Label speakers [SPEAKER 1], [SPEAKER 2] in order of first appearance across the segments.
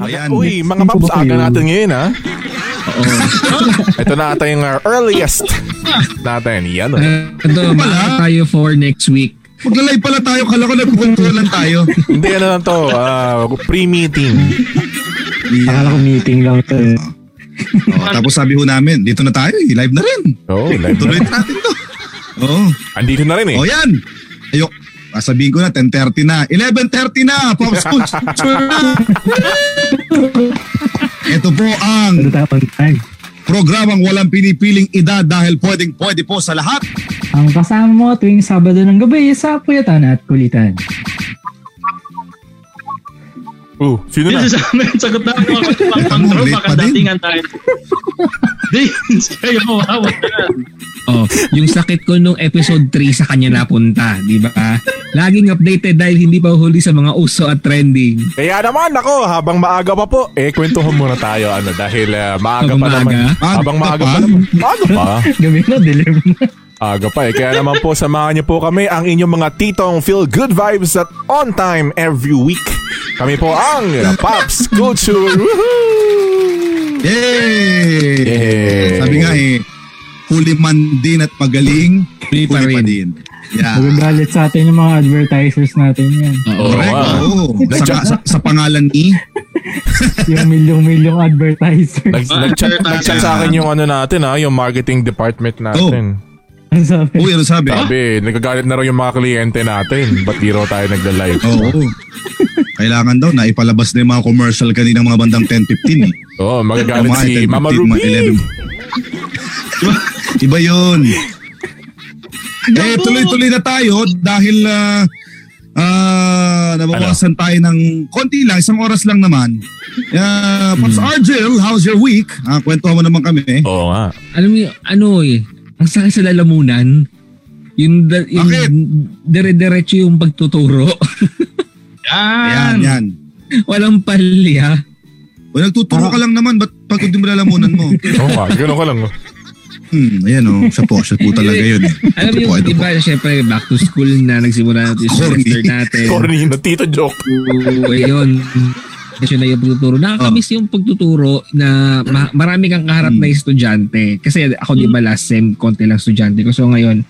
[SPEAKER 1] Ayan.
[SPEAKER 2] Uy, mga
[SPEAKER 3] Sino
[SPEAKER 2] paps,
[SPEAKER 3] ba kayo?
[SPEAKER 2] aga natin ngayon ha. Ito na ata yung uh, earliest natin. Yan. oh.
[SPEAKER 4] Eh, Ito, maaari tayo for next week.
[SPEAKER 1] Maglalay pala tayo. Kala ko nagpupuntuan lang tayo.
[SPEAKER 2] Hindi, ano lang to. ah, pre-meeting.
[SPEAKER 1] Yeah.
[SPEAKER 3] Akala ko meeting lang ito eh.
[SPEAKER 1] Oh, tapos sabi ho namin, dito na tayo. eh. Live na rin.
[SPEAKER 2] Oh, live na.
[SPEAKER 1] Tuloy natin to. Oo.
[SPEAKER 2] Andito na rin eh.
[SPEAKER 1] Oh, yan. Ayok. Ah, Sabihin ko na, 10.30 na. 11.30 na, Pops Coach. Ito po
[SPEAKER 3] Ano
[SPEAKER 1] ang
[SPEAKER 3] tayo on time?
[SPEAKER 1] programang walang pinipiling edad dahil pwedeng pwede po sa lahat.
[SPEAKER 4] Ang kasama mo tuwing Sabado ng gabi sa Puyatan at Kulitan.
[SPEAKER 2] Oh, sino na?
[SPEAKER 5] This is ang sagot na ako. Pang
[SPEAKER 1] Ang
[SPEAKER 5] tropa,
[SPEAKER 1] late pa din.
[SPEAKER 5] kadatingan tayo. Dins, kayo mawawa na.
[SPEAKER 6] Oh, yung sakit ko nung episode 3 sa kanya napunta, di ba? Laging updated dahil hindi pa huli sa mga uso at trending.
[SPEAKER 2] Kaya naman ako, habang maaga pa po, eh kwentuhan muna tayo ano dahil ah, maaga
[SPEAKER 6] Habang
[SPEAKER 2] pa naman.
[SPEAKER 1] maaga?
[SPEAKER 2] Habang maaga
[SPEAKER 1] Maaga
[SPEAKER 2] pa
[SPEAKER 1] pa?
[SPEAKER 2] naman. Maaga pa.
[SPEAKER 4] Gabi na, dilim na.
[SPEAKER 2] Aga pa eh. Kaya naman po, samahan niyo po kami ang inyong mga titong feel good vibes at on time every week. Kami po ang uh, Pops Culture. Woohoo!
[SPEAKER 1] Yay!
[SPEAKER 2] Yay!
[SPEAKER 1] Sabi nga eh, huli man din at magaling, huli pa,
[SPEAKER 6] pa rin.
[SPEAKER 1] din. Yeah.
[SPEAKER 4] Magagalit sa atin yung mga advertisers natin yan.
[SPEAKER 6] Oo.
[SPEAKER 1] Correct.
[SPEAKER 2] wow.
[SPEAKER 1] oo. Sa, sa, sa pangalan ni
[SPEAKER 4] Yung milyong-milyong advertisers.
[SPEAKER 2] Nag-
[SPEAKER 1] Ah.
[SPEAKER 2] Nag-chat nag-chat sa akin yung ano natin ha, yung marketing department natin.
[SPEAKER 1] Oh.
[SPEAKER 4] Ang sabi.
[SPEAKER 1] Uy, ano sabi?
[SPEAKER 2] Sabi, nagagalit na raw yung mga kliyente natin. Ba't di raw tayo nagla-live?
[SPEAKER 1] Oo. Kailangan daw na ipalabas na yung mga commercial kanina mga bandang 10-15 eh.
[SPEAKER 2] Oo, magagalit
[SPEAKER 1] Yung mga
[SPEAKER 2] si
[SPEAKER 1] 10-15,
[SPEAKER 2] Mama
[SPEAKER 1] mga
[SPEAKER 2] Ruby.
[SPEAKER 1] 11. Iba yun. eh, tuloy-tuloy na tayo dahil ah ah, nabawasan
[SPEAKER 2] Ano?
[SPEAKER 1] tayo ng konti lang, isang oras lang naman. Uh, Pops
[SPEAKER 2] Hmm.
[SPEAKER 1] Argel, how's your week? Ah, kwentuhan mo naman kami.
[SPEAKER 2] Oo nga.
[SPEAKER 6] Alam mo yung, ano eh, ang sakit sa lalamunan, yung, da- yung
[SPEAKER 1] Bakit?
[SPEAKER 6] dire-diretso yung pagtuturo.
[SPEAKER 1] Ayan,
[SPEAKER 5] Yan.
[SPEAKER 1] yan.
[SPEAKER 6] Walang palya.
[SPEAKER 1] O, nagtuturo ka lang naman, ba't pag hindi mo lalamunan mo?
[SPEAKER 2] Oo nga, ganun ka lang. oh.
[SPEAKER 1] Hmm, ayan o, siya po, siya po talaga yun. eh.
[SPEAKER 6] Alam mo
[SPEAKER 1] Ito po,
[SPEAKER 6] yung,
[SPEAKER 1] ito
[SPEAKER 6] di
[SPEAKER 1] po.
[SPEAKER 6] ba, syempre, back to school na, nagsimula natin yung
[SPEAKER 1] Corny.
[SPEAKER 6] semester natin.
[SPEAKER 2] Corny na tito joke.
[SPEAKER 6] Oo, ayun. Kasi na yung pagtuturo.
[SPEAKER 1] Oh.
[SPEAKER 6] Nakakamiss yung pagtuturo na ma- marami kang kaharap
[SPEAKER 1] Hmm.
[SPEAKER 6] na estudyante. Kasi ako di ba last sem, konti lang estudyante ko. So ngayon,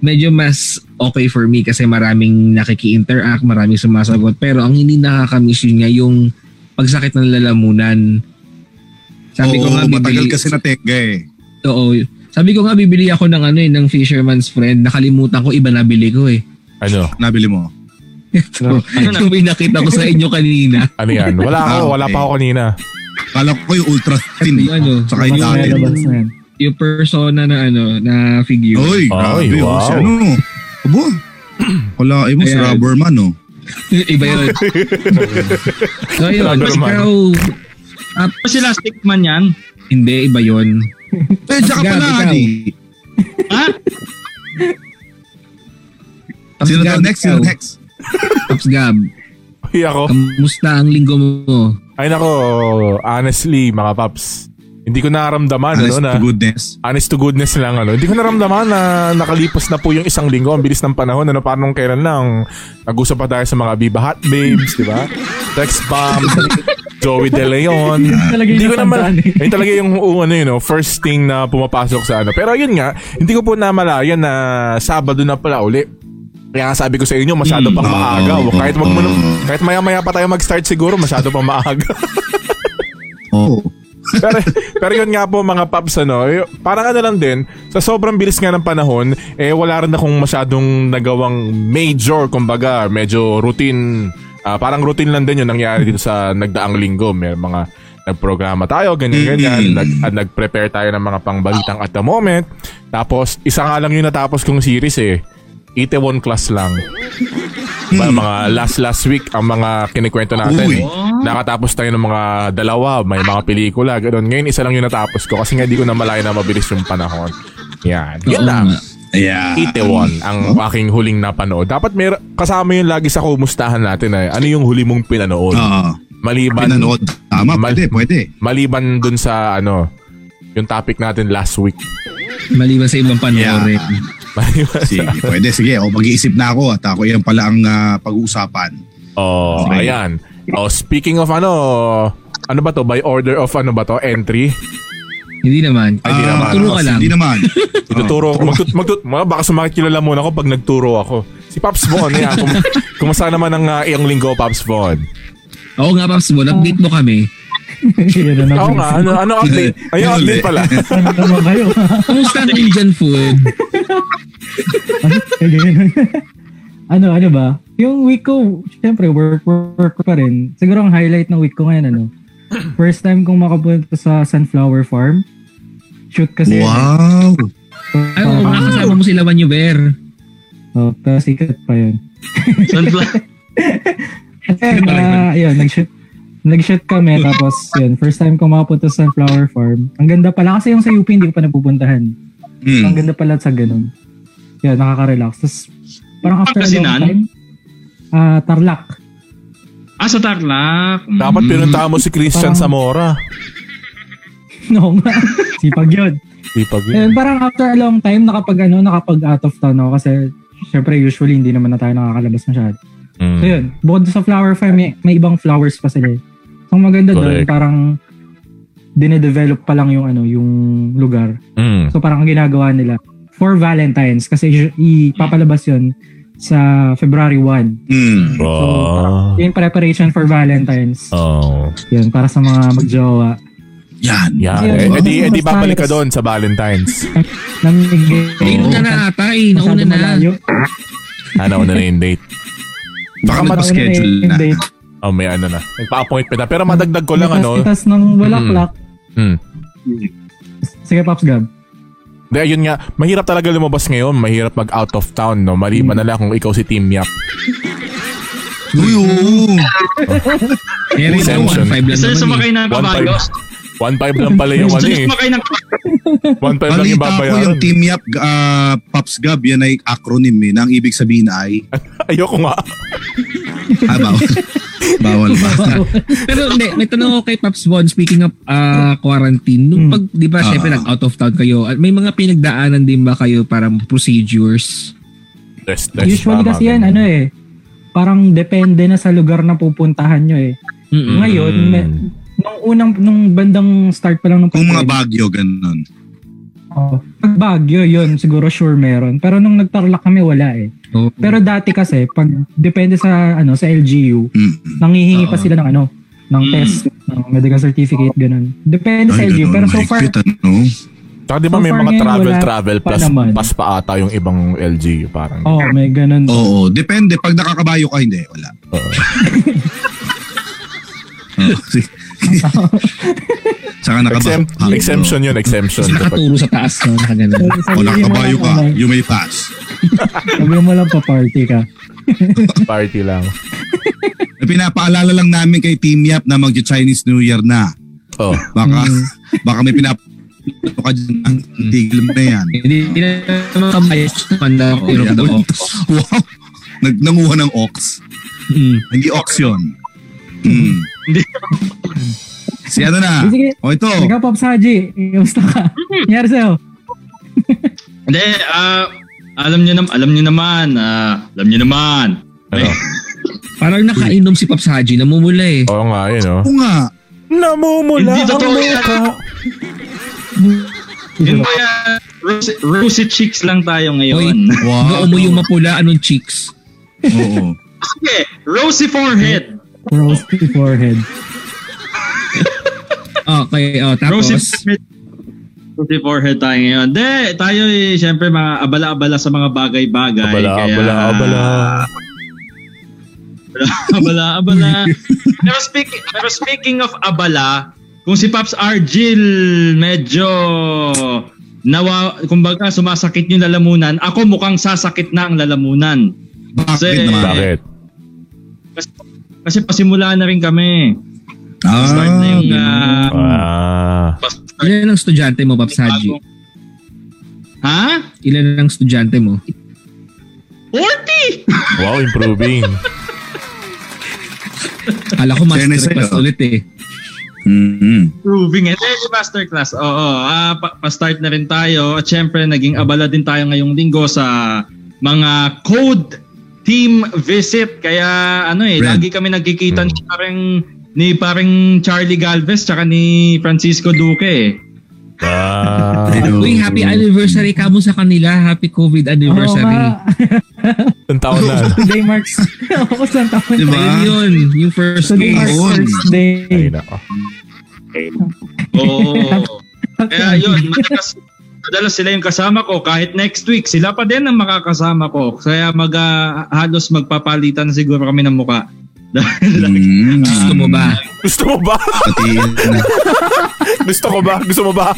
[SPEAKER 6] medyo mas okay for me kasi maraming nakiki-interact, maraming sumasagot. Pero ang hindi nakakamiss yun nga yung pagsakit ng lalamunan. Sabi ko
[SPEAKER 1] Oo,
[SPEAKER 6] nga,
[SPEAKER 1] matagal
[SPEAKER 6] bibili-
[SPEAKER 1] kasi na tenga eh.
[SPEAKER 6] Oo. Sabi ko nga, bibili ako ng ano eh, ng Fisherman's Friend. Nakalimutan ko, iba nabili ko eh.
[SPEAKER 2] Ano?
[SPEAKER 1] Nabili mo.
[SPEAKER 6] So,
[SPEAKER 1] Ano
[SPEAKER 6] yung may nakita ko sa inyo kanina.
[SPEAKER 2] Ano yan? Wala ako,
[SPEAKER 1] Ah,
[SPEAKER 2] wala
[SPEAKER 1] okay.
[SPEAKER 2] pa ako kanina.
[SPEAKER 1] Kala ko yung ultra thin eh.
[SPEAKER 6] Yung ano,
[SPEAKER 1] Tsaka yung
[SPEAKER 4] Mga
[SPEAKER 1] dahil.
[SPEAKER 4] nalabas na yan.
[SPEAKER 6] yung persona na ano, na figure.
[SPEAKER 1] Oy,
[SPEAKER 2] Ay,
[SPEAKER 1] grabe. oh,
[SPEAKER 2] wow.
[SPEAKER 1] Si ano? Abo. Wala, eh mo si
[SPEAKER 6] Ayan.
[SPEAKER 1] rubber man oh.
[SPEAKER 6] Iba yun. so yun,
[SPEAKER 2] Rubber man.
[SPEAKER 6] ikaw,
[SPEAKER 5] Ano sila stickman yan?
[SPEAKER 6] hindi, iba yun.
[SPEAKER 1] Eh, tsaka
[SPEAKER 6] Gabi,
[SPEAKER 1] pala,
[SPEAKER 6] ikaw.
[SPEAKER 1] Adi.
[SPEAKER 5] Ha?
[SPEAKER 6] Tapos
[SPEAKER 1] Sino daw
[SPEAKER 6] Gab,
[SPEAKER 1] next? Sino
[SPEAKER 6] ikaw.
[SPEAKER 1] next?
[SPEAKER 6] Tapos Gab,
[SPEAKER 2] Uy, ako.
[SPEAKER 6] kamusta ang linggo mo?
[SPEAKER 2] Ay nako, honestly mga paps, hindi ko naramdaman ano
[SPEAKER 1] Honest
[SPEAKER 2] na.
[SPEAKER 1] to goodness.
[SPEAKER 2] honest to goodness lang ano. Hindi ko naramdaman na nakalipas na po yung isang linggo. Ang bilis ng panahon. Ano, parang kailan lang. Nag-usap pa tayo sa mga Viva Hot Babes, di ba? Text Bomb, Joey De Leon.
[SPEAKER 4] Talaga yung
[SPEAKER 2] hindi ko naman,
[SPEAKER 4] natandaan eh.
[SPEAKER 2] ay talaga yung uh, ano, you know, first thing na pumapasok sa ano. Pero yun nga, hindi ko po namalayan na Sabado na pala uli. Kaya nga sabi ko sa inyo, masyado pang
[SPEAKER 4] Mm.
[SPEAKER 1] Oo,
[SPEAKER 2] maaga. O, kahit, wag mo,
[SPEAKER 1] oo.
[SPEAKER 2] nang- kahit maya-maya pa tayo mag-start siguro, masyado pang maaga.
[SPEAKER 1] Oh.
[SPEAKER 2] pero, pero yun nga po mga paps ano, eh, parang ano lang din, sa sobrang bilis nga ng panahon, eh wala rin akong masyadong nagawang major, kumbaga, medyo routine, ah, parang routine lang din yung nangyari dito sa nagdaang linggo. May mga nagprograma tayo, ganyan-ganyan,
[SPEAKER 1] Mm.
[SPEAKER 2] nag, ah, nag-prepare tayo ng mga pangbalitang at the moment. Tapos, isa nga lang yung natapos kong series eh. Itaewon class lang. Ba, mga last last week ang mga kinikwento natin. eh.
[SPEAKER 1] Uy.
[SPEAKER 2] Nakatapos tayo ng mga dalawa, may mga pelikula, ganun. Ngayon isa lang yung natapos ko kasi nga di ko na malaya na mabilis yung panahon. Yan. Yun
[SPEAKER 1] Mm.
[SPEAKER 6] Oo
[SPEAKER 2] lang.
[SPEAKER 6] nga.
[SPEAKER 1] Yeah.
[SPEAKER 2] Itaewon ang aking huling napanood. Dapat may kasama yun lagi sa kumustahan natin eh. Ano yung huli mong pinanood?
[SPEAKER 1] Oo.
[SPEAKER 2] maliban
[SPEAKER 1] Ah, Pinanood. Tama,
[SPEAKER 2] Mal-
[SPEAKER 1] pwede, pwede.
[SPEAKER 2] maliban dun sa ano yung topic natin last week.
[SPEAKER 6] Maliban sa ibang panoorin.
[SPEAKER 1] Yeah. Sige, pwede. Sige, o mag-iisip na ako at ako yan pala ang ah, pag-uusapan.
[SPEAKER 2] Oh,
[SPEAKER 1] Okay.
[SPEAKER 2] ayan. Oh, speaking of ano, Ano ba to? By order of ano ba to? Entry?
[SPEAKER 6] Hindi naman.
[SPEAKER 2] Ay, di
[SPEAKER 1] Ah,
[SPEAKER 2] naman.
[SPEAKER 6] Turo ka
[SPEAKER 1] Ross,
[SPEAKER 6] lang.
[SPEAKER 1] Hindi naman.
[SPEAKER 2] Tuturo ako. Magtut, magtut, mga baka sumakikilala muna ako pag nagturo ako. Si Pops Von, yan. Kum, kumusta naman ang ah, iyong linggo, Pops Von?
[SPEAKER 6] Oo nga, Paps Bon, update mo kami.
[SPEAKER 4] Yun na
[SPEAKER 2] Oo nga, ano, ano update? Ayun,
[SPEAKER 1] Yun
[SPEAKER 2] update
[SPEAKER 1] ulit.
[SPEAKER 2] pala.
[SPEAKER 4] Ano naman kayo?
[SPEAKER 6] Kumusta ang Indian food?
[SPEAKER 4] Ay, ganyan. ano, ano ba? Yung week ko, syempre, work, work, work pa rin. Siguro ang highlight ng week ko ngayon, ano? First time kong makapunta sa Sunflower Farm. Shoot kasi.
[SPEAKER 1] Wow.
[SPEAKER 6] Ay, oo nga, kasama mo sila Wanyuber.
[SPEAKER 4] Oh, pero sikat pa yun.
[SPEAKER 5] Sunflower.
[SPEAKER 4] And, uh, yun, nag-shoot, nag-shoot kami. Tapos, yun, first time ko makapunta sa Sunflower Farm. Ang ganda pala. Kasi yung sa UP, hindi ko pa napupuntahan.
[SPEAKER 1] Mm.
[SPEAKER 4] Ang ganda pala sa ganun. Yun, nakaka-relax. Tapos, parang after a long
[SPEAKER 5] Pangasinan?
[SPEAKER 4] time, ah Tarlac.
[SPEAKER 5] Ah, sa Tarlac. Mm.
[SPEAKER 2] Dapat pinuntahan mo si Christian
[SPEAKER 4] Parang-
[SPEAKER 2] Zamora.
[SPEAKER 4] No, nga. Sipag yun.
[SPEAKER 2] Di pa
[SPEAKER 4] Ayun, parang after a long time, nakapag, ano, nakapag out of town ako kasi syempre usually hindi naman na tayo nakakalabas masyado.
[SPEAKER 2] Mm.
[SPEAKER 4] So yun, bukod sa flower farm, may, may ibang flowers pa sila. eh. So ang maganda doon,
[SPEAKER 2] Correct.
[SPEAKER 4] parang dinedevelop pa lang yung ano yung lugar.
[SPEAKER 2] Mm.
[SPEAKER 4] So parang ang ginagawa nila for Valentine's kasi usu- ipapalabas yun sa February 1.
[SPEAKER 1] Mm.
[SPEAKER 2] Oh.
[SPEAKER 4] Yung preparation for Valentine's.
[SPEAKER 2] Oh.
[SPEAKER 4] Yun, para sa mga magjowa.
[SPEAKER 1] Yan.
[SPEAKER 2] Yan. Eh,
[SPEAKER 4] Yeah.
[SPEAKER 2] eh, di, eh, di
[SPEAKER 4] Mas
[SPEAKER 2] babalik ka
[SPEAKER 4] talas.
[SPEAKER 2] doon sa Valentine's.
[SPEAKER 4] Namigay.
[SPEAKER 6] Ayun na na ata eh, nauna na.
[SPEAKER 2] Ano na na yung date.
[SPEAKER 1] Baka
[SPEAKER 4] Ano
[SPEAKER 1] mag-schedule na.
[SPEAKER 2] Oh, may ano na. Nagpa-appointment na. Pero madagdag ko lang ano.
[SPEAKER 4] Itas
[SPEAKER 2] Mm.
[SPEAKER 4] ng bulaklak.
[SPEAKER 2] Mm.
[SPEAKER 4] Sige, Pops Gab.
[SPEAKER 2] Hindi, ayun nga. Mahirap talaga lumabas ngayon. Mahirap mag out of town, no? Maliban na lang kung ikaw si Team Yap.
[SPEAKER 1] Uy, oo.
[SPEAKER 6] Kaya rin na,
[SPEAKER 2] Exemption.
[SPEAKER 6] 1.5 lang
[SPEAKER 5] Gusto niyo
[SPEAKER 6] naman eh.
[SPEAKER 5] sumakay ng kabayo?
[SPEAKER 2] 1.5 lang pala yung
[SPEAKER 5] Gusto
[SPEAKER 2] ano
[SPEAKER 5] niyo
[SPEAKER 2] eh.
[SPEAKER 5] sumakay ng kabayo?
[SPEAKER 2] 1.5
[SPEAKER 4] Ano
[SPEAKER 2] lang yung
[SPEAKER 1] Balita ko
[SPEAKER 2] babayaran.
[SPEAKER 1] yung Team Yap ah, Pops Gab, yan ay acronym eh, na ang ibig sabihin ay,
[SPEAKER 2] Ayoko nga.
[SPEAKER 1] ah, bawal. bawal ba?
[SPEAKER 6] Pero hindi, may tanong ako kay Paps Bon, speaking of ah, quarantine, nung
[SPEAKER 4] Hmm.
[SPEAKER 6] pag, di
[SPEAKER 1] Ah.
[SPEAKER 6] ba, syempre nag-out of town kayo, at may mga pinagdaanan din ba kayo parang procedures?
[SPEAKER 2] Test, test.
[SPEAKER 4] Usually
[SPEAKER 2] tama.
[SPEAKER 4] kasi yan, ano eh, parang depende na sa lugar na pupuntahan nyo eh.
[SPEAKER 2] Mm.
[SPEAKER 6] Mm-mm.
[SPEAKER 4] Ngayon, me- nung unang, nung bandang start pa lang ng
[SPEAKER 1] Kung mga bagyo, ganun.
[SPEAKER 4] Oh, pag Baguio, yun, siguro sure meron. Pero nung nagtarlak kami, wala eh.
[SPEAKER 6] Oo.
[SPEAKER 4] Pero dati kasi, pag depende sa, ano, sa LGU,
[SPEAKER 1] Mm.
[SPEAKER 4] nangihingi pa
[SPEAKER 6] Oo.
[SPEAKER 4] sila ng ano, ng
[SPEAKER 5] Mm.
[SPEAKER 4] test, ng medical certificate, ganun. Depende sa
[SPEAKER 1] Ay,
[SPEAKER 4] LGU.
[SPEAKER 1] ganun,
[SPEAKER 4] Pero so far,
[SPEAKER 1] mahigpit, ano?
[SPEAKER 2] Tsaka di ba
[SPEAKER 4] So
[SPEAKER 2] may
[SPEAKER 4] far
[SPEAKER 2] mga
[SPEAKER 4] ngayon,
[SPEAKER 2] travel,
[SPEAKER 4] wala
[SPEAKER 2] travel
[SPEAKER 4] pa
[SPEAKER 2] plus,
[SPEAKER 4] naman.
[SPEAKER 2] plus pa ata yung ibang LG. Parang.
[SPEAKER 4] oh, may ganun.
[SPEAKER 1] Oo, depende. Pag nakakabayo ka, hindi, wala.
[SPEAKER 2] Oo.
[SPEAKER 1] Saka nakabayo.
[SPEAKER 2] Exempt- exemption yun, exemption.
[SPEAKER 6] Tapos nakaturo sa taas, no? Nakaganan.
[SPEAKER 1] O
[SPEAKER 4] Sabihin mo
[SPEAKER 1] nakabayo
[SPEAKER 4] lang,
[SPEAKER 1] ka,
[SPEAKER 4] ano,
[SPEAKER 1] you may pass.
[SPEAKER 4] Sabihin mo lang pa party ka.
[SPEAKER 2] Pag party lang.
[SPEAKER 1] Pinapaalala lang namin kay Team Yap na mag-Chinese New Year na.
[SPEAKER 2] Oh.
[SPEAKER 1] Baka, baka may pinap... ka dyan, ang tigil mo na yan.
[SPEAKER 6] Hindi hindi na naman kabayas naman na ako yung
[SPEAKER 1] yeah.
[SPEAKER 6] doko.
[SPEAKER 1] Wow! Nag nanguha ng ox.
[SPEAKER 6] Mm.
[SPEAKER 1] Hindi ox yun. Hmm.
[SPEAKER 5] Hindi.
[SPEAKER 1] si ano na?
[SPEAKER 4] Sige,
[SPEAKER 1] O ito.
[SPEAKER 4] Ikaw, Pops Haji, kamusta ka?
[SPEAKER 5] Mm-hmm.
[SPEAKER 4] Nangyari sa'yo?
[SPEAKER 5] Hindi, ah, alam niyo naman, alam niyo naman, ah, alam niyo naman.
[SPEAKER 2] Ano?
[SPEAKER 6] Parang nakainom si Paps Haji, namumula eh.
[SPEAKER 2] Oo nga, yun oh.
[SPEAKER 1] Oo nga.
[SPEAKER 2] Namumula
[SPEAKER 5] Hindi totoo yan. Yun po yan. Rosy, rosy cheeks lang tayo ngayon.
[SPEAKER 1] Oh, Wow.
[SPEAKER 6] Noo mo yung mapula, anong cheeks?
[SPEAKER 1] Oo.
[SPEAKER 5] Sige, rosy forehead.
[SPEAKER 4] Roasty forehead.
[SPEAKER 6] Okay, oh,
[SPEAKER 5] Rosy
[SPEAKER 6] tapos,
[SPEAKER 5] forehead. Rosy forehead tayo ngayon. Hindi, tayo eh, syempre mga abala-abala sa mga bagay-bagay.
[SPEAKER 2] Abala,
[SPEAKER 5] kaya-
[SPEAKER 2] abala, abala.
[SPEAKER 5] abala, abala. pero, speaking, pero speaking of abala, kung si Pops Argil medyo nawa, kumbaga sumasakit yung lalamunan, ako mukhang sasakit na ang lalamunan.
[SPEAKER 1] Bakit
[SPEAKER 5] Kasi-
[SPEAKER 1] naman?
[SPEAKER 2] Bakit?
[SPEAKER 5] Kasi, kasi pasimula na rin kami. Start na yung
[SPEAKER 1] Ah.
[SPEAKER 5] ah,
[SPEAKER 2] Ah.
[SPEAKER 5] basta-
[SPEAKER 6] ilan ang estudyante mo, Paps Haji?
[SPEAKER 5] Ha?
[SPEAKER 6] Ilan ang estudyante mo?
[SPEAKER 5] 40!
[SPEAKER 2] Wow, improving.
[SPEAKER 6] Kala ko master
[SPEAKER 1] Sensei,
[SPEAKER 6] request
[SPEAKER 1] oh.
[SPEAKER 6] ulit eh.
[SPEAKER 1] Mm-hmm.
[SPEAKER 5] Proving it. Eh, masterclass. Oo, ah, pa- pa-start na rin tayo. At syempre, naging abala din tayo ngayong linggo sa mga code team visit. Kaya ano eh,
[SPEAKER 1] Red.
[SPEAKER 5] lagi kami nagkikita
[SPEAKER 2] Hmm.
[SPEAKER 5] ni parang ni paring Charlie Galvez tsaka ni Francisco Duque eh.
[SPEAKER 2] Ah.
[SPEAKER 6] Uy, happy anniversary ka mo sa kanila. Happy COVID anniversary.
[SPEAKER 2] Ang taon na.
[SPEAKER 4] Day marks. Ako sa taon.
[SPEAKER 1] Diba?
[SPEAKER 6] Ayun yun, yung first
[SPEAKER 4] Today
[SPEAKER 6] case.
[SPEAKER 4] marks
[SPEAKER 1] Ayun.
[SPEAKER 4] first
[SPEAKER 2] Ay,
[SPEAKER 4] day.
[SPEAKER 2] nako.
[SPEAKER 5] Oo. Kaya yun, madalas, madalas sila yung kasama ko. Kahit next week, sila pa din ang makakasama ko. Kaya mag, ah, halos magpapalitan siguro kami ng muka. Dahil
[SPEAKER 1] Mm.
[SPEAKER 6] Gusto mo ba?
[SPEAKER 2] Gusto mo ba?
[SPEAKER 1] Pati na.
[SPEAKER 2] Gusto ko ba? Gusto mo ba?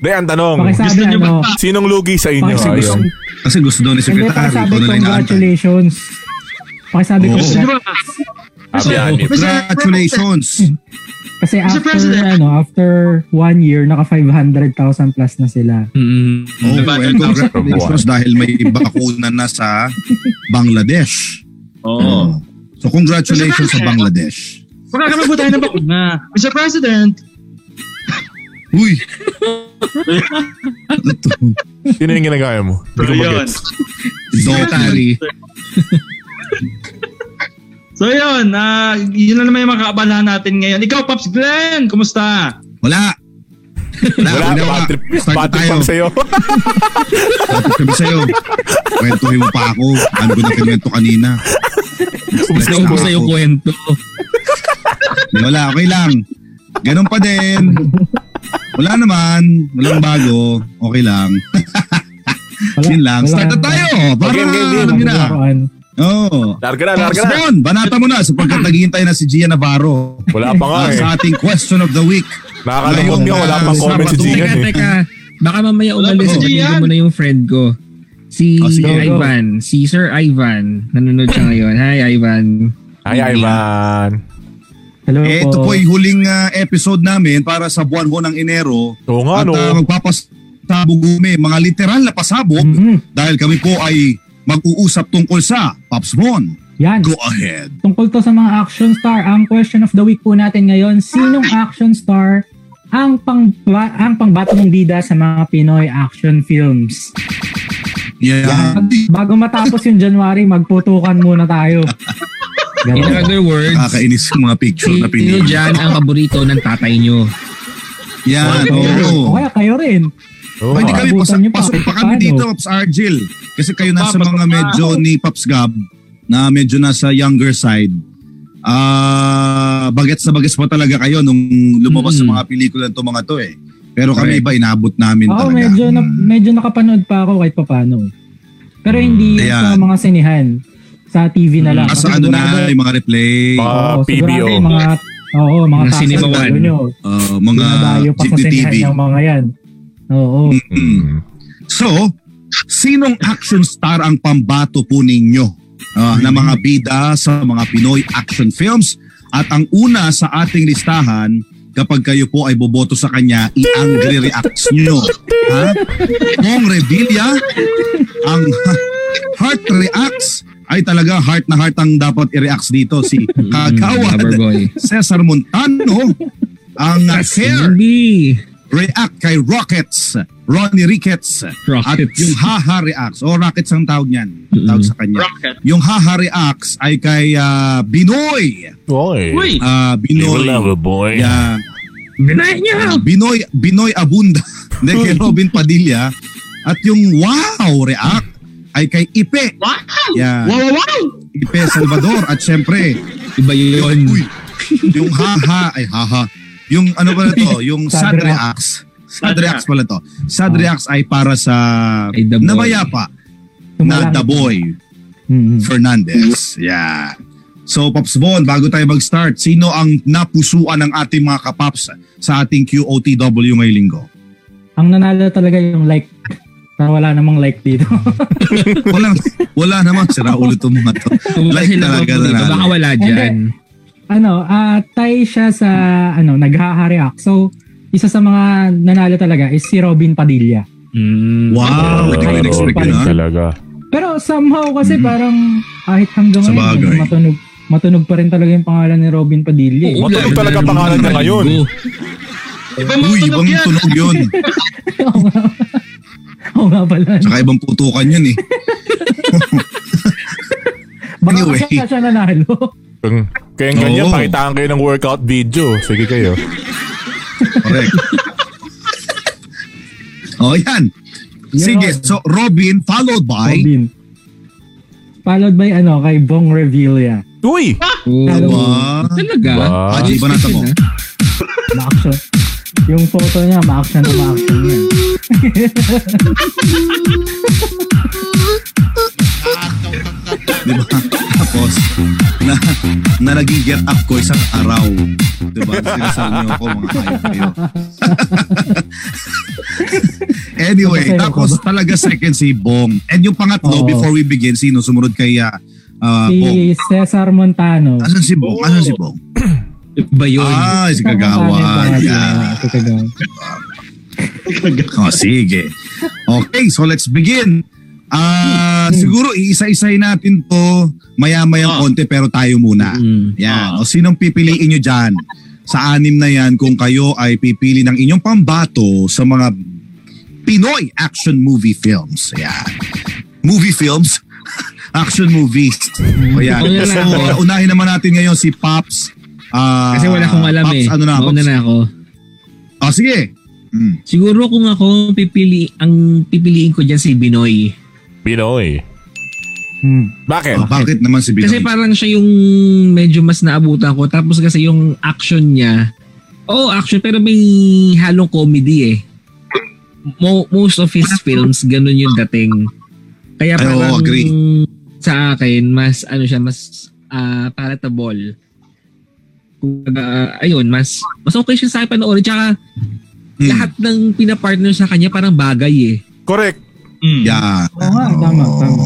[SPEAKER 2] De, ang tanong.
[SPEAKER 5] gusto
[SPEAKER 4] Pakisabi
[SPEAKER 5] niyo
[SPEAKER 4] ano.
[SPEAKER 5] ba?
[SPEAKER 2] Sinong lugi sa inyo?
[SPEAKER 4] Pakisabi
[SPEAKER 2] Ayun.
[SPEAKER 1] Kasi gusto daw ni
[SPEAKER 4] Hindi,
[SPEAKER 1] Secretary. Ikaw
[SPEAKER 4] pakisabi
[SPEAKER 1] na lang inaantay.
[SPEAKER 4] congratulations. Pakisabi
[SPEAKER 1] Oo.
[SPEAKER 5] gusto
[SPEAKER 4] congratulations.
[SPEAKER 5] niyo ba?
[SPEAKER 2] Happy
[SPEAKER 5] Oo.
[SPEAKER 2] anniversary.
[SPEAKER 1] Congratulations.
[SPEAKER 4] Kasi
[SPEAKER 5] Mr.
[SPEAKER 4] after,
[SPEAKER 5] President.
[SPEAKER 4] ano, after one year, naka 500,000 plus na sila.
[SPEAKER 6] Mm-mm.
[SPEAKER 1] Oh, well, congratulations dahil may bakuna na sa Bangladesh.
[SPEAKER 5] Oo.
[SPEAKER 1] So congratulations
[SPEAKER 4] ano?
[SPEAKER 1] sa Bangladesh.
[SPEAKER 5] Magkakaroon po tayo ng bakuna. Mr. President,
[SPEAKER 1] Uy! ano to?
[SPEAKER 2] Sino yung ginagaya mo? Hindi ko mag-gets.
[SPEAKER 1] Dokal.
[SPEAKER 6] Secretary.
[SPEAKER 5] So yun, ah, yun na naman yung mga kaabalahan natin ngayon. Ikaw, Pops Glenn, kumusta?
[SPEAKER 1] Wala. Wala,
[SPEAKER 2] Wala, bad trip.
[SPEAKER 1] Start
[SPEAKER 2] Bad trip
[SPEAKER 1] na tayo.
[SPEAKER 2] lang sa'yo.
[SPEAKER 1] Tapos sabi sa'yo, kwentuhin mo pa ako. Ano ko na kinwento kanina?
[SPEAKER 6] Gusto ko
[SPEAKER 1] Stress na
[SPEAKER 6] sa'yo
[SPEAKER 1] ako.
[SPEAKER 6] kwento.
[SPEAKER 1] Wala, okay lang. Ganun pa din. Wala naman. Walang bago. Okay lang.
[SPEAKER 4] Wala,
[SPEAKER 1] Yun lang.
[SPEAKER 4] wala-
[SPEAKER 1] Start na tayo. Para
[SPEAKER 2] Okay, okay, okay.
[SPEAKER 1] alam nyo na.
[SPEAKER 4] Laruan.
[SPEAKER 1] Oo.
[SPEAKER 2] Larga na, larga
[SPEAKER 1] Tapos
[SPEAKER 2] na.
[SPEAKER 1] Bon, banata mo na sapagkat naghihintay na si Gia Navarro
[SPEAKER 2] Wala pa nga
[SPEAKER 1] Ah,
[SPEAKER 2] eh.
[SPEAKER 1] sa ating question of the week.
[SPEAKER 2] Nakakalungkot nga, wala pang
[SPEAKER 1] Ngayon,
[SPEAKER 2] comment si
[SPEAKER 1] Sabado.
[SPEAKER 2] Jigan
[SPEAKER 6] Teka,
[SPEAKER 2] eh.
[SPEAKER 6] teka. Baka mamaya
[SPEAKER 5] Wala
[SPEAKER 6] umalis.
[SPEAKER 1] ba?
[SPEAKER 6] Wala
[SPEAKER 5] Yan.
[SPEAKER 6] mo na yung friend ko. Si
[SPEAKER 1] Oh, sige.
[SPEAKER 6] Ivan. Si Sir Ivan. Nanonood siya ngayon. Hi, Ivan.
[SPEAKER 2] Ay, Ivan.
[SPEAKER 4] Hello
[SPEAKER 1] Eh, ito po yung huling ah, episode namin para sa buwan ho ng Enero.
[SPEAKER 2] Oo nga,
[SPEAKER 1] At
[SPEAKER 2] no.
[SPEAKER 1] ah, magpapasabog kami, mga literal na pasabog
[SPEAKER 4] Mhm.
[SPEAKER 1] dahil kami po ay mag-uusap tungkol sa Pops Bon.
[SPEAKER 4] Yan.
[SPEAKER 1] Go ahead.
[SPEAKER 4] Tungkol to sa mga action star, ang question of the week po natin ngayon, sinong action star ang pang ang pangbatong bida sa mga Pinoy action films?
[SPEAKER 1] Yeah.
[SPEAKER 4] Bago matapos yung January, magputukan muna tayo.
[SPEAKER 6] In
[SPEAKER 4] Ganun.
[SPEAKER 6] other words,
[SPEAKER 1] Nakakainis yung mga picture na
[SPEAKER 6] sino
[SPEAKER 1] pinili.
[SPEAKER 6] dyan ang paborito ng tatay nyo?
[SPEAKER 1] Yan,
[SPEAKER 4] O
[SPEAKER 1] oo.
[SPEAKER 4] kaya kayo rin.
[SPEAKER 2] Oo.
[SPEAKER 1] Hindi kami, pas,
[SPEAKER 4] Oh, Abutan niyo pa.
[SPEAKER 1] pasok pa kami
[SPEAKER 4] Paano?
[SPEAKER 1] dito, Pops Argil. Kasi kayo nasa
[SPEAKER 5] Pasok pa,
[SPEAKER 1] mga
[SPEAKER 5] pasok pa.
[SPEAKER 1] medyo ni Pops Gab na medyo nasa younger side. Ah, bagets na bagets pa talaga kayo nung lumabas sa
[SPEAKER 6] Mm.
[SPEAKER 1] mga pelikula to mga to eh. Pero kami
[SPEAKER 6] Correct.
[SPEAKER 1] iba inabot namin
[SPEAKER 4] Oo,
[SPEAKER 1] talaga.
[SPEAKER 4] medyo, na, medyo nakapanood pa ako kahit papano. Pero hindi
[SPEAKER 1] Hmm.
[SPEAKER 4] sa
[SPEAKER 1] Ayan.
[SPEAKER 4] mga sinihan. Sa TV na lang.
[SPEAKER 1] Nasa
[SPEAKER 4] Kasi
[SPEAKER 1] ano
[SPEAKER 4] sigurado-
[SPEAKER 1] na, yung mga replay,
[SPEAKER 2] Baka- Ah,
[SPEAKER 4] oo, sigurado
[SPEAKER 2] PBO.
[SPEAKER 4] yung Mga, oo, mga
[SPEAKER 6] Mga
[SPEAKER 4] taas na
[SPEAKER 6] sinimawan.
[SPEAKER 4] dulo nyo.
[SPEAKER 1] ah, mga
[SPEAKER 4] Dinadayo pa sa
[SPEAKER 1] GTV.
[SPEAKER 4] sinihan yung mga yan. Oo.
[SPEAKER 1] Mm.
[SPEAKER 2] Hmm.
[SPEAKER 1] So, sinong action star ang pambato po ninyo ah, na mga bida sa mga Pinoy action films? At ang una sa ating listahan, kapag kayo po ay boboto sa kanya, i-angry reacts nyo. Ha? Bong Revilla, ang ha- heart reacts, ay talaga heart na heart ang dapat i-reacts dito. Si
[SPEAKER 6] Hmm, Mm, Lover
[SPEAKER 1] Kagawad
[SPEAKER 6] boy.
[SPEAKER 1] Cesar Montano, ang ah, hair
[SPEAKER 6] Hindi.
[SPEAKER 1] react kay Rockets, Ronnie Ricketts, at
[SPEAKER 6] Rockets.
[SPEAKER 1] yung Haha Reacts, o Rockets ang tawag niyan, ang tawag sa kanya.
[SPEAKER 5] Rocket.
[SPEAKER 6] Mm-hmm.
[SPEAKER 1] Yung Haha Reacts ay kay ah, Binoy.
[SPEAKER 2] Oy.
[SPEAKER 5] Uy,
[SPEAKER 1] Ah, Binoy.
[SPEAKER 2] boy.
[SPEAKER 1] Yeah.
[SPEAKER 6] Binay niya!
[SPEAKER 1] Binoy, Binoy Abunda, na kay Robin Padilla. At yung Wow React ay kay Ipe.
[SPEAKER 5] wow!
[SPEAKER 1] Yeah.
[SPEAKER 5] Wow, wow, wow!
[SPEAKER 1] Ipe Salvador. At syempre,
[SPEAKER 6] Iba yun.
[SPEAKER 1] Uy, yung haha, ay haha. Yung ano pala to, yung sad
[SPEAKER 4] Sad
[SPEAKER 1] reacts. Sad
[SPEAKER 5] Sad
[SPEAKER 1] reacts pala to. Sad reacts ay para sa
[SPEAKER 6] Ay, The Oh. Boy.
[SPEAKER 1] namayapa na
[SPEAKER 4] Tumalangit.
[SPEAKER 1] The Boy
[SPEAKER 4] Mhm.
[SPEAKER 1] Fernandez. Yeah. So Pops Bon, bago tayo mag-start, sino ang napusuan ng ating mga kapaps sa ating QOTW ngayong linggo?
[SPEAKER 4] Ang nanalo talaga yung like. Pero wala namang like dito.
[SPEAKER 1] Wala, wala naman, sira ulo itong mga to.
[SPEAKER 6] Kung
[SPEAKER 1] Like
[SPEAKER 6] sila
[SPEAKER 1] talaga
[SPEAKER 6] paborito,
[SPEAKER 1] nanalo.
[SPEAKER 6] baka wala dyan.
[SPEAKER 4] ano, ah tie siya sa ano, naghahareact. So, isa sa mga nanalo talaga is si Robin Padilla.
[SPEAKER 6] Mm.
[SPEAKER 1] Wow, hindi ko in-expect yun ha.
[SPEAKER 2] Talaga.
[SPEAKER 4] Pero somehow kasi
[SPEAKER 1] Mhm.
[SPEAKER 4] parang kahit hanggang
[SPEAKER 1] Sa
[SPEAKER 4] ngayon,
[SPEAKER 1] bagay.
[SPEAKER 4] matunog, matunog pa rin talaga yung pangalan ni Robin Padilla. eh.
[SPEAKER 6] Oo,
[SPEAKER 2] Matunog
[SPEAKER 6] lalo
[SPEAKER 2] talaga
[SPEAKER 6] na
[SPEAKER 2] pangalan niya
[SPEAKER 6] naman
[SPEAKER 2] ngayon.
[SPEAKER 6] linggo.
[SPEAKER 5] Iba mo
[SPEAKER 1] Uy,
[SPEAKER 5] tunog
[SPEAKER 1] ibang
[SPEAKER 5] yan.
[SPEAKER 1] tunog yun.
[SPEAKER 4] Oo nga. Oo nga pala.
[SPEAKER 1] Tsaka ibang putukan yun eh.
[SPEAKER 4] Baka
[SPEAKER 1] Anyway.
[SPEAKER 4] kasi siya nanalo.
[SPEAKER 2] Kung, Kaya ganyan,
[SPEAKER 1] Oo.
[SPEAKER 2] pakitaan kayo ng workout video. Sige kayo.
[SPEAKER 1] Correct. oh, yan. Sige, so Robin followed by
[SPEAKER 4] Robin. Followed by ano, kay Bong Revilla.
[SPEAKER 2] Uy!
[SPEAKER 6] Oo.
[SPEAKER 1] Aba.
[SPEAKER 6] Talaga? Diba?
[SPEAKER 2] Aba.
[SPEAKER 1] Ah, di Diba? ba nata mo?
[SPEAKER 4] Ma-action. Yung photo niya, ma-action na ma-action niya.
[SPEAKER 1] di ba? Tapos, na, na naging get up ko isang araw. Di ba? Sinasabi niyo ako, mga hayop kayo. anyway,
[SPEAKER 4] Ano kayo,
[SPEAKER 1] tapos talaga second si Bong. And yung pangatlo,
[SPEAKER 4] Oo.
[SPEAKER 1] before we begin, sino sumunod kay ah, ah, Bong?
[SPEAKER 4] Si Cesar Montano.
[SPEAKER 1] Asan si Bong? Asan si Bong?
[SPEAKER 6] Ba Diba yun?
[SPEAKER 1] Ah, si
[SPEAKER 4] Cesar Montano,
[SPEAKER 1] Kagawa.
[SPEAKER 4] yung pangalan
[SPEAKER 1] Yeah.
[SPEAKER 4] niya, si Kagawa.
[SPEAKER 1] Oh, sige. Okay, so let's begin. Ah, siguro iisa-isay natin 'to maya-mayang
[SPEAKER 5] Ah.
[SPEAKER 1] konti pero tayo muna.
[SPEAKER 6] Mm.
[SPEAKER 1] Yan. O sinong pipiliin nyo diyan? Sa anim na 'yan kung kayo ay pipili ng inyong pambato sa mga Pinoy action movie films. Yan. Movie films, action movies. O yan.
[SPEAKER 6] Ako na
[SPEAKER 1] So,
[SPEAKER 6] lang.
[SPEAKER 1] unahin naman natin ngayon si Pops. Ah,
[SPEAKER 6] Kasi wala akong alam
[SPEAKER 1] Pops,
[SPEAKER 6] eh.
[SPEAKER 1] Ano na,
[SPEAKER 6] Mauna
[SPEAKER 1] Pops?
[SPEAKER 6] na ako.
[SPEAKER 1] Oh, sige. Mm.
[SPEAKER 6] Siguro kung ako pipili ang pipiliin ko diyan si Binoy.
[SPEAKER 2] Pinoy.
[SPEAKER 4] Hmm.
[SPEAKER 2] Bakit?
[SPEAKER 1] Oh, bakit naman si Binoy?
[SPEAKER 6] Kasi parang siya yung medyo mas naabutan ko tapos kasi yung action niya. Oh, action pero may halong comedy eh. Mo- most of his films ganun yung dating. Kaya
[SPEAKER 1] Ay, oo,
[SPEAKER 6] parang
[SPEAKER 1] agree.
[SPEAKER 6] sa akin mas ano siya mas ah, palatable. Kung ayun, mas mas okay siya sa akin panoorin tsaka
[SPEAKER 1] Mm.
[SPEAKER 6] lahat ng pinapartner sa kanya parang bagay eh.
[SPEAKER 2] Correct.
[SPEAKER 5] Mm.
[SPEAKER 1] Yeah.
[SPEAKER 4] Oo nga, tama, tama.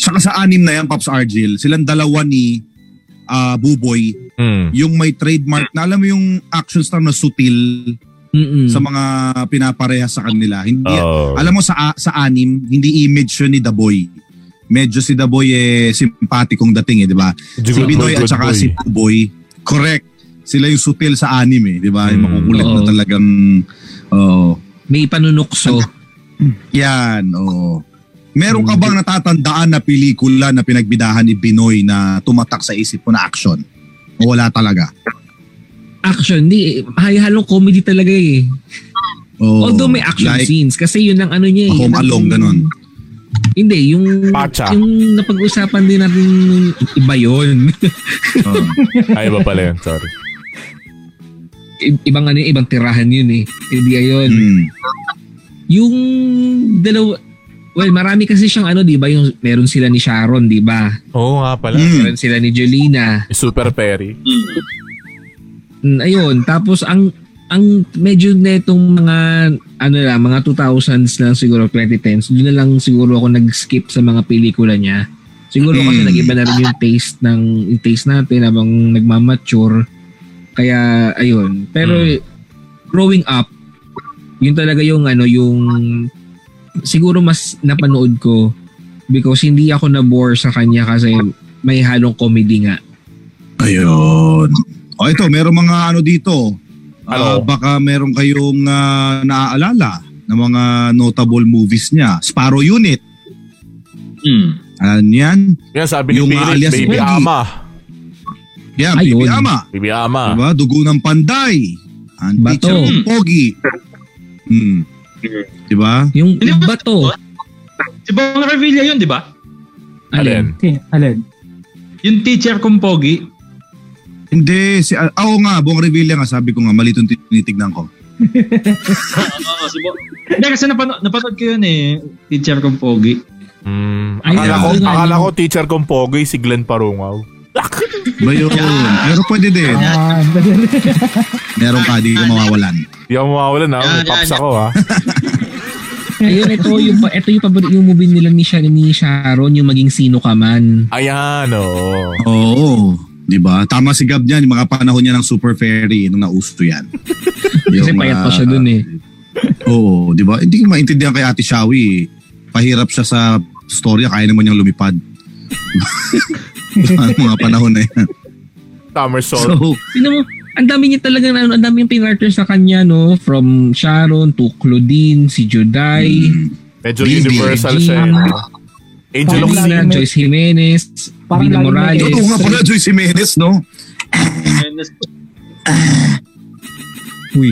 [SPEAKER 1] Saka sa anim na yan, Pops Argil, silang dalawa ni ah, Buboy,
[SPEAKER 2] Mm.
[SPEAKER 1] yung may trademark na alam mo yung action star na sutil
[SPEAKER 6] Mm-mm.
[SPEAKER 1] sa mga pinapareha sa kanila. Hindi,
[SPEAKER 2] Oh.
[SPEAKER 1] Alam mo sa sa anim, hindi image yun ni The Boy. Medyo si The Boy eh simpatikong dating eh, di ba? Si Binoy at saka si Buboy. Correct. Sila yung sutil sa anim eh, di ba? Yung
[SPEAKER 2] Mm.
[SPEAKER 1] makukulit na
[SPEAKER 6] Oo.
[SPEAKER 1] talagang oh,
[SPEAKER 6] May panunukso.
[SPEAKER 1] Yan, oo. Meron ka bang natatandaan na pelikula na pinagbidahan ni Binoy na tumatak sa isip mo na action? O wala talaga?
[SPEAKER 6] Action, di. Hay-halong comedy talaga eh.
[SPEAKER 1] Oo.
[SPEAKER 6] Although may action
[SPEAKER 1] like,
[SPEAKER 6] scenes kasi yun ang ano niya eh.
[SPEAKER 1] Home
[SPEAKER 6] Yun ang-
[SPEAKER 1] Alone, ganun.
[SPEAKER 6] Hindi, yung
[SPEAKER 2] Pacha.
[SPEAKER 6] yung napag-usapan din natin nung iba yun.
[SPEAKER 1] oo.
[SPEAKER 2] Ay, iba pala yun. Sorry.
[SPEAKER 6] I- ibang ano yun, ibang tirahan yun eh. Hindi yun.
[SPEAKER 1] Mm.
[SPEAKER 6] Yung dalawa, well, marami kasi siyang ano, di ba? Yung meron sila ni Sharon, di ba?
[SPEAKER 2] Oo nga pala.
[SPEAKER 1] Mm.
[SPEAKER 6] Meron sila ni Jolina.
[SPEAKER 2] Super Perry.
[SPEAKER 5] Mm.
[SPEAKER 6] Mm, Ayun, tapos ang ang medyo netong mga ano lang, mga 2000s lang siguro, 2010s, doon na lang siguro ako nag-skip sa mga pelikula niya. Siguro kasi
[SPEAKER 1] Mm.
[SPEAKER 6] nag-iba na rin yung taste ng yung taste natin habang nagmamature. Kaya ayun, pero growing up, yun talaga yung ano yung siguro mas napanood ko because hindi ako na bore sa kanya kasi may halong comedy nga.
[SPEAKER 1] Ayun. O ito, meron mga ano dito. Ah,
[SPEAKER 2] Hello.
[SPEAKER 1] baka meron kayong ah, naaalala ng mga notable movies niya. Sparrow Unit.
[SPEAKER 5] Mm.
[SPEAKER 1] Ano yan?
[SPEAKER 2] Yan, sabi ni
[SPEAKER 1] Yung
[SPEAKER 2] Pilit,
[SPEAKER 1] alias eh.
[SPEAKER 2] Baby
[SPEAKER 1] Wendy.
[SPEAKER 2] Ama.
[SPEAKER 1] Yan,
[SPEAKER 6] Ayun.
[SPEAKER 1] Baby Ama.
[SPEAKER 2] Baby Ama.
[SPEAKER 1] Diba? Dugo ng panday. Ang
[SPEAKER 6] Bato.
[SPEAKER 1] teacher ng pogi. Mm. Diba?
[SPEAKER 6] Yung
[SPEAKER 5] Hindi ba-
[SPEAKER 6] bato.
[SPEAKER 5] Si Bong Revilla yun, di ba?
[SPEAKER 2] Alin?
[SPEAKER 6] Alin?
[SPEAKER 4] Okay, alin?
[SPEAKER 5] Yung teacher kong pogi.
[SPEAKER 1] Hindi, si, ah, oo nga, buong reveal nga, sabi ko nga, mali itong tinitignan ko.
[SPEAKER 5] Oo, si Bong. Hindi, kasi napanood, napanood ko yun eh. Teacher kong pogi.
[SPEAKER 2] Mm,
[SPEAKER 6] Ay,
[SPEAKER 2] akala,
[SPEAKER 1] yeah.
[SPEAKER 2] ko,
[SPEAKER 6] Ayun,
[SPEAKER 2] akala
[SPEAKER 6] ano.
[SPEAKER 2] ko teacher kong pogi si Glenn Parungaw.
[SPEAKER 1] Ba Diba yun? Pero pwede din.
[SPEAKER 4] Ah,
[SPEAKER 1] Meron ka, di ka mawawalan.
[SPEAKER 2] Di ako mawawalan ha. May
[SPEAKER 5] Yeah,
[SPEAKER 2] pops
[SPEAKER 5] yeah,
[SPEAKER 2] ako ha.
[SPEAKER 6] Ayun, ito yung, ito yung paborito yung movie nila ni, Sha- ni Sharon, yung maging sino ka man.
[SPEAKER 2] Ayan, oo.
[SPEAKER 1] Oo. Di ba? Tama si Gab niyan, yung mga panahon niya ng Super Fairy, nung nausto yan. ah,
[SPEAKER 6] Kasi payat pa siya dun eh.
[SPEAKER 1] Oo, di ba? Hindi ko maintindihan kay Ate Shawi. eh. Pahirap siya sa storya, kaya naman niyang lumipad. Diba? mga panahon na yan.
[SPEAKER 2] Somersault.
[SPEAKER 1] So,
[SPEAKER 6] Sino mo, ang dami niya talaga, ano, ang dami yung pinartner sa kanya, no? From Sharon to Claudine, si Juday,
[SPEAKER 4] Hmm.
[SPEAKER 1] mm,
[SPEAKER 2] Medyo
[SPEAKER 1] Baby.
[SPEAKER 2] universal siya yun. ha. Angel of
[SPEAKER 4] Parang
[SPEAKER 6] Angelina,
[SPEAKER 4] lagi may-
[SPEAKER 6] Joyce Jimenez,
[SPEAKER 4] parang eh. lagi
[SPEAKER 6] Vina
[SPEAKER 4] may-
[SPEAKER 6] Morales.
[SPEAKER 1] totoo nga pala, Joyce Jimenez, no?
[SPEAKER 6] Uy.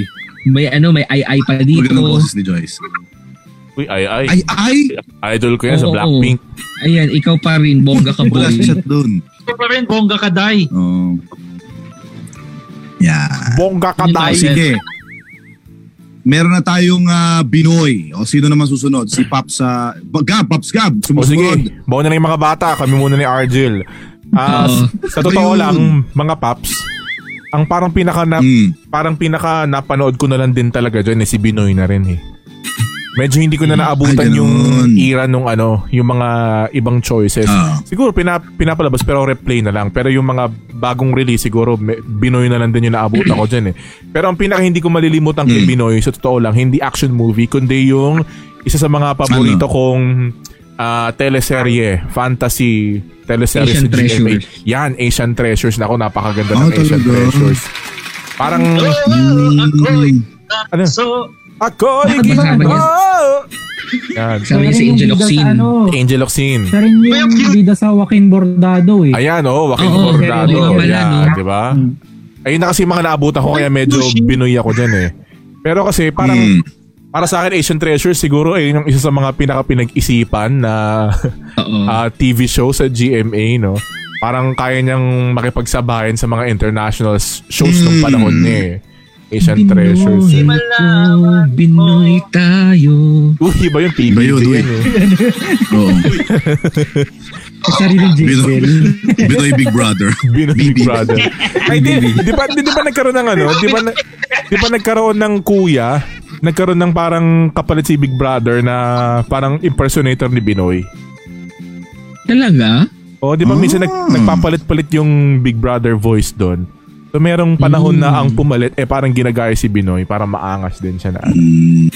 [SPEAKER 6] May ano, may ay-ay pa dito.
[SPEAKER 1] Huwag ng boses ni Joyce.
[SPEAKER 2] Uy, ay, ay.
[SPEAKER 1] Ay, ay!
[SPEAKER 2] Idol ko yan sa
[SPEAKER 6] Oo,
[SPEAKER 2] Blackpink.
[SPEAKER 6] Ayan, ikaw pa rin, bongga ka
[SPEAKER 1] Wala
[SPEAKER 6] boy.
[SPEAKER 1] siya doon.
[SPEAKER 5] Ito pa rin, bongga ka, Day.
[SPEAKER 1] Oh. Yeah.
[SPEAKER 2] Bongga ka
[SPEAKER 5] Yun
[SPEAKER 1] O,
[SPEAKER 5] lang.
[SPEAKER 2] tayo.
[SPEAKER 1] Oh, sige. Meron na tayong ah, Binoy. O sino naman susunod? Si Pops sa... Gab, Pops Gab.
[SPEAKER 2] O sige,
[SPEAKER 1] Sumusunod.
[SPEAKER 2] bawa na yung mga bata. Kami muna ni Argel. Ah,
[SPEAKER 6] Oo.
[SPEAKER 2] s- sa totoo
[SPEAKER 1] Ayun.
[SPEAKER 2] lang, mga paps, ang parang pinaka na,
[SPEAKER 1] Mm.
[SPEAKER 2] parang pinaka napanood ko na lang din talaga dyan eh, si Binoy na rin eh. Medyo hindi ko na naabutan
[SPEAKER 1] Ay,
[SPEAKER 2] yung
[SPEAKER 1] ganun.
[SPEAKER 2] era nung ano, yung mga ibang choices.
[SPEAKER 1] Ah.
[SPEAKER 2] Siguro pina, pinapalabas pero replay na lang. Pero yung mga bagong release siguro me- Binoy na lang din yung naabot ako dyan eh. Pero ang pinaka hindi ko malilimutan kay
[SPEAKER 1] Mm.
[SPEAKER 2] Binoy sa totoo lang, hindi action movie kundi yung isa sa mga paborito kong ah, teleserye, fantasy teleserye
[SPEAKER 6] Asian
[SPEAKER 2] sa GMA.
[SPEAKER 6] Treasures.
[SPEAKER 2] Yan, Asian Treasures. Nako, napakaganda ng
[SPEAKER 1] Ah,
[SPEAKER 2] Asian
[SPEAKER 1] talaga?
[SPEAKER 2] Treasures. Parang Ano?
[SPEAKER 1] Hmm.
[SPEAKER 5] Ano? So,
[SPEAKER 2] ako
[SPEAKER 6] Bakit ba sabi niya?
[SPEAKER 2] Oh! Yan.
[SPEAKER 6] Sabi niya
[SPEAKER 4] Siya
[SPEAKER 6] si
[SPEAKER 4] rin
[SPEAKER 6] Angel
[SPEAKER 4] yung bida sa
[SPEAKER 6] Oxin.
[SPEAKER 4] Ano,
[SPEAKER 2] Angel Oxin.
[SPEAKER 4] siya rin yung bida sa Joaquin Bordado eh.
[SPEAKER 2] Ayan, oh, Joaquin
[SPEAKER 6] Oo,
[SPEAKER 2] Bordado.
[SPEAKER 6] oo, wala,
[SPEAKER 2] Yan,
[SPEAKER 6] no?
[SPEAKER 2] di ba?
[SPEAKER 4] Mm.
[SPEAKER 2] Hmm. Ayun na kasi yung mga naabutan ko kaya medyo binoy ako dyan eh. Pero kasi parang
[SPEAKER 1] Mm.
[SPEAKER 2] para sa akin Asian Treasure siguro eh yung isa sa mga pinaka pinag-isipan na
[SPEAKER 6] Oo.
[SPEAKER 2] ah, TV show sa GMA no. Parang kaya niyang makipagsabayan sa mga international s- shows nung
[SPEAKER 1] Mm.
[SPEAKER 2] panahon niya eh. Asian
[SPEAKER 6] Binoy.
[SPEAKER 2] Treasures. Eh.
[SPEAKER 5] di man lang.
[SPEAKER 6] Binoy tayo.
[SPEAKER 2] Uy, iba yung PBB
[SPEAKER 1] Iba yun, uy.
[SPEAKER 2] yan eh.
[SPEAKER 1] Oo.
[SPEAKER 4] Sa sariling
[SPEAKER 1] ah,
[SPEAKER 4] jingle.
[SPEAKER 1] Binoy Big Brother.
[SPEAKER 2] Binoy
[SPEAKER 1] BB.
[SPEAKER 2] Brother. Ay, di, di, ba, di, di ba nagkaroon ng ano? Di ba, na- di ba nagkaroon ng kuya? Nagkaroon ng parang kapalit si Big Brother na parang impersonator ni Binoy.
[SPEAKER 6] Talaga?
[SPEAKER 2] O, di ba minsan nag,
[SPEAKER 1] Ah.
[SPEAKER 2] nagpapalit-palit yung Big Brother voice doon? So, merong panahon na
[SPEAKER 1] Hmm.
[SPEAKER 2] ang pumalit, eh parang ginagaya si Binoy para maangas din siya na. ano.
[SPEAKER 1] Mm.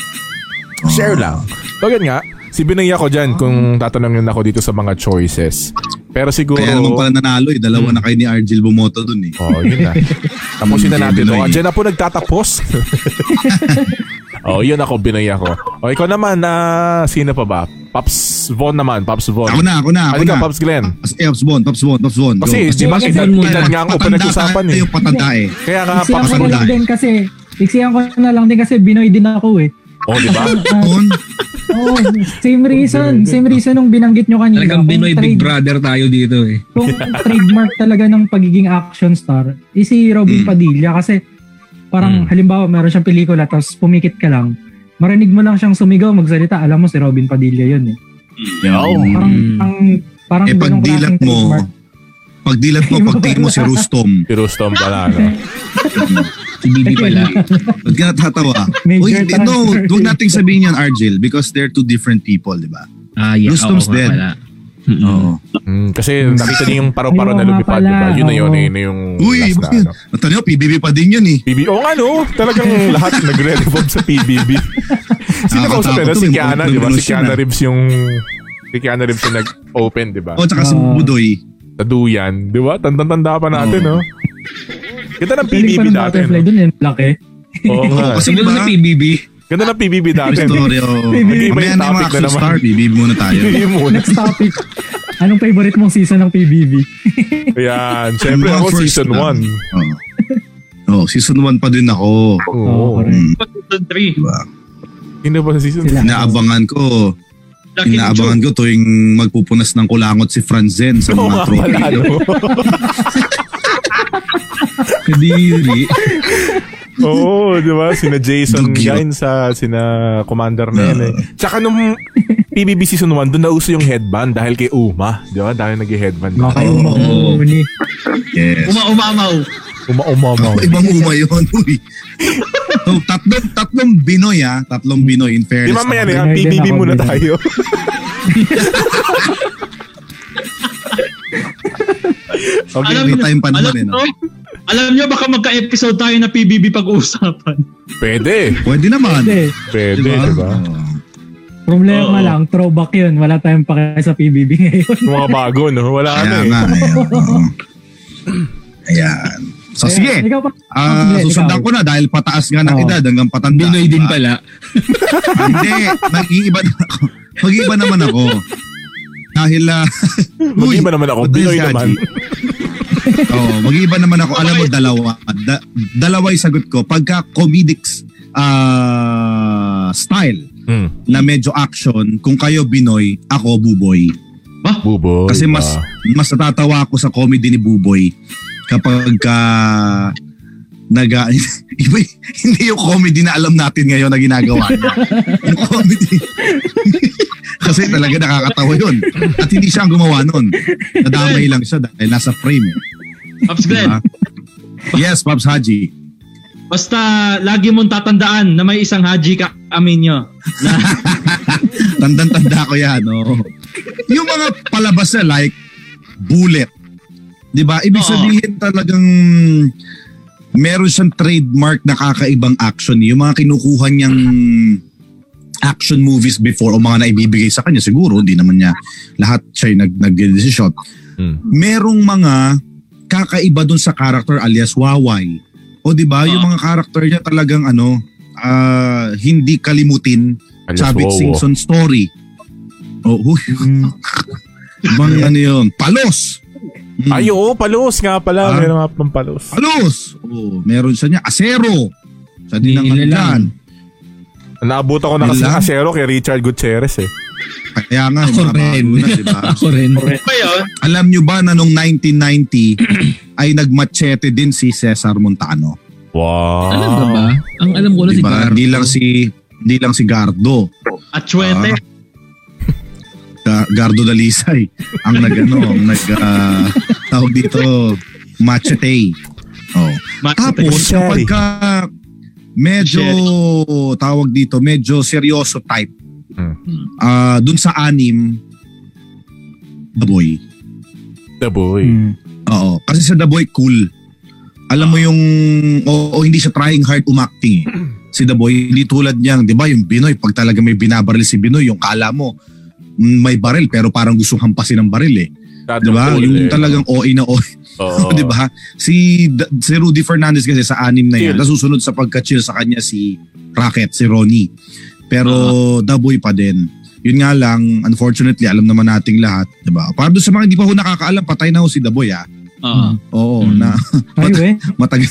[SPEAKER 2] Share lang. So, yun nga. Si Binoy ako dyan kung tatanungin ako dito sa mga choices. Pero siguro...
[SPEAKER 1] Kaya naman pala nanalo eh. Dalawa na kayo ni Argel bumoto dun eh.
[SPEAKER 2] Oh, yun na. Tapusin na natin. Oh, dyan na po nagtatapos. oh, yun ako, binay ako. O, ikaw naman, na sino pa ba? Pops Von naman, Pops Von.
[SPEAKER 1] Ako na, ako na, ako
[SPEAKER 2] Halika,
[SPEAKER 1] na.
[SPEAKER 2] Pops Glenn.
[SPEAKER 1] As- eh, Pops Bon, Pops Bon, Pops Bon.
[SPEAKER 2] Kasi,
[SPEAKER 1] Go.
[SPEAKER 2] di ba,
[SPEAKER 6] Kasi
[SPEAKER 2] edad,
[SPEAKER 6] Von muna.
[SPEAKER 2] edad nga ang
[SPEAKER 1] Patanda
[SPEAKER 2] pinag-usapan eh.
[SPEAKER 1] tayo, patanda eh.
[SPEAKER 2] Kaya nga,
[SPEAKER 4] Iksiyan
[SPEAKER 2] Pops
[SPEAKER 4] ko na
[SPEAKER 1] Bordado.
[SPEAKER 4] lang din kasi, iksiyan ko na lang din kasi Binoy din ako eh.
[SPEAKER 2] Oh, di ba?
[SPEAKER 1] Bon,
[SPEAKER 4] Oh, same reason. Same reason nung binanggit nyo kanina.
[SPEAKER 6] Talagang
[SPEAKER 4] Kung
[SPEAKER 6] Binoy
[SPEAKER 4] trade-
[SPEAKER 6] Big Brother tayo dito eh.
[SPEAKER 4] Kung trademark talaga ng pagiging action star, is si Robin
[SPEAKER 1] Mm.
[SPEAKER 4] Padilla kasi parang
[SPEAKER 1] Hmm.
[SPEAKER 2] Mm.
[SPEAKER 4] halimbawa meron siyang pelikula tapos pumikit ka lang, marinig mo lang siyang sumigaw, magsalita, alam mo si Robin Padilla yun eh.
[SPEAKER 2] Oh.
[SPEAKER 4] Parang,
[SPEAKER 6] Mm.
[SPEAKER 4] ang, parang
[SPEAKER 1] Hmm. Eh, pag
[SPEAKER 4] ganong
[SPEAKER 1] dilat
[SPEAKER 4] klaseng
[SPEAKER 1] mo,
[SPEAKER 4] trademark.
[SPEAKER 1] pag dilat mo, pag tingin mo si Rustom,
[SPEAKER 2] Si Rustom pala, ano. no?
[SPEAKER 6] Si Bibi pala.
[SPEAKER 1] ba't ka natatawa?
[SPEAKER 4] Major
[SPEAKER 1] Uy, hindi, no,
[SPEAKER 4] transfer.
[SPEAKER 1] huwag nating sabihin yan, Argel, because they're two different people, di ba?
[SPEAKER 6] Ah, yeah.
[SPEAKER 1] Rustom's
[SPEAKER 6] oo nga
[SPEAKER 1] dead.
[SPEAKER 6] pala. Mm-mm.
[SPEAKER 2] Mm, kasi nakita niyo yung paro-paro na
[SPEAKER 4] Ayun nga
[SPEAKER 2] lumipad, di ba?
[SPEAKER 4] pala,
[SPEAKER 2] Yun na yun,
[SPEAKER 4] oo.
[SPEAKER 2] yun na yung
[SPEAKER 1] Uy,
[SPEAKER 2] last
[SPEAKER 1] bakit?
[SPEAKER 2] na, ano.
[SPEAKER 1] Natanyo, PBB pa din yun eh.
[SPEAKER 2] PBB. Oo nga, no? Talagang lahat nagre-revolve sa PBB. Sino ko sa
[SPEAKER 1] Nakakatakot
[SPEAKER 2] pero
[SPEAKER 1] to,
[SPEAKER 2] si
[SPEAKER 1] may
[SPEAKER 2] Kiana, di ba?
[SPEAKER 1] mukhang
[SPEAKER 2] Si
[SPEAKER 1] luminous yun,
[SPEAKER 2] Kiana
[SPEAKER 1] ah.
[SPEAKER 2] Reeves yung... Si Kiana Reeves yung nag-open, di ba?
[SPEAKER 1] O, Oh, tsaka si
[SPEAKER 4] Ah.
[SPEAKER 1] Budoy.
[SPEAKER 2] sa duyan, di ba? Tanda-tanda pa natin, no?
[SPEAKER 1] Oo.
[SPEAKER 2] Ganda Oh. ng
[SPEAKER 4] Galing
[SPEAKER 2] PBB
[SPEAKER 4] pa ng
[SPEAKER 2] dati, no?
[SPEAKER 4] butterfly dun eh, laki.
[SPEAKER 2] Oo nga.
[SPEAKER 1] Oh, Kasi diba?
[SPEAKER 6] Sabi ko
[SPEAKER 1] ba-
[SPEAKER 6] sa PBB.
[SPEAKER 2] Ganda ng PBB dati.
[SPEAKER 1] Pistorio.
[SPEAKER 2] PBB.
[SPEAKER 1] Mamaya
[SPEAKER 2] Topic
[SPEAKER 1] na yung mga
[SPEAKER 2] na
[SPEAKER 1] action
[SPEAKER 2] naman.
[SPEAKER 1] star, PBB muna tayo.
[SPEAKER 2] PBB muna.
[SPEAKER 4] Next topic. Anong favorite mong season ng PBB?
[SPEAKER 2] Ayan. Siyempre
[SPEAKER 1] Mga
[SPEAKER 2] ako
[SPEAKER 1] first
[SPEAKER 2] season
[SPEAKER 1] na.
[SPEAKER 2] 1.
[SPEAKER 1] Oo. Oh, season 1 pa din ako.
[SPEAKER 2] Oo.
[SPEAKER 4] Oh, correct.
[SPEAKER 1] Mm,
[SPEAKER 5] Season 3.
[SPEAKER 1] diba?
[SPEAKER 2] Sino ba sa season
[SPEAKER 4] Sila.
[SPEAKER 1] Inaabangan ko.
[SPEAKER 5] Lucky
[SPEAKER 1] Inaabangan ko tuwing magpupunas ng kulangot si Franzen sa
[SPEAKER 2] Oo
[SPEAKER 1] mga
[SPEAKER 2] nga pala,
[SPEAKER 1] trophy.
[SPEAKER 2] no?
[SPEAKER 1] Diba?
[SPEAKER 6] Kadiri.
[SPEAKER 2] Oo, di ba? Sina Jason
[SPEAKER 1] Dugyot. Uh-huh.
[SPEAKER 2] Gainsa, sina Commander na yan eh. Tsaka nung PBB season 1, doon nauso yung headband dahil kay Uma. Di ba? Dahil nag-headband.
[SPEAKER 4] Baka yung
[SPEAKER 1] Oo.
[SPEAKER 4] makuluni.
[SPEAKER 5] Joe.
[SPEAKER 1] Yes.
[SPEAKER 5] Uma-umamaw.
[SPEAKER 2] Uma-uma-uma.
[SPEAKER 1] Ibang uma yun. Uy. So, tatlong, tatlong Binoy ah. Tatlong Binoy in
[SPEAKER 2] Di
[SPEAKER 1] fairness.
[SPEAKER 2] ba ah, maya
[SPEAKER 4] ako
[SPEAKER 2] na yan?
[SPEAKER 4] Binoy din,
[SPEAKER 2] PBB
[SPEAKER 4] ako
[SPEAKER 2] muna
[SPEAKER 4] Binoy.
[SPEAKER 2] tayo. okay.
[SPEAKER 5] Alam
[SPEAKER 1] may
[SPEAKER 5] niyo,
[SPEAKER 1] time pa
[SPEAKER 5] alam
[SPEAKER 1] naman eh, no?
[SPEAKER 5] niyo, alam niyo, baka magka-episode tayo na PBB pag-uusapan.
[SPEAKER 2] Pwede.
[SPEAKER 1] Pwede naman.
[SPEAKER 4] Hindi.
[SPEAKER 2] Pwede, di ba?
[SPEAKER 1] Oo.
[SPEAKER 4] Problema
[SPEAKER 5] Oo.
[SPEAKER 4] lang, throwback yun. Wala tayong pake sa PBB ngayon.
[SPEAKER 2] Yung mga bago, no? Wala
[SPEAKER 1] Kaya
[SPEAKER 2] na eh.
[SPEAKER 1] nga. Ayan. oo. Ayan. So,
[SPEAKER 4] Ayan,
[SPEAKER 1] sige.
[SPEAKER 4] Ikaw pa.
[SPEAKER 1] Ah,
[SPEAKER 4] Hindi,
[SPEAKER 1] susundan ko
[SPEAKER 4] ikaw.
[SPEAKER 1] na dahil pataas nga ng
[SPEAKER 4] Oo.
[SPEAKER 1] edad hanggang patanda. Ah,
[SPEAKER 6] Binoy
[SPEAKER 1] di
[SPEAKER 6] din
[SPEAKER 1] ba?
[SPEAKER 6] pala.
[SPEAKER 1] Hindi, nag-iiba na ako. Mag-iiba naman ako. Dahil, ah,
[SPEAKER 2] Mag-iba naman ako.
[SPEAKER 1] ba't tayo
[SPEAKER 2] Binoy
[SPEAKER 1] si Haji?
[SPEAKER 2] naman.
[SPEAKER 1] Oo, mag-iba naman ako. Alam mo, dalawa. Da- dalawa yung sagot ko. Pagka comedic ah, style
[SPEAKER 2] Mm.
[SPEAKER 1] na medyo action, kung kayo Binoy, ako Buboy.
[SPEAKER 2] Buboy. ah.
[SPEAKER 1] Kasi
[SPEAKER 2] ba?
[SPEAKER 1] mas mas natatawa ako sa comedy ni Buboy kapag ka naga iba y- hindi yung comedy na alam natin ngayon na ginagawa niya. yung comedy kasi talaga nakakatawa yun at hindi siya ang gumawa nun nadamay lang siya dahil nasa frame eh, di ba?
[SPEAKER 5] Pops Glenn,
[SPEAKER 1] yes Pops Haji
[SPEAKER 5] basta lagi mong tatandaan na may isang haji ka amin nyo.
[SPEAKER 1] tandang-tanda ko yan oo. yung mga palabas na like bullet 'di ba ibig
[SPEAKER 5] Oo.
[SPEAKER 1] sabihin talagang meron siyang trademark na kakaibang action yung mga kinukuha niyang action movies before o mga naibibigay sa kanya siguro hindi naman niya lahat siya yung nag nagdesisyon
[SPEAKER 2] Mm.
[SPEAKER 1] merong mga kakaiba dun sa character alias waway o 'di ba yung mga character niya talagang ano ah, hindi kalimutin
[SPEAKER 2] Alias
[SPEAKER 1] Sabit
[SPEAKER 2] Wowo.
[SPEAKER 1] Simpson story. Oh, huy. Bang ano yun? Palos! Mm.
[SPEAKER 2] Ay, oo, palos nga pala.
[SPEAKER 1] Ah.
[SPEAKER 2] Meron nga pang palos.
[SPEAKER 1] Palos! Oh, meron siya niya. Asero! Sa
[SPEAKER 6] Nihila lang.
[SPEAKER 1] dinangan
[SPEAKER 2] Naabot ako na kasi
[SPEAKER 1] Nila?
[SPEAKER 2] ng kasero kay Richard Gutierrez eh.
[SPEAKER 1] Kaya nga,
[SPEAKER 6] Ako
[SPEAKER 1] marado
[SPEAKER 6] rin.
[SPEAKER 1] na, di ba?
[SPEAKER 6] Ako rin.
[SPEAKER 5] Ba yun?
[SPEAKER 1] Alam nyo ba na noong 1990 ay nagmachete din si Cesar Montano?
[SPEAKER 2] Wow.
[SPEAKER 6] Alam ka ba? Ang alam ko na
[SPEAKER 1] Di
[SPEAKER 6] si
[SPEAKER 1] ba?
[SPEAKER 6] Gardo.
[SPEAKER 1] Di Diba? lang si di lang si Gardo.
[SPEAKER 5] At chwete.
[SPEAKER 1] Ah. Ga- Gardo Dalisay ang nagano, ang nag ah, tawag dito machete. Oh.
[SPEAKER 5] Ma-
[SPEAKER 1] Tapos
[SPEAKER 2] Sherry.
[SPEAKER 1] kapag ka medyo tawag dito, medyo seryoso type.
[SPEAKER 2] Hmm.
[SPEAKER 1] Ah, dun sa anim The Boy.
[SPEAKER 2] The boy.
[SPEAKER 4] Hmm.
[SPEAKER 1] Oo, kasi sa The Boy cool. Alam
[SPEAKER 2] Ah.
[SPEAKER 1] mo yung o, hindi siya trying hard umacting. eh. Si The Boy hindi tulad niyang, 'di ba, yung Binoy pag talaga may binabaril si Binoy, yung kala mo mm, may baril pero parang gusto hampasin ng baril eh. 'Di ba?
[SPEAKER 2] eh,
[SPEAKER 1] Yung talagang OA na OA,
[SPEAKER 2] Oo.
[SPEAKER 1] 'di ba? Si D- si Rudy Fernandez kasi sa anim na 'yan,
[SPEAKER 2] Chill.
[SPEAKER 1] nasusunod sa pagka-chill sa kanya si Rocket, si Ronnie. Pero The Boy pa din. Yun nga lang, unfortunately, alam naman nating lahat, 'di ba? Para doon sa mga hindi pa ho nakakaalam, patay na ho si The Boy ah.
[SPEAKER 5] Oo.
[SPEAKER 1] Oo,
[SPEAKER 2] Hmm.
[SPEAKER 6] Mm.
[SPEAKER 1] na
[SPEAKER 4] Ay,
[SPEAKER 1] What?
[SPEAKER 4] we.
[SPEAKER 1] matagal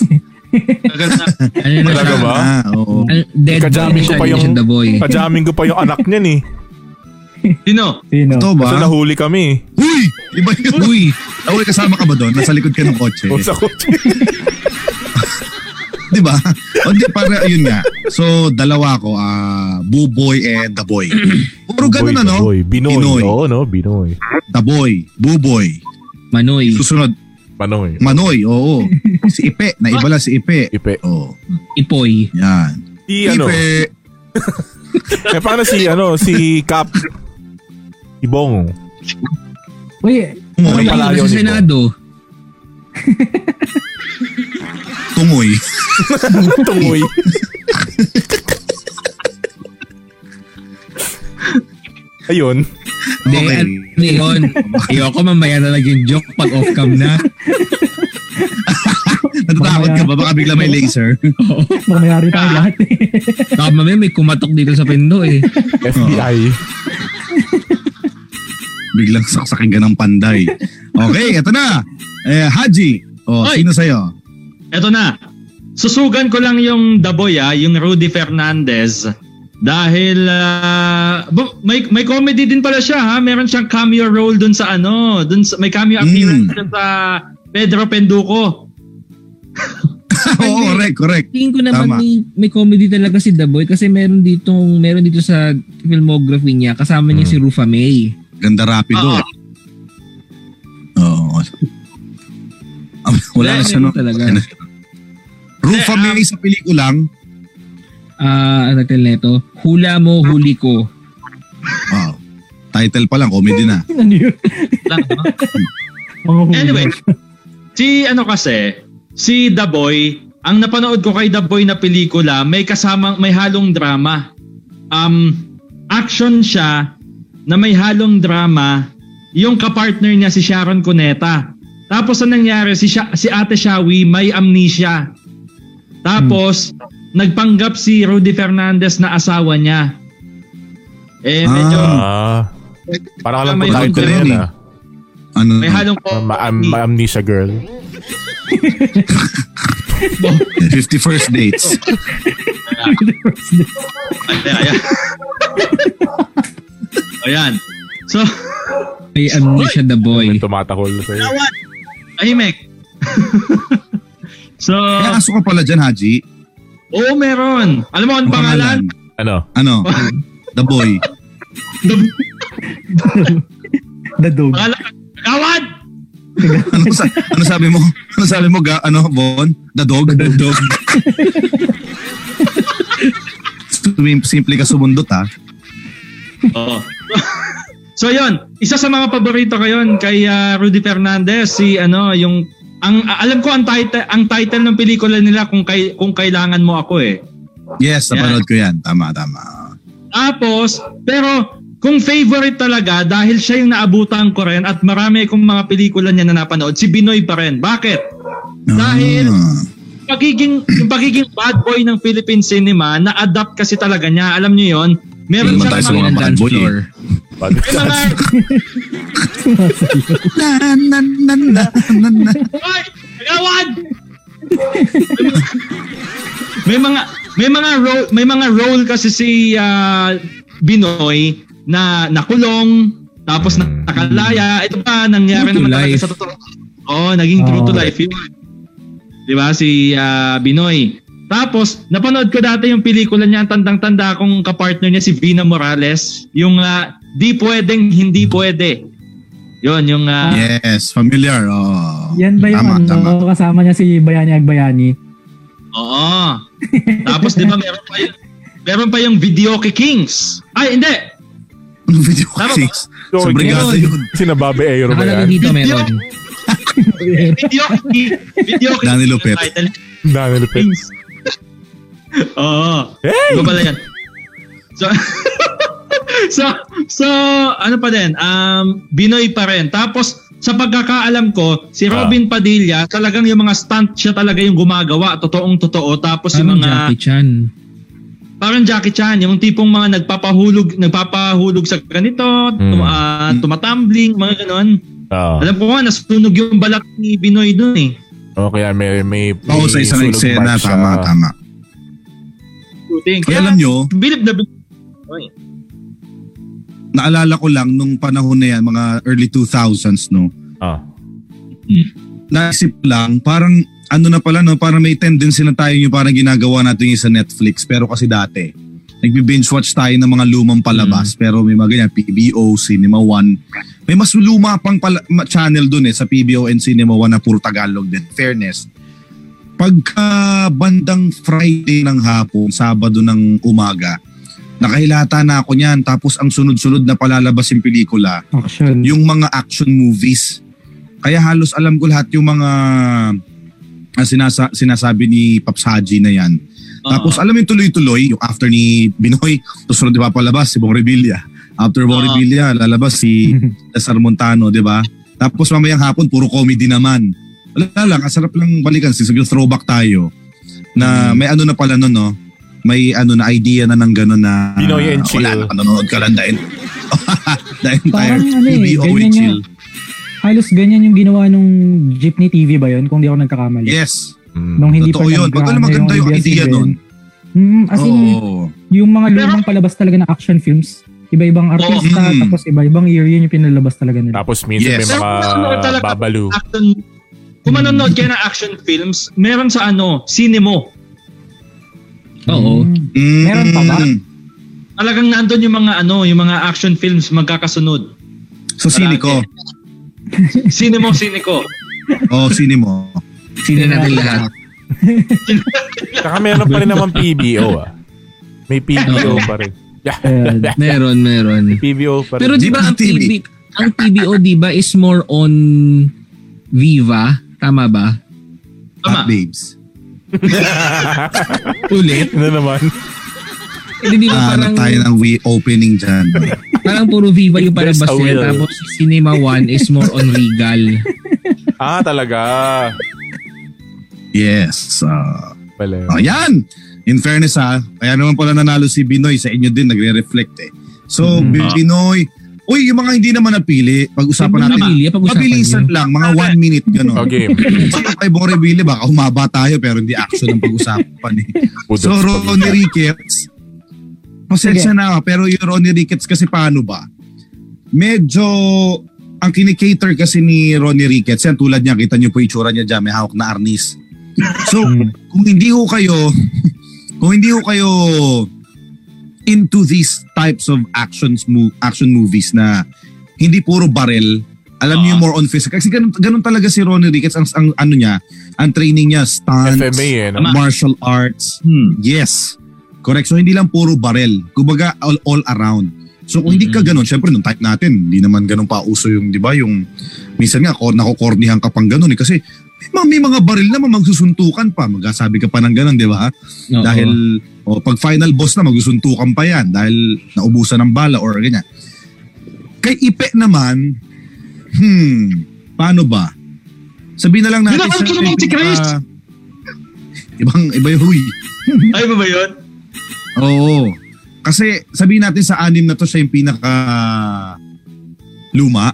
[SPEAKER 5] Tagal na.
[SPEAKER 6] Ano na
[SPEAKER 2] Talaga
[SPEAKER 6] siya?
[SPEAKER 2] ba?
[SPEAKER 1] na. Oo.
[SPEAKER 6] Al- Dead
[SPEAKER 2] Ikajami
[SPEAKER 6] body
[SPEAKER 2] ko
[SPEAKER 6] siya,
[SPEAKER 2] pa
[SPEAKER 6] hindi
[SPEAKER 2] yung-
[SPEAKER 6] siya the boy.
[SPEAKER 2] Pajaming ko pa yung anak niyan eh.
[SPEAKER 5] Sino?
[SPEAKER 4] Sino?
[SPEAKER 1] Ito
[SPEAKER 2] Kasi
[SPEAKER 1] ba?
[SPEAKER 2] nahuli kami eh.
[SPEAKER 1] Uy! Iba yun. Uy! Uy, kasama ka ba doon? Nasa likod ka ng kotse.
[SPEAKER 2] O sa kotse.
[SPEAKER 1] Di ba? O di, para yun nga. So, dalawa ko, ah Buboy and The Boy. Puro ganun
[SPEAKER 2] Boy,
[SPEAKER 1] ano?
[SPEAKER 2] Boy. Binoy.
[SPEAKER 1] Binoy.
[SPEAKER 2] Oo, no? Binoy.
[SPEAKER 1] The Boy, Buboy.
[SPEAKER 6] Manoy.
[SPEAKER 1] Susunod,
[SPEAKER 2] Manoy.
[SPEAKER 1] Manoy, oo. Si Ipe, naibala si Ipe.
[SPEAKER 2] Ipe.
[SPEAKER 1] Oo,
[SPEAKER 6] Ipoy.
[SPEAKER 1] yan.
[SPEAKER 2] Si ano?
[SPEAKER 1] Ipe,
[SPEAKER 2] Eh, paano si ano? Si Cap. Ibong.
[SPEAKER 4] Uy,
[SPEAKER 1] tungoy,
[SPEAKER 2] pala
[SPEAKER 6] Ano pala
[SPEAKER 2] yun, Ipoy?
[SPEAKER 6] sa Senado?
[SPEAKER 1] tungoy.
[SPEAKER 2] Tungoy. Ayun.
[SPEAKER 6] Hindi,
[SPEAKER 1] Okay.
[SPEAKER 6] ano yun? Ayoko mamaya talaga yung joke pag off-cam na.
[SPEAKER 1] Natatakot ka ba? Baka bigla may laser.
[SPEAKER 4] baka mayari
[SPEAKER 1] Ah.
[SPEAKER 4] tayong lahat eh.
[SPEAKER 6] Baka mamaya may kumatok dito sa pindo eh.
[SPEAKER 2] FBI.
[SPEAKER 1] Biglang saksakin ka ng panday. Okay, eto na. Eh, Haji. O,
[SPEAKER 5] Oy.
[SPEAKER 1] sino sa'yo?
[SPEAKER 5] Eto na. Susugan ko lang yung Daboy ah, yung Rudy Fernandez. Dahil ah, bu- may may comedy din pala siya ha. Meron siyang cameo role dun sa ano, dun sa, may cameo appearance
[SPEAKER 1] Mm.
[SPEAKER 5] dun sa Pedro Penduko.
[SPEAKER 1] Oo, correct, correct.
[SPEAKER 6] Tingin ko naman
[SPEAKER 1] Tama.
[SPEAKER 6] may, may comedy talaga si The Boy kasi meron dito meron dito sa filmography niya kasama niya
[SPEAKER 2] Hmm.
[SPEAKER 6] si Rufa May.
[SPEAKER 1] Ganda rapido.
[SPEAKER 5] Oo.
[SPEAKER 1] Oo. Ah, Wala na
[SPEAKER 6] Meron
[SPEAKER 1] siya, no?
[SPEAKER 6] talaga.
[SPEAKER 1] Rufa May sa pelikulang.
[SPEAKER 6] Ah, ano title nito? Hula mo huli ko.
[SPEAKER 1] Wow. Ah, Title pa lang, comedy na.
[SPEAKER 4] Ano yun?
[SPEAKER 5] Lang, no?
[SPEAKER 4] Mga huli.
[SPEAKER 5] Anyway, si ano kasi, si The Boy, ang napanood ko kay The Boy na pelikula, may kasamang may halong drama. Um action siya na may halong drama yung kapartner niya si Sharon Cuneta. Tapos ang nangyari si Sha- si Ate Shawi may amnesia. Tapos nagpanggap si Rudy Fernandez na asawa niya. Eh medyo
[SPEAKER 1] Ah. eh.
[SPEAKER 2] Ah. Parang alam ko
[SPEAKER 5] May
[SPEAKER 2] title na
[SPEAKER 1] hawak
[SPEAKER 2] yun
[SPEAKER 1] ka rin
[SPEAKER 2] ah.
[SPEAKER 1] Ano?
[SPEAKER 5] may halong
[SPEAKER 2] Ma- ma- amnesia girl.
[SPEAKER 1] 51st dates.
[SPEAKER 5] Ayan, ayan. ayan. So,
[SPEAKER 6] May amnesia the boy.
[SPEAKER 2] Yung tumatakol sa'yo.
[SPEAKER 5] awan. Ahimek. so,
[SPEAKER 1] May aso ka pala dyan, Haji.
[SPEAKER 5] oo meron. Alam mo ang pangalan?
[SPEAKER 2] Ano?
[SPEAKER 1] Ano? The boy.
[SPEAKER 4] The dog.
[SPEAKER 5] Pangalan? Kawan!
[SPEAKER 1] Ano, sa, ano sabi mo? Ano sabi mo? Ga, ano, Von? The dog? The dog. Simple ka sumundot, ha?
[SPEAKER 5] Oo. so, yun. Isa sa mga paborito ko yun kay ah, Rudy Fernandez, si ano, yung ang alam ko ang title ang title ng pelikula nila kung kay kung kailangan mo ako eh.
[SPEAKER 1] Yes,
[SPEAKER 5] Yan.
[SPEAKER 1] napanood ko yan. Tama, tama.
[SPEAKER 5] Tapos, pero kung favorite talaga dahil siya yung naabutan ko rin at marami akong mga pelikula niya na napanood, si Binoy pa rin. Bakit? Dahil-
[SPEAKER 1] Ah.
[SPEAKER 5] Pagiging, yung pagiging bad boy ng Philippine cinema, na-adapt kasi talaga niya. Alam niyo yon Meron
[SPEAKER 1] Hindi naman
[SPEAKER 5] siya
[SPEAKER 1] tayo sa
[SPEAKER 5] mga...
[SPEAKER 1] mga-
[SPEAKER 6] dance
[SPEAKER 1] boy, eh.
[SPEAKER 6] floor.
[SPEAKER 2] Bad
[SPEAKER 5] May mga...
[SPEAKER 1] Na, na, na, na, na, na.
[SPEAKER 5] Ay! Agawan! may mga... May mga role, may mga role kasi si ah, Binoy na nakulong, tapos nakalaya. Ito pa, nangyari
[SPEAKER 6] True to
[SPEAKER 5] naman talaga
[SPEAKER 6] life.
[SPEAKER 5] sa totoo. Oo, naging true to
[SPEAKER 4] Oo.
[SPEAKER 5] life yun. Di ba? Si ah, Binoy. Tapos, napanood ko dati yung pelikula niya, ang tandang-tanda akong kapartner niya, si Vina Morales. Yung ah, Di Pwedeng Hindi Pwede. Yun, yung... ah,
[SPEAKER 1] Yes, familiar. Oh.
[SPEAKER 4] Yan ba yung
[SPEAKER 1] tama,
[SPEAKER 4] ano,
[SPEAKER 1] Tama.
[SPEAKER 4] kasama niya si Bayani Agbayani?
[SPEAKER 5] Oo. Tapos di ba meron pa yung meron pa yung Videoke Kings. Ay, hindi.
[SPEAKER 1] Anong Ano video ko,
[SPEAKER 5] Tama ba?
[SPEAKER 1] Six? Sa brigada yun.
[SPEAKER 2] Sina Bobby Aero ba yan?
[SPEAKER 6] Nakalagay dito meron.
[SPEAKER 5] Videoke Kings. Videoke
[SPEAKER 1] Danny
[SPEAKER 5] Kings
[SPEAKER 1] Lopez.
[SPEAKER 5] yung title.
[SPEAKER 2] Dami lupit.
[SPEAKER 5] Kings. Oo.
[SPEAKER 2] Hey!
[SPEAKER 5] Iba pala yan. So, so, so, ano pa din, um, Binoy pa rin. Tapos, sa pagkakaalam ko, si
[SPEAKER 2] Ah.
[SPEAKER 5] Robin Padilla, talagang yung mga stunt siya talaga yung gumagawa, totoong totoo. Tapos yung
[SPEAKER 6] Parang
[SPEAKER 5] mga...
[SPEAKER 6] Jackie Chan.
[SPEAKER 5] parang Jackie Chan, yung tipong mga nagpapahulog, nagpapahulog sa ganito,
[SPEAKER 2] Mm.
[SPEAKER 5] tum- ah, tumatumbling, mga ganon.
[SPEAKER 2] Oo.
[SPEAKER 5] Alam ko nga, nasunog yung balat ni Binoy dun eh.
[SPEAKER 2] O Oh, kaya may may
[SPEAKER 1] Oo, sa isang
[SPEAKER 2] sulog mark
[SPEAKER 1] eksena.
[SPEAKER 2] siya.
[SPEAKER 1] Tama, tama.
[SPEAKER 5] Shooting.
[SPEAKER 1] Kaya alam nyo,
[SPEAKER 5] Bilib na bilib.
[SPEAKER 1] naalala ko lang nung panahon na yan, mga early 2000s, no?
[SPEAKER 2] Ah.
[SPEAKER 1] naisip lang, parang ano na pala, no? parang may tendency na tayo yung parang ginagawa natin yung sa Netflix. Pero kasi dati, nagbi-binge watch tayo ng mga lumang palabas. Pero may mga ganyan, PBO, Cinema One. May mas luma pang pala- ma- channel dun eh, sa PBO and Cinema One na puro Tagalog din. Fairness. Pagka bandang Friday ng hapon, Sabado ng umaga, nakahilata na ako niyan. Tapos ang sunod-sunod na palalabas yung pelikula,
[SPEAKER 4] Action.
[SPEAKER 1] yung mga action movies. Kaya halos alam ko lahat yung mga ah, sinasa- sinasabi ni Pops Haji na yan.
[SPEAKER 5] Ah,
[SPEAKER 1] Tapos alam mo yung tuloy-tuloy, yung after ni Binoy, tapos sunod di ba palabas si Bong Revilla. After Bong
[SPEAKER 5] Oo.
[SPEAKER 1] Revilla, lalabas si Cesar Montano, di ba? Tapos mamayang hapon, puro comedy naman. Wala lang, ang sarap lang balikan. Sige, throwback tayo.
[SPEAKER 2] Hmm.
[SPEAKER 1] Na may ano na pala nun, no? May ano na idea na ng gano'n na
[SPEAKER 2] Binoy and
[SPEAKER 1] wala
[SPEAKER 2] chill.
[SPEAKER 1] na kanonood ka lang dahil. the entire
[SPEAKER 4] Parang ano eh,
[SPEAKER 1] PBO and
[SPEAKER 4] ganyan
[SPEAKER 1] oh, chill.
[SPEAKER 4] Halos ganyan yung ginawa nung Jeepney TV ba yun? Kung di ako nagkakamali.
[SPEAKER 1] Yes.
[SPEAKER 2] Mm.
[SPEAKER 4] Nung hindi
[SPEAKER 1] Totoo
[SPEAKER 4] pa
[SPEAKER 1] yun. Magkano maganda yung idea nun?
[SPEAKER 4] Hmm, as in,
[SPEAKER 1] Oo.
[SPEAKER 4] yung mga
[SPEAKER 5] Pero-
[SPEAKER 4] lumang palabas talaga na action films, iba-ibang artista,
[SPEAKER 1] mm.
[SPEAKER 4] tapos iba-ibang year, yun yung pinalabas talaga nila.
[SPEAKER 2] Tapos minsan
[SPEAKER 1] Yes.
[SPEAKER 2] may
[SPEAKER 5] Pero
[SPEAKER 2] mga
[SPEAKER 5] kung ano talaga-
[SPEAKER 2] babalu.
[SPEAKER 5] action, kung manonood kayo ng action films, meron sa ano, Cinemo.
[SPEAKER 6] Oo.
[SPEAKER 4] Mm.
[SPEAKER 1] Mm,
[SPEAKER 4] Meron pa ba?
[SPEAKER 5] Talagang nandun yung mga ano, yung mga action films magkakasunod.
[SPEAKER 1] So, sini ko.
[SPEAKER 5] Cinemo, Cineko.
[SPEAKER 1] Oo, sini Oh, mo.
[SPEAKER 6] Sino natin lahat?
[SPEAKER 2] Saka meron pa rin naman PBO ah. May PBO pa rin.
[SPEAKER 4] And,
[SPEAKER 6] Meron, meron.
[SPEAKER 2] PBO pa rin.
[SPEAKER 6] Pero di ba ang
[SPEAKER 1] TV?
[SPEAKER 6] TV, ang PBO di ba is more on Viva? Tama ba?
[SPEAKER 1] Hot
[SPEAKER 5] Tama.
[SPEAKER 1] babes.
[SPEAKER 6] Ulit?
[SPEAKER 2] ano naman?
[SPEAKER 6] Hindi di ba
[SPEAKER 1] Ah,
[SPEAKER 6] parang
[SPEAKER 1] Hanap tayo ng we opening dyan.
[SPEAKER 6] parang puro Viva yung parang
[SPEAKER 2] There's a
[SPEAKER 6] basya
[SPEAKER 2] will.
[SPEAKER 6] tapos Cinema 1 is more on Regal.
[SPEAKER 2] Ah, talaga.
[SPEAKER 1] yes. ah
[SPEAKER 2] Pala. yun.
[SPEAKER 1] ayan. In fairness
[SPEAKER 6] Mm-hmm. Ah.
[SPEAKER 1] ha, kaya naman pala nanalo si Binoy. Sa inyo din, nagre-reflect eh. So, Binoy, Uy, yung mga hindi naman napili, pag-usapan natin.
[SPEAKER 6] Pamilya, pag-usapan
[SPEAKER 1] Mabilisan
[SPEAKER 6] niyo.
[SPEAKER 1] lang, mga one minute, gano'n.
[SPEAKER 2] O Oh, game.
[SPEAKER 1] Kasi yung kay Bong Revilla, baka humaba tayo pero hindi action ang pag-usapan eh.
[SPEAKER 2] Budot.
[SPEAKER 1] so, Ronnie Ricketts, pasensya na ako, pero yung Ronnie Ricketts kasi paano ba? Medyo, ang kinikater kasi ni Ronnie Ricketts, yan tulad niya, kita niyo po yung itsura niya dyan, may hawak na arnis. So,
[SPEAKER 2] Hmm.
[SPEAKER 1] kung hindi ho kayo, kung hindi ho kayo into these types of actions mo action movies na hindi puro barel, alam niyo
[SPEAKER 5] Ah.
[SPEAKER 1] more on physical. Kasi ganun, ganun talaga si Ronnie Ricketts ang, ang ano niya, ang training niya stunts,
[SPEAKER 2] FMA eh. No?
[SPEAKER 5] Tama.
[SPEAKER 1] martial arts.
[SPEAKER 5] Hmm.
[SPEAKER 1] Yes. Correct. So hindi lang puro barel. Kumbaga all, all around. So kung hindi ka ganun, syempre nung type natin, hindi naman ganun pa uso yung, di ba, yung minsan nga, ko- nakokornihan ka pang ganun eh. Kasi may mga, may mga baril na magsusuntukan pa. Magsasabi ka pa ng ganun, di ba?
[SPEAKER 6] Oo.
[SPEAKER 1] Dahil oh, pag final boss na magsusuntukan pa yan dahil naubusan ng bala or ganyan. Kay Ipe naman, hmm, paano ba? Sabihin na lang natin
[SPEAKER 5] Binabanggit mo naman si Chris!
[SPEAKER 1] ah, ibang iba yung huy.
[SPEAKER 5] Ay ba ba yun?
[SPEAKER 1] Oo. Kasi sabihin natin sa anim na to siya yung pinaka luma.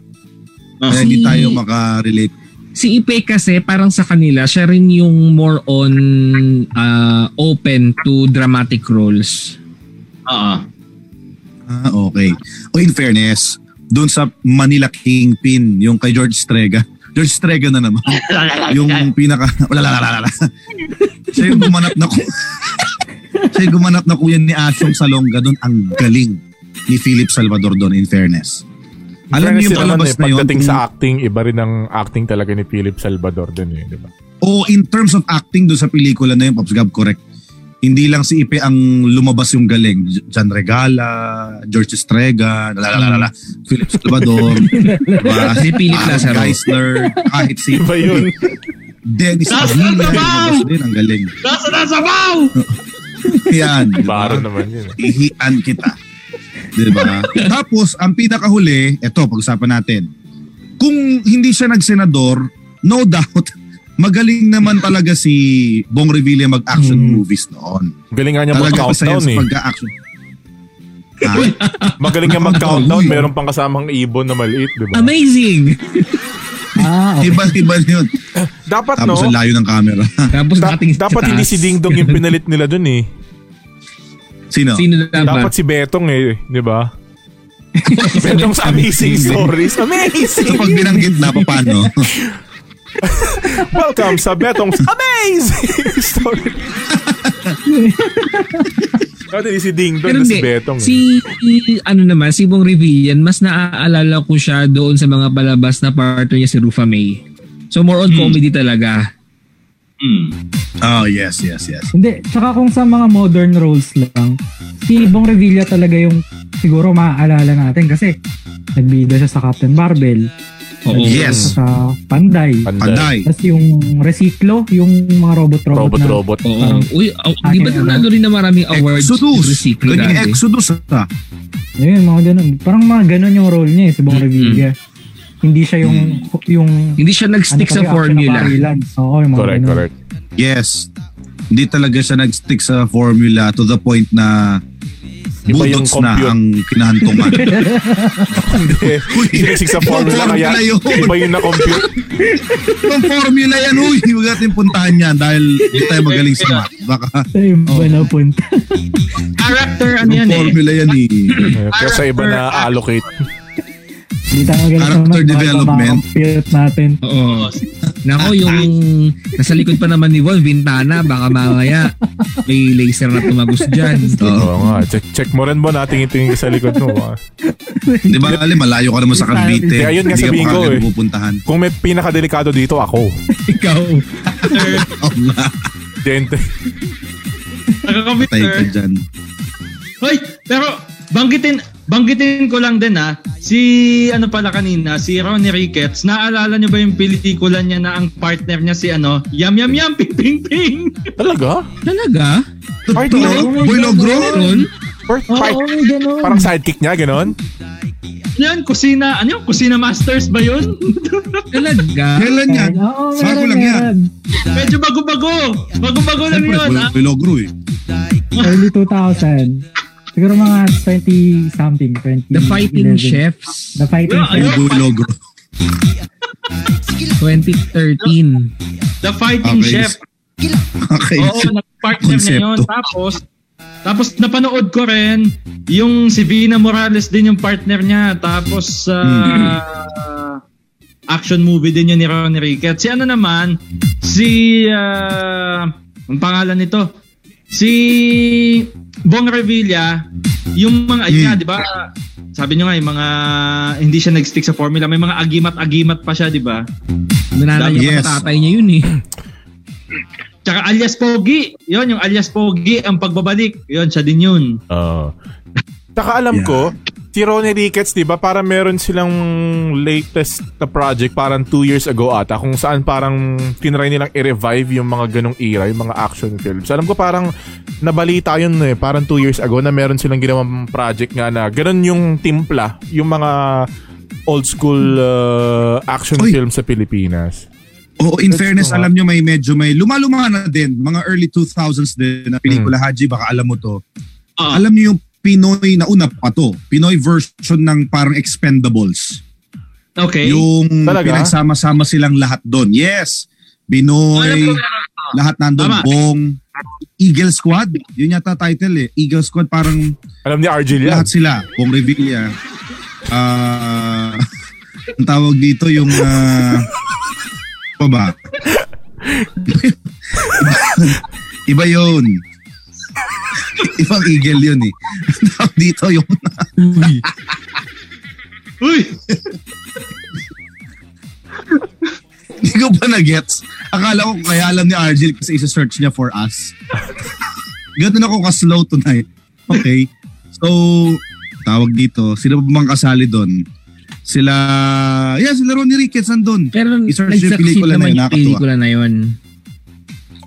[SPEAKER 5] Ah.
[SPEAKER 1] Kaya hindi tayo makarelate.
[SPEAKER 6] Si Ipe kasi parang sa kanila, siya rin yung more on ah, open to dramatic roles.
[SPEAKER 5] Oo.
[SPEAKER 1] Ah, okay. O in fairness, doon sa Manila Kingpin, yung kay George Strega. George Strega na naman. yung pinaka... Wala, wala, wala, wala. Siya yung gumanap na... ku- Siya yung gumanap na kuya ni Asyong Salonga doon. Ang galing ni Philip Salvador doon, in fairness. Alam niyo yung palabas na
[SPEAKER 2] eh,
[SPEAKER 1] yun.
[SPEAKER 2] Pagdating
[SPEAKER 1] kung-
[SPEAKER 2] sa acting, iba rin ang acting talaga ni Philip Salvador din eh. Di ba?
[SPEAKER 1] o in terms of acting doon sa pelikula na yun, Pops Gab, correct. Hindi lang si Ipe ang lumabas yung galing. J- Jan Regala, George Estrega, lalalala, Philip Salvador, diba?
[SPEAKER 6] Si Philip
[SPEAKER 1] Aaron
[SPEAKER 6] Lazaro.
[SPEAKER 1] Geisler, kahit si
[SPEAKER 2] Iba yun.
[SPEAKER 1] Dennis
[SPEAKER 5] Nasa
[SPEAKER 1] Padilla,
[SPEAKER 5] tabaw!
[SPEAKER 1] lumabas din, ang galing.
[SPEAKER 5] Nasa nasa wow!
[SPEAKER 1] Yan. diba?
[SPEAKER 2] Baro naman yun. eh.
[SPEAKER 1] Ihian kita. Diba? Tapos, ang pinakahuli, eto, pag-usapan natin. Kung hindi siya nagsenador, no doubt, magaling naman talaga si Bong Revilla mag-action movies noon.
[SPEAKER 2] Galing nga niya
[SPEAKER 1] Talaga masaya
[SPEAKER 2] mag-countdown
[SPEAKER 1] sa
[SPEAKER 2] eh.
[SPEAKER 1] pagka-action. Ah,
[SPEAKER 2] Magaling nga mag-countdown. Meron pang kasamang ibon na maliit, di ba?
[SPEAKER 6] Amazing!
[SPEAKER 4] Ah, okay.
[SPEAKER 1] Iba-iba na yun.
[SPEAKER 2] Dapat
[SPEAKER 1] Tapos
[SPEAKER 2] no?
[SPEAKER 1] ang layo ng camera.
[SPEAKER 6] Tapos
[SPEAKER 2] Da-
[SPEAKER 6] nakatingin sa
[SPEAKER 2] dapat hindi
[SPEAKER 6] taas.
[SPEAKER 2] si Ding Dong yung pinalit nila dun eh.
[SPEAKER 1] Sino?
[SPEAKER 6] Sino dapat?
[SPEAKER 2] Dapat si Betong eh, di ba? Betong sa Amazing Stories.
[SPEAKER 1] So
[SPEAKER 2] Amazing!
[SPEAKER 1] pag binanggit na, paano?
[SPEAKER 2] Welcome sa Betong Amazing Stories. Dapat hindi si Ding Dong
[SPEAKER 6] Pero
[SPEAKER 2] na
[SPEAKER 6] hindi,
[SPEAKER 2] si Betong. eh.
[SPEAKER 6] si, ano naman, si Bong Revillan, mas naaalala ko siya doon sa mga palabas na partner niya si Rufa May. So more on comedy talaga.
[SPEAKER 5] Hmm.
[SPEAKER 1] Oh, yes, yes, yes.
[SPEAKER 4] Hindi, tsaka kung sa mga modern roles lang, si Bong Revilla talaga yung siguro maaalala natin kasi nagbida siya sa Captain Barbell,
[SPEAKER 6] Oo.
[SPEAKER 1] Yes.
[SPEAKER 4] siya sa Panday,
[SPEAKER 1] Panday.
[SPEAKER 4] tapos yung Recyclo, yung mga robot-robot na.
[SPEAKER 2] Robot-robot.
[SPEAKER 6] Oo. Uy, oh,
[SPEAKER 4] Akin,
[SPEAKER 6] di ba
[SPEAKER 4] ano?
[SPEAKER 6] nanalo rin na maraming awards?
[SPEAKER 1] Exodus.
[SPEAKER 6] si Secret
[SPEAKER 1] Ganyan
[SPEAKER 6] dati?
[SPEAKER 1] Exodus. ah.
[SPEAKER 4] Ayun, mga ganun. Parang mga ganun yung role niya eh, si Bong Revilla. Hindi siya yung... yung
[SPEAKER 6] Hindi siya nag-stick
[SPEAKER 4] ano
[SPEAKER 6] sa
[SPEAKER 4] pa yung
[SPEAKER 6] formula.
[SPEAKER 4] action na barilans. Oo, yung mga
[SPEAKER 2] Correct,
[SPEAKER 4] ganun.
[SPEAKER 2] correct.
[SPEAKER 1] Yes. Hindi talaga siya nag-stick sa formula to the point na
[SPEAKER 2] Iba yung
[SPEAKER 1] budots na
[SPEAKER 2] compute.
[SPEAKER 1] ang kinahantungan. Uy,
[SPEAKER 2] Sinagsig Eh, sa formula
[SPEAKER 1] yung
[SPEAKER 2] kaya
[SPEAKER 1] formula yun.
[SPEAKER 2] iba yung na-compute.
[SPEAKER 1] Ang formula yan, uy. Huwag natin puntahan yan dahil hindi tayo magaling sa math. Baka
[SPEAKER 4] Sa iba na punta.
[SPEAKER 5] Character ano
[SPEAKER 1] ang
[SPEAKER 5] yan eh.
[SPEAKER 1] formula yan eh.
[SPEAKER 2] Kaya sa iba na allocate.
[SPEAKER 4] Hindi tayo magaling sa
[SPEAKER 1] Character
[SPEAKER 4] mga- mga
[SPEAKER 1] development.
[SPEAKER 4] compute natin.
[SPEAKER 6] Oo.
[SPEAKER 5] Oo, si-
[SPEAKER 6] Nako, yung nasa likod pa naman ni Von, Vintana, baka mamaya may laser na tumagos dyan.
[SPEAKER 1] Oo.
[SPEAKER 2] Oo nga. Check, check mo rin ba na tingin-tingin ka sa likod mo. ah.
[SPEAKER 1] Di ba, Ali, malayo ka naman sa Cavite.
[SPEAKER 2] Kaya yun nga
[SPEAKER 1] Hindi ka
[SPEAKER 2] sabihin ko,
[SPEAKER 1] kagad
[SPEAKER 2] eh.
[SPEAKER 1] pupuntahan.
[SPEAKER 2] Kung may pinakadelikado dito, ako.
[SPEAKER 6] Ikaw.
[SPEAKER 1] Oo nga,
[SPEAKER 2] Dente.
[SPEAKER 1] tayo ka
[SPEAKER 5] Nakaka-bitter.
[SPEAKER 1] dyan.
[SPEAKER 5] Hoy, pero banggitin banggitin ko lang din ha. Si ano pala kanina, si Ronnie Ricketts. Naalala niyo ba yung pelikula niya na ang partner niya si ano, Yam Yam Yam Ping Ping Ping.
[SPEAKER 2] Talaga?
[SPEAKER 6] Talaga?
[SPEAKER 2] Part
[SPEAKER 1] Boy,
[SPEAKER 2] two?
[SPEAKER 1] Boy Logro?
[SPEAKER 6] Ron?
[SPEAKER 2] Part,
[SPEAKER 4] Oo,
[SPEAKER 2] part,
[SPEAKER 4] may ganun.
[SPEAKER 2] parang sidekick niya, ganon?
[SPEAKER 5] Yan, kusina, ano yun? Kusina Masters ba yun?
[SPEAKER 6] Talaga?
[SPEAKER 1] Kailan yan?
[SPEAKER 4] Oo,
[SPEAKER 1] Bago
[SPEAKER 4] meron,
[SPEAKER 1] lang yan.
[SPEAKER 4] meron.
[SPEAKER 5] Medyo bago-bago. Bago-bago
[SPEAKER 2] ah.
[SPEAKER 5] lang
[SPEAKER 1] Siyempre,
[SPEAKER 5] yun.
[SPEAKER 1] Boy,
[SPEAKER 5] ah.
[SPEAKER 1] Boy Logro eh.
[SPEAKER 4] Early 2000. Siguro mga 20 something, 20.
[SPEAKER 6] The Fighting Chefs,
[SPEAKER 4] The Fighting
[SPEAKER 5] Yeah,
[SPEAKER 4] Chefs.
[SPEAKER 1] Bugoy logo.
[SPEAKER 6] 2013.
[SPEAKER 5] The Fighting
[SPEAKER 1] Okay.
[SPEAKER 5] Chef.
[SPEAKER 1] Okay.
[SPEAKER 5] Oo, nag-partner na yun.
[SPEAKER 1] Konsepto.
[SPEAKER 5] Tapos, tapos napanood ko rin yung si Vina Morales din yung partner niya. Tapos, ah, action movie din yun ni Ronnie Ricketts. Si ano naman, si, ah, ang pangalan nito, si Bong Revilla, yung mga, yun
[SPEAKER 1] Mm.
[SPEAKER 5] nga, di ba? Sabi nyo nga, yung mga, hindi siya nag-stick sa formula. May mga agimat-agimat pa siya, di ba?
[SPEAKER 6] Nananay niya
[SPEAKER 1] Yes.
[SPEAKER 6] pa tatay niya yun eh.
[SPEAKER 5] Tsaka alias Pogi. Yon yung alias Pogi ang pagbabalik. Yon siya din yun.
[SPEAKER 2] Oo. Saka alam
[SPEAKER 1] Yeah.
[SPEAKER 2] ko, si Ronnie Ricketts, di ba, parang meron silang latest na project parang two years ago ata kung saan parang tinry nilang i-revive yung mga ganong era, yung mga action films. Alam ko parang nabalita yun eh, parang two years ago na meron silang ginawang project nga na ganon yung timpla, yung mga old school uh, action
[SPEAKER 1] Uy.
[SPEAKER 2] film sa Pilipinas.
[SPEAKER 1] Oo, in fairness,
[SPEAKER 2] go, ha?
[SPEAKER 1] alam nyo may medyo may lumaluma na din. Mga early 2000s din na pelikula, Haji, baka alam mo to.
[SPEAKER 5] Hmm. Ah.
[SPEAKER 1] Alam nyo yung Pinoy na una pa to. Pinoy version ng parang Expendables.
[SPEAKER 5] Okay.
[SPEAKER 1] Yung
[SPEAKER 2] Talaga?
[SPEAKER 1] pinagsama-sama silang lahat doon. Yes.
[SPEAKER 5] Alam
[SPEAKER 1] Binoy,
[SPEAKER 5] ko meron pa.
[SPEAKER 1] lahat nandun.
[SPEAKER 5] Tama.
[SPEAKER 1] Bong, Eagle Squad. Yun yata title eh. Eagle Squad parang
[SPEAKER 2] Alam ni Argel yan.
[SPEAKER 1] lahat sila. Bong Revilla. Ah, ang tawag dito yung... ah, pa ba? Iba yun. Ibang eagle yun eh. Ang tawag dito yung...
[SPEAKER 5] Uy!
[SPEAKER 1] Hindi ko pa na-gets. Akala ko kaya alam ni Argel kasi isa-search niya for us. Ganun ako ka-slow tonight. Okay. So, tawag dito. Sila ba bang kasali doon? Sila... Yeah, sila Ronnie Ricketts nandun.
[SPEAKER 6] Pero
[SPEAKER 1] I-search yung
[SPEAKER 6] nag-succeed
[SPEAKER 1] pelikula na
[SPEAKER 6] naman
[SPEAKER 1] yun,
[SPEAKER 6] yung
[SPEAKER 1] nakakatuwa.
[SPEAKER 6] pelikula na yun.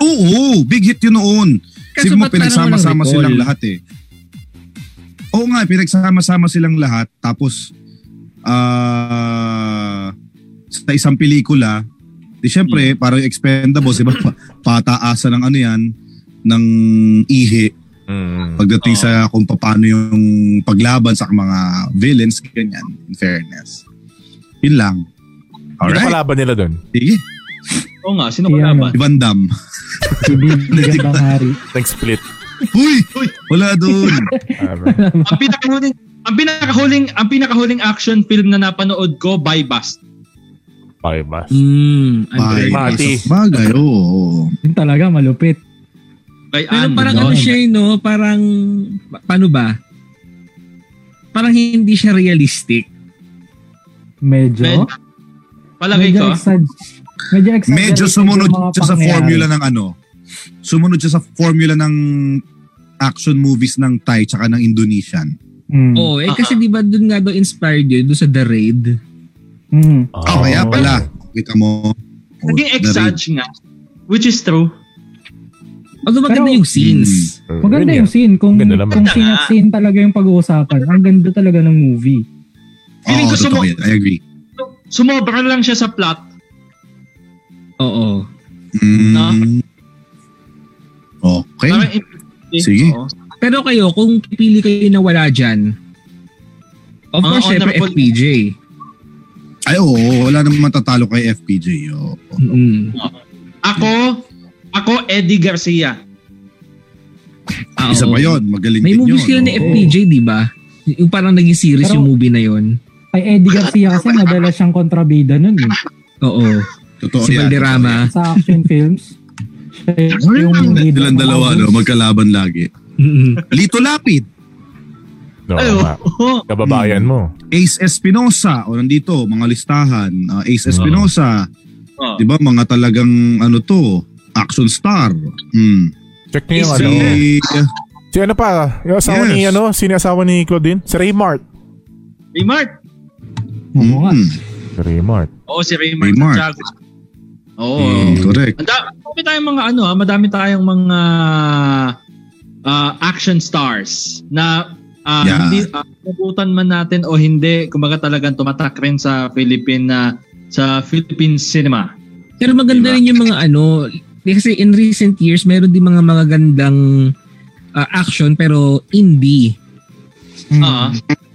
[SPEAKER 1] Oo, big hit yun noon.
[SPEAKER 6] Kaso
[SPEAKER 1] Kasi mo
[SPEAKER 6] ba't parang
[SPEAKER 1] pinagsama-sama
[SPEAKER 6] walang
[SPEAKER 1] silang
[SPEAKER 6] recall?
[SPEAKER 1] lahat eh. Oo nga, pinagsama-sama silang lahat. Tapos, ah sa isang pelikula, di
[SPEAKER 6] Hmm.
[SPEAKER 1] syempre, parang expendable, di ba? Pa- pataasan ng ano yan, ng ihi
[SPEAKER 2] Mm.
[SPEAKER 1] pagdating sa kung paano yung paglaban sa mga villains, ganyan, in fairness. Yun lang.
[SPEAKER 2] Sino
[SPEAKER 1] Alright,
[SPEAKER 2] kalaban nila doon?
[SPEAKER 1] sige.
[SPEAKER 5] Oo nga, sino
[SPEAKER 4] Yeah,
[SPEAKER 5] ka ba?
[SPEAKER 1] Si Van Damme.
[SPEAKER 4] Hindi gandang hari.
[SPEAKER 2] Nag-split.
[SPEAKER 1] Uy! Wala doon!
[SPEAKER 2] Alright.
[SPEAKER 5] ang pinakahuling ang pinakahuling ang pinakahuling action film na napanood ko by Bust.
[SPEAKER 2] Okay, boss.
[SPEAKER 6] Mm,
[SPEAKER 1] Bagay.
[SPEAKER 6] Andre.
[SPEAKER 2] Mati.
[SPEAKER 1] Bagay, oo.
[SPEAKER 4] Yun talaga, malupit.
[SPEAKER 5] Kay
[SPEAKER 6] Pero
[SPEAKER 5] Ann,
[SPEAKER 6] parang
[SPEAKER 5] no?
[SPEAKER 6] ano siya eh, no? Parang, pa- paano ba? Parang hindi siya realistic.
[SPEAKER 5] Med-
[SPEAKER 4] Medyo.
[SPEAKER 5] Palagay ko.
[SPEAKER 1] oh.
[SPEAKER 4] medyo exag- medyo exaggerate
[SPEAKER 1] Medyo
[SPEAKER 4] yung
[SPEAKER 1] sumunod
[SPEAKER 4] mga
[SPEAKER 1] siya sa
[SPEAKER 4] pangyayari.
[SPEAKER 1] formula ng ano. Sumunod siya sa formula ng action movies ng Thai tsaka ng Indonesian.
[SPEAKER 4] Mm.
[SPEAKER 6] Oo, eh
[SPEAKER 5] Ah,
[SPEAKER 6] kasi di ba doon nga daw inspired yun, doon sa The Raid.
[SPEAKER 4] Mm.
[SPEAKER 2] Ah,
[SPEAKER 1] Oh, kaya pala. Kita mo.
[SPEAKER 5] Naging exage nga. Which is true.
[SPEAKER 6] Although maganda
[SPEAKER 4] Pero-
[SPEAKER 6] yung scenes.
[SPEAKER 2] Oh,
[SPEAKER 4] Maganda
[SPEAKER 2] yun
[SPEAKER 4] yung scene kung
[SPEAKER 2] Ganda naman.
[SPEAKER 4] kung sinat-scene talaga yung pag-uusapan. Ang ganda talaga ng movie.
[SPEAKER 5] Feeling
[SPEAKER 1] Oo,
[SPEAKER 5] ko
[SPEAKER 1] totoo
[SPEAKER 5] sumu-
[SPEAKER 1] yan. I agree.
[SPEAKER 5] Sumobra lang siya sa plot.
[SPEAKER 6] Oo.
[SPEAKER 1] Mm.
[SPEAKER 6] Ah.
[SPEAKER 5] No?
[SPEAKER 1] Okay.
[SPEAKER 5] Parang interesting.
[SPEAKER 1] Sige.
[SPEAKER 5] Oo.
[SPEAKER 6] Pero kayo, kung pipili kayo na wala dyan, of
[SPEAKER 5] Mga
[SPEAKER 6] course, syempre
[SPEAKER 5] honorable-
[SPEAKER 6] FPJ.
[SPEAKER 1] Ay, oo. wala namang matatalo kay FPJ. oo.
[SPEAKER 6] Mm-mm.
[SPEAKER 5] Ako, ako Eddie Garcia.
[SPEAKER 6] Ah,
[SPEAKER 1] Isa
[SPEAKER 6] oo.
[SPEAKER 1] pa yun. Magaling
[SPEAKER 6] May
[SPEAKER 1] din
[SPEAKER 6] movie
[SPEAKER 1] yun,
[SPEAKER 6] sila ni
[SPEAKER 1] oo.
[SPEAKER 6] FPJ, di ba? Yung parang naging series
[SPEAKER 4] Pero-
[SPEAKER 6] yung movie na yun.
[SPEAKER 4] Kay Eddie Garcia kasi madalas siyang kontrabida nun eh.
[SPEAKER 6] Oo.
[SPEAKER 1] Totoo
[SPEAKER 6] si
[SPEAKER 1] yan.
[SPEAKER 6] Valderrama.
[SPEAKER 4] Sa action films. Siya yung lead
[SPEAKER 1] Silang
[SPEAKER 4] ng
[SPEAKER 1] dalawa,
[SPEAKER 4] mga-
[SPEAKER 1] no? Magkalaban lagi.
[SPEAKER 6] Mm-mm.
[SPEAKER 1] Lito Lapid,
[SPEAKER 2] No,
[SPEAKER 5] Ay,
[SPEAKER 2] tama.
[SPEAKER 5] oo.
[SPEAKER 2] Kababayan mo.
[SPEAKER 1] Ace Espinosa, o nandito, mga listahan. Ah, Ace Espinosa,
[SPEAKER 5] Oo.
[SPEAKER 1] Di ba mga talagang ano to, action star. Hmm. Eh,
[SPEAKER 2] Check niyo yung
[SPEAKER 1] Si,
[SPEAKER 2] ano. Si ano pa? Yung asawa
[SPEAKER 1] Yes.
[SPEAKER 2] ni ano? Sino yung asawa ni Claudine? Si Raymart.
[SPEAKER 5] Remark.
[SPEAKER 4] Oo nga.
[SPEAKER 1] Mm,
[SPEAKER 2] Si Raymart.
[SPEAKER 5] Oo, si Raymond
[SPEAKER 1] Raymar.
[SPEAKER 5] Santiago. Oo.
[SPEAKER 1] mm, correct.
[SPEAKER 5] Ang da- Madami tayong mga ano, ah, madami tayong mga ah, action stars na ah,
[SPEAKER 1] Yeah.
[SPEAKER 5] hindi ah, nabutan man natin o hindi, kumbaga talagang tumatak rin sa Philippine na sa Philippine cinema.
[SPEAKER 6] Pero maganda
[SPEAKER 5] Diba?
[SPEAKER 6] rin yung mga ano, kasi in recent years, meron din mga magagandang ah, action pero indie.
[SPEAKER 4] Mm-hmm.
[SPEAKER 5] Oo.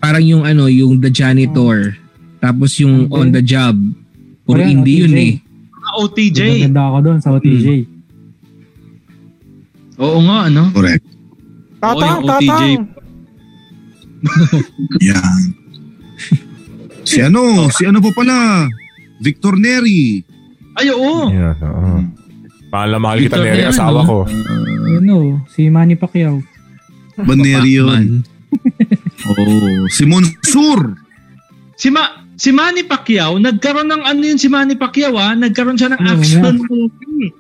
[SPEAKER 6] Parang yung ano, yung the janitor. Tapos yung on the job. Puro
[SPEAKER 4] Wala,
[SPEAKER 6] hindi yun
[SPEAKER 4] OTJ.
[SPEAKER 6] eh.
[SPEAKER 5] Ah, OTJ.
[SPEAKER 4] Ganda ako doon sa OTJ.
[SPEAKER 5] Oo nga, ano?
[SPEAKER 1] Correct.
[SPEAKER 2] Tatang,
[SPEAKER 5] Oo, yung OTJ.
[SPEAKER 2] tatang.
[SPEAKER 1] Yan. si ano, si ano pa pala? Victor Neri.
[SPEAKER 5] Ay, oo.
[SPEAKER 2] Yan, oo. Mahal na mahal kita
[SPEAKER 6] Victor
[SPEAKER 2] Neri,
[SPEAKER 6] Neri,
[SPEAKER 2] asawa
[SPEAKER 6] ano?
[SPEAKER 2] ko.
[SPEAKER 4] Ano, si Manny Pacquiao.
[SPEAKER 1] Ba Neri yun? Oh, si Monsur.
[SPEAKER 5] Si, Ma- si Manny Pacquiao, nagkaroon ng ano yun si Manny Pacquiao ah, nagkaroon siya ng
[SPEAKER 4] Oo,
[SPEAKER 5] action movie.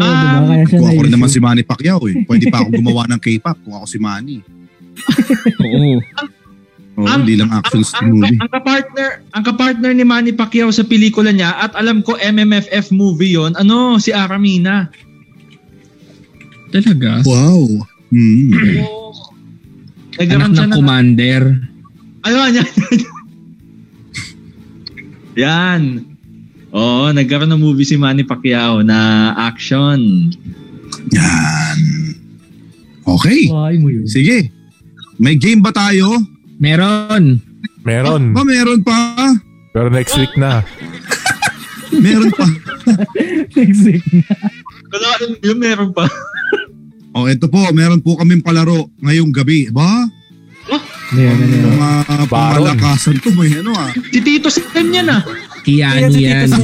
[SPEAKER 4] Ano Oo, diba?
[SPEAKER 5] Ah,
[SPEAKER 4] Kaya siya
[SPEAKER 1] Kung ako rin
[SPEAKER 4] naisip.
[SPEAKER 1] naman si Manny Pacquiao eh. Pwede pa akong gumawa ng K-pop kung ako si Manny.
[SPEAKER 6] Oo.
[SPEAKER 1] Oh,
[SPEAKER 5] Ang-
[SPEAKER 1] hindi lang action
[SPEAKER 5] ang,
[SPEAKER 1] sa
[SPEAKER 5] ang,
[SPEAKER 1] movie.
[SPEAKER 5] ang kapartner, ang kapartner ni Manny Pacquiao sa pelikula niya at alam ko MMFF movie yon. Ano, si Aramina.
[SPEAKER 6] Talaga?
[SPEAKER 1] Wow. Hmm.
[SPEAKER 5] Oo.
[SPEAKER 6] Oh. Anak
[SPEAKER 5] Nagkaroon siya
[SPEAKER 6] ng
[SPEAKER 5] ng
[SPEAKER 6] commander.
[SPEAKER 5] Ayun, yan. yan. Oo, nagkaroon ng movie si Manny Pacquiao na action.
[SPEAKER 1] Yan. Okay.
[SPEAKER 4] Buhay mo yun.
[SPEAKER 1] Sige. May game ba tayo?
[SPEAKER 6] Meron.
[SPEAKER 2] Meron.
[SPEAKER 1] Ba, meron pa?
[SPEAKER 2] Pero next week na.
[SPEAKER 1] Meron pa.
[SPEAKER 4] Next week na.
[SPEAKER 5] Wala, yun meron pa.
[SPEAKER 1] O, oh, ito po. Meron po kaming palaro ngayong gabi. Ba?
[SPEAKER 4] Ayan, ano, ano.
[SPEAKER 1] Mga
[SPEAKER 2] Baron.
[SPEAKER 1] pamalakasan to. May ano ah.
[SPEAKER 5] Si Tito San yan ah.
[SPEAKER 6] Kiano yan.
[SPEAKER 5] Si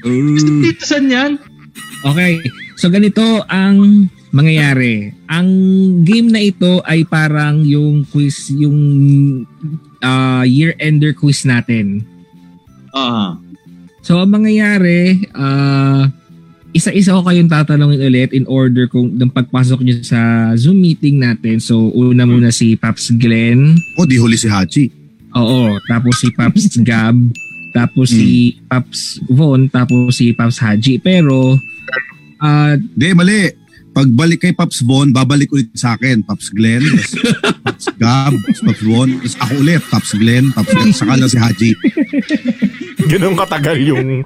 [SPEAKER 6] Hmm.
[SPEAKER 1] Uh,
[SPEAKER 5] Tito San yan.
[SPEAKER 6] Okay. So ganito ang mangyayari. Ang game na ito ay parang yung quiz, yung ah, year-ender quiz natin.
[SPEAKER 5] Ah.
[SPEAKER 6] So ang mangyayari, ah, isa-isa ko kayong tatanungin ulit in order kung ng pagpasok nyo sa Zoom meeting natin. So una muna si Paps Glenn.
[SPEAKER 1] o, di huli si Hachi.
[SPEAKER 6] Oo. Tapos si Paps Gab. Tapos si Paps Von. Tapos si Paps Haji. Pero ah,
[SPEAKER 1] Hindi, mali. Pagbalik kay Pops Von, babalik ulit sa akin. Pops Glenn, tas Pops Gab, tas Pops Von, tas ako ulit. Pops Glenn, Pops Glenn, saka lang si Haji.
[SPEAKER 2] Ganun katagal yung...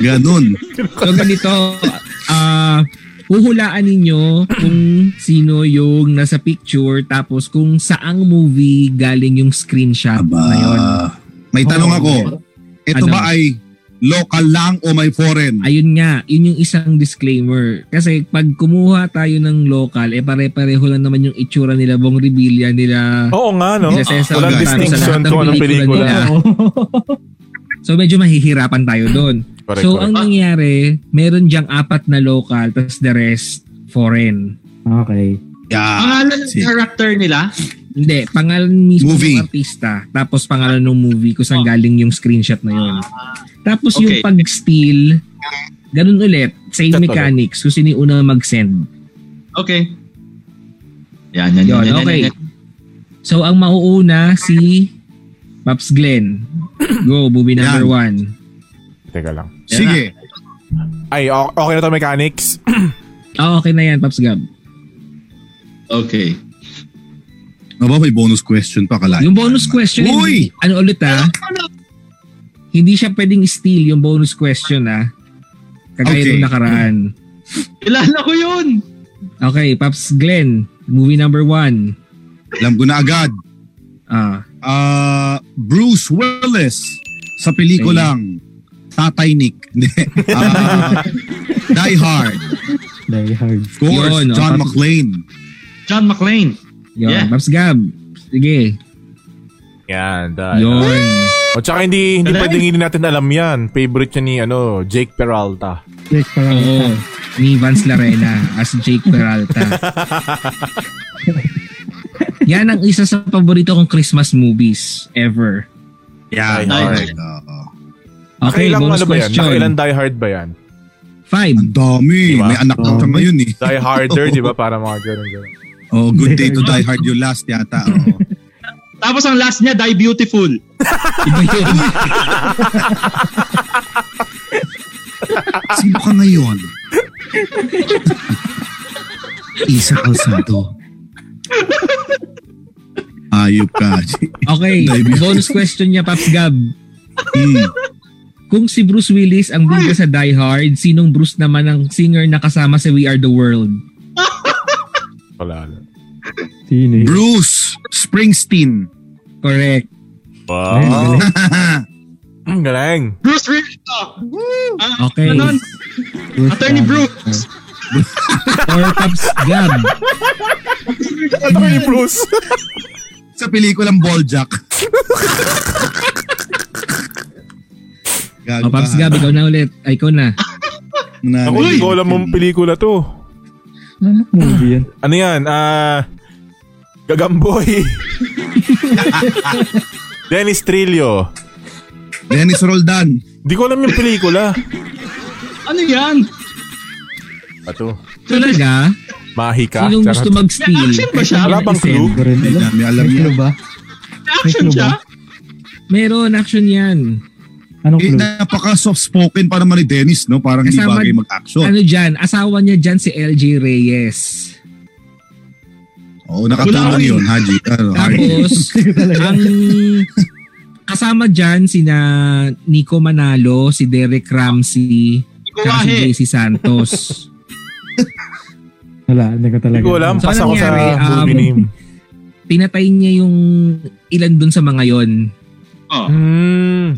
[SPEAKER 1] Ganun.
[SPEAKER 6] So ganito, ah huhulaan ninyo kung sino yung nasa picture tapos kung saang movie galing yung screenshot
[SPEAKER 1] Aba.
[SPEAKER 6] na yun.
[SPEAKER 1] May tanong ako. Ito
[SPEAKER 6] Ano?
[SPEAKER 1] ba ay local lang o may foreign?
[SPEAKER 6] Ayun nga, yun yung isang disclaimer. Kasi pag kumuha tayo ng local, eh pare-pareho lang naman yung itsura nila, Bong Revilla nila,
[SPEAKER 2] Oo nga, no?
[SPEAKER 6] nila Cesar
[SPEAKER 1] Walang
[SPEAKER 6] Montano,
[SPEAKER 2] distinction kung anong pelikula.
[SPEAKER 6] nila.
[SPEAKER 4] Oo.
[SPEAKER 6] So medyo mahihirapan tayo doon.
[SPEAKER 2] Correct,
[SPEAKER 6] so
[SPEAKER 2] correct.
[SPEAKER 6] ang nangyari, meron diyang apat na local, tapos the rest foreign.
[SPEAKER 4] Okay.
[SPEAKER 1] Yeah.
[SPEAKER 6] Ah,
[SPEAKER 5] Pangalan ng
[SPEAKER 1] si-
[SPEAKER 5] character nila.
[SPEAKER 6] Hindi, pangalan mismo
[SPEAKER 1] Movie.
[SPEAKER 6] ng artista. Tapos pangalan ng movie kung saan galing yung screenshot na yun. Tapos yung
[SPEAKER 5] Okay.
[SPEAKER 6] pag-steal, ganun ulit. Same
[SPEAKER 2] Chat ulit.
[SPEAKER 6] mechanics. Kung sino yung una mag-send.
[SPEAKER 5] Okay. Yan, yan, yan.
[SPEAKER 6] Yun,
[SPEAKER 5] yan,
[SPEAKER 6] okay.
[SPEAKER 5] Yan, yan.
[SPEAKER 6] So, ang mauuna si Paps Glenn. Go, movie number
[SPEAKER 1] Yan.
[SPEAKER 6] one.
[SPEAKER 2] Teka lang.
[SPEAKER 1] Sige.
[SPEAKER 2] Ay, o- okay na to mechanics.
[SPEAKER 6] Ah, okay na yan, Paps Gab.
[SPEAKER 5] Okay.
[SPEAKER 1] Ano ba may bonus question pa kalahin?
[SPEAKER 6] Yung bonus question,
[SPEAKER 1] Uy!
[SPEAKER 6] hindi- ano ulit ha? Hindi siya pwedeng steal yung bonus question ha. Kagaya
[SPEAKER 1] Okay.
[SPEAKER 6] nung nakaraan.
[SPEAKER 5] Kilala ko yun.
[SPEAKER 6] Okay, Paps Glenn, movie number one.
[SPEAKER 1] Alam ko na agad.
[SPEAKER 6] Ah,
[SPEAKER 1] Ah, Bruce Willis sa pelikulang Tatay Nick. Hindi. Ah, Die Hard.
[SPEAKER 4] Die hard.
[SPEAKER 1] Of course,
[SPEAKER 6] Yun, no?
[SPEAKER 1] John McClane.
[SPEAKER 5] John McClane.
[SPEAKER 6] Yun.
[SPEAKER 5] Yeah.
[SPEAKER 6] Paps Gab. Sige.
[SPEAKER 2] Yan,
[SPEAKER 6] Yun.
[SPEAKER 2] O tsaka hindi, hindi pwedeng hindi natin alam yan. Favorite niya ni ano, Jake Peralta.
[SPEAKER 4] Yes, parang
[SPEAKER 6] Oo. Ni Vance Larena as Jake Peralta. Yan ang isa sa paborito kong Christmas movies ever.
[SPEAKER 1] Yeah,
[SPEAKER 2] Die Hard.
[SPEAKER 1] correct. Ah, Oo.
[SPEAKER 6] Okay,
[SPEAKER 2] Nakailang ano
[SPEAKER 6] bonus
[SPEAKER 2] ba yan?
[SPEAKER 6] question.
[SPEAKER 2] Nakailang Die Hard ba yan?
[SPEAKER 6] Five.
[SPEAKER 1] Ang dami.
[SPEAKER 2] Diba?
[SPEAKER 1] May anak na siya ngayon eh.
[SPEAKER 2] Die Harder, di ba? Para mga ganun ganun.
[SPEAKER 1] Oh, good day to Die Hard yung last yata. Oo.
[SPEAKER 5] Tapos ang last niya, Die Beautiful.
[SPEAKER 6] Iba yun.
[SPEAKER 1] Sino ka ngayon? Isa Calzado. Ayup ka.
[SPEAKER 6] Okay, bonus question niya, Paps Gab.
[SPEAKER 1] Hmm.
[SPEAKER 6] Kung si Bruce Willis ang bida sa Die Hard, sinong Bruce naman ang singer na kasama sa We Are The World?
[SPEAKER 2] Wala. lang.
[SPEAKER 4] Sino yun?
[SPEAKER 1] Bruce Springsteen.
[SPEAKER 6] Correct.
[SPEAKER 4] Ayun,
[SPEAKER 3] Wow.
[SPEAKER 4] galing.
[SPEAKER 2] Ang galing.
[SPEAKER 5] Bruce Rito. Ah,
[SPEAKER 6] Okay.
[SPEAKER 5] ano nun? Attorney Bruce.
[SPEAKER 6] Or Pops Gab.
[SPEAKER 2] Attorney Bruce.
[SPEAKER 1] Sa pelikulang Balljack. Gago
[SPEAKER 6] O Oh, Pops
[SPEAKER 1] ka.
[SPEAKER 6] Gab, ikaw na ulit. Ay, ikaw na.
[SPEAKER 2] Ako,
[SPEAKER 1] Nanalo yun.
[SPEAKER 2] hindi ko alam mong pelikula to.
[SPEAKER 4] Ano movie yan?
[SPEAKER 2] Ano yan? Ah... Gagamboy. Dennis Trillo.
[SPEAKER 1] Dennis Roldan.
[SPEAKER 2] Di ko alam yung pelikula.
[SPEAKER 5] Ano yan?
[SPEAKER 2] Ato.
[SPEAKER 6] Talaga?
[SPEAKER 2] Mahika.
[SPEAKER 6] Sinong gusto mag-steal?
[SPEAKER 5] Action ba siya?
[SPEAKER 2] Wala bang clue?
[SPEAKER 4] Hindi ko rin
[SPEAKER 1] Hindi
[SPEAKER 4] alam.
[SPEAKER 1] namin alam
[SPEAKER 4] May
[SPEAKER 1] yan.
[SPEAKER 4] clue ba?
[SPEAKER 5] Action siya?
[SPEAKER 6] Meron, action yan.
[SPEAKER 4] Anong
[SPEAKER 1] Eh,
[SPEAKER 4] clue?
[SPEAKER 1] napaka soft-spoken pa naman ni Dennis, no? Parang hindi
[SPEAKER 6] Kasama-
[SPEAKER 1] bagay mag-action.
[SPEAKER 6] Ano dyan? Asawa niya dyan si LG Reyes.
[SPEAKER 1] Oo, nakatulong
[SPEAKER 5] Wala-
[SPEAKER 1] yun, Haji. Ano, Haji.
[SPEAKER 6] Tapos,
[SPEAKER 4] Hindi ko talaga.
[SPEAKER 6] ang kasama dyan sina Nico Manalo, si Derek Ramsey, tsaka si
[SPEAKER 5] Kumahe.
[SPEAKER 6] JC Santos.
[SPEAKER 4] Wala, hindi ko talaga.
[SPEAKER 2] Di ko alam.
[SPEAKER 6] So,
[SPEAKER 2] Pasa
[SPEAKER 6] anong
[SPEAKER 2] ko sa
[SPEAKER 6] nangyari? Um,
[SPEAKER 2] movie name.
[SPEAKER 6] Pinatay niya yung ilan dun sa mga yon.
[SPEAKER 5] Oh.
[SPEAKER 2] Hmm.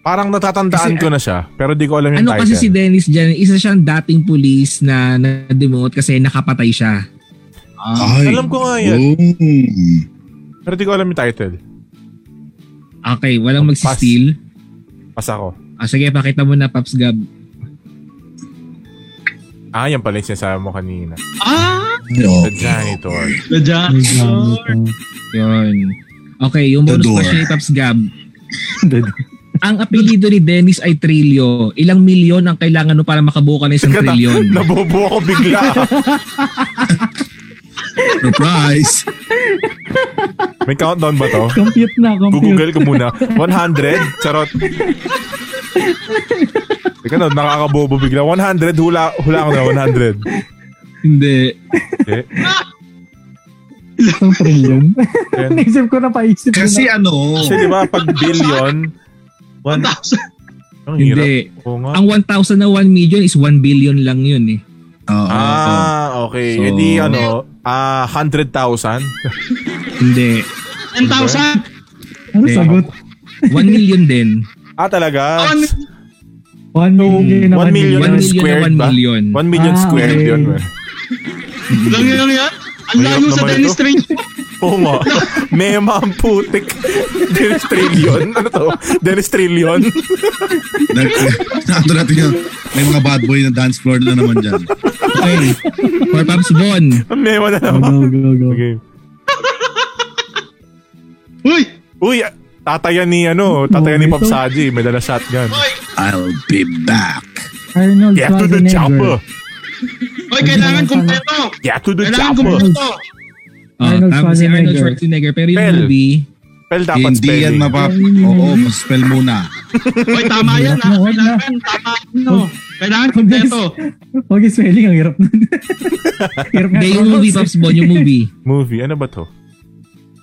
[SPEAKER 2] Parang natatandaan
[SPEAKER 6] Kasi,
[SPEAKER 2] ko na siya. Pero di ko alam yung
[SPEAKER 6] Ano
[SPEAKER 2] title.
[SPEAKER 6] kasi si Dennis dyan, isa siyang dating pulis na na-demote kasi nakapatay siya.
[SPEAKER 1] Ay.
[SPEAKER 2] Alam ko nga yan.
[SPEAKER 1] Mm.
[SPEAKER 2] Pero di ko alam yung title.
[SPEAKER 6] Okay, walang
[SPEAKER 2] Pass.
[SPEAKER 6] magsisteal.
[SPEAKER 2] Pasa ko.
[SPEAKER 6] Ah, sige, pakita mo na, Paps Gab.
[SPEAKER 2] Ah, yan pala yung sinasabi mo kanina.
[SPEAKER 5] Ah!
[SPEAKER 1] Oo.
[SPEAKER 2] The Janitor.
[SPEAKER 5] The
[SPEAKER 4] May gamit
[SPEAKER 5] Janitor.
[SPEAKER 4] ako.
[SPEAKER 6] Yun. Okay, yung
[SPEAKER 1] The
[SPEAKER 6] bonus
[SPEAKER 1] door.
[SPEAKER 6] question ni Paps Gab.
[SPEAKER 4] Hindi, hindi.
[SPEAKER 6] Ang apelido ni Dennis ay Trillo. Ilang milyon ang kailangan mo para makabuo ka ng isang
[SPEAKER 2] Teka na,
[SPEAKER 6] trilyon?
[SPEAKER 2] Nabubuo ko bigla.
[SPEAKER 1] Surprise!
[SPEAKER 2] May countdown ba to?
[SPEAKER 4] Compute na, compute.
[SPEAKER 2] Google ko muna. 100? Charot. Teka na, nakakabobo bigla. 100, hula, hula ko na, 100.
[SPEAKER 6] Hindi.
[SPEAKER 2] Okay.
[SPEAKER 4] Isang trillion.
[SPEAKER 2] Yan.
[SPEAKER 4] Naisip ko na paisip ko
[SPEAKER 1] Kasi
[SPEAKER 4] na.
[SPEAKER 1] ano,
[SPEAKER 2] Kasi di ba, pag billion, one, ang hirap.
[SPEAKER 6] Hindi.
[SPEAKER 2] Oo nga.
[SPEAKER 6] Ang 1,000 na 1 million is 1 billion lang yun eh.
[SPEAKER 1] Oo.
[SPEAKER 2] Ah, okay. So,
[SPEAKER 6] So-
[SPEAKER 2] Edi ano, ah, 100,000.
[SPEAKER 6] Hindi.
[SPEAKER 5] 10,000!
[SPEAKER 4] Ano
[SPEAKER 1] eh,
[SPEAKER 4] sagot?
[SPEAKER 6] 1 million din.
[SPEAKER 2] Ah, talaga?
[SPEAKER 5] Ano?
[SPEAKER 4] 1 million na
[SPEAKER 2] 1 Mm. million,
[SPEAKER 6] 1 million
[SPEAKER 2] squared
[SPEAKER 6] na 1
[SPEAKER 2] ba?
[SPEAKER 6] million.
[SPEAKER 2] 1 million
[SPEAKER 4] Ah,
[SPEAKER 2] squared
[SPEAKER 4] okay.
[SPEAKER 2] yun. man.
[SPEAKER 5] Lang yun lang yan? Ang layo
[SPEAKER 2] Mahirap
[SPEAKER 5] sa
[SPEAKER 2] naman
[SPEAKER 5] Dennis
[SPEAKER 2] ito.
[SPEAKER 5] Train.
[SPEAKER 2] Oo nga. Mema ang putik. Dennis Trillion. Ano to? Dennis Trillion.
[SPEAKER 1] Nag- natin yun. May mga bad boy na dance floor na naman dyan.
[SPEAKER 6] Okay. For Pops Bon.
[SPEAKER 2] Ang mema na
[SPEAKER 4] Go,
[SPEAKER 2] naman.
[SPEAKER 4] go, go, go.
[SPEAKER 2] Okay.
[SPEAKER 5] Uy!
[SPEAKER 2] Uy, tatayan ni ano, tatayan ni Pop Saji. May dala shotgun.
[SPEAKER 5] Uy!
[SPEAKER 1] I'll be back.
[SPEAKER 4] Arnold
[SPEAKER 2] Get to the
[SPEAKER 4] Schwarzenegger.
[SPEAKER 2] chopper.
[SPEAKER 5] Uy, kailangan kumpleto!
[SPEAKER 2] Get to the
[SPEAKER 5] Kailangan
[SPEAKER 2] chopper.
[SPEAKER 5] kumpleto!
[SPEAKER 6] Oh,
[SPEAKER 4] Arnold
[SPEAKER 6] tama si
[SPEAKER 4] Schwarzenegger.
[SPEAKER 6] Arnold Schwarzenegger. Pero yung
[SPEAKER 2] Pel.
[SPEAKER 6] movie,
[SPEAKER 2] Well, dapat
[SPEAKER 1] Hindi yan
[SPEAKER 2] spelling.
[SPEAKER 1] mapap... Oo, spell muna.
[SPEAKER 5] Uy, tama yan ha.
[SPEAKER 4] Hirap na, wag na.
[SPEAKER 5] Kailangan, tama no. Kailangan kumpleto.
[SPEAKER 4] Huwag yung spelling, ang hirap nun. hirap nga.
[SPEAKER 6] hindi yung movie Pops Bon, yung movie.
[SPEAKER 2] Movie. Ano ba to?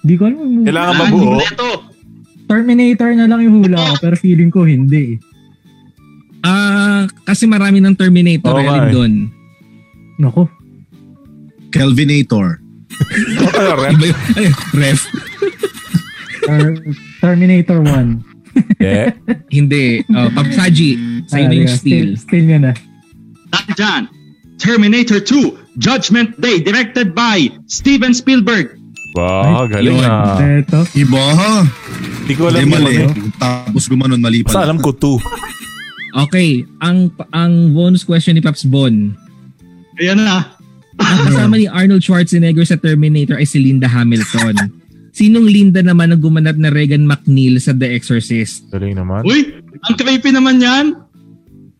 [SPEAKER 4] Hindi ko alam. yung movie.
[SPEAKER 2] Kailangan
[SPEAKER 5] Kailangan
[SPEAKER 2] mabuo.
[SPEAKER 5] kumpleto.
[SPEAKER 4] Terminator na lang yung hula ko, pero feeling ko hindi.
[SPEAKER 6] Ah, kasi marami ng Terminator
[SPEAKER 2] Oo
[SPEAKER 6] oh,
[SPEAKER 2] nga eh.
[SPEAKER 6] doon.
[SPEAKER 4] Nako.
[SPEAKER 1] Kelvinator.
[SPEAKER 2] Ano, rep?
[SPEAKER 1] Iba yun. Ay, Ref.
[SPEAKER 4] Ter- Terminator 1.
[SPEAKER 2] Yeah.
[SPEAKER 6] Hindi. Oh, Pops Saji, sa'yo na yung steal.
[SPEAKER 4] Steal nyo na.
[SPEAKER 5] Nandyan. Terminator 2, Judgment Day, directed by Steven Spielberg.
[SPEAKER 2] Wow, galing
[SPEAKER 6] Yun.
[SPEAKER 2] ah.
[SPEAKER 4] Ito.
[SPEAKER 1] Iba ha.
[SPEAKER 2] Hindi ko alam yung
[SPEAKER 1] Hindi mali. eh.
[SPEAKER 2] ano.
[SPEAKER 1] Tapos gumanon mali
[SPEAKER 2] Basta
[SPEAKER 1] pala.
[SPEAKER 2] alam ko two.
[SPEAKER 6] Okay, ang ang bonus question ni Pops Bon.
[SPEAKER 5] Ayan na.
[SPEAKER 6] Ang kasama ni Arnold Schwarzenegger sa Terminator ay si Linda Hamilton. Sinong Linda naman ang gumanap na Regan McNeil sa The Exorcist?
[SPEAKER 2] Galing naman.
[SPEAKER 5] Uy, ang creepy naman yan.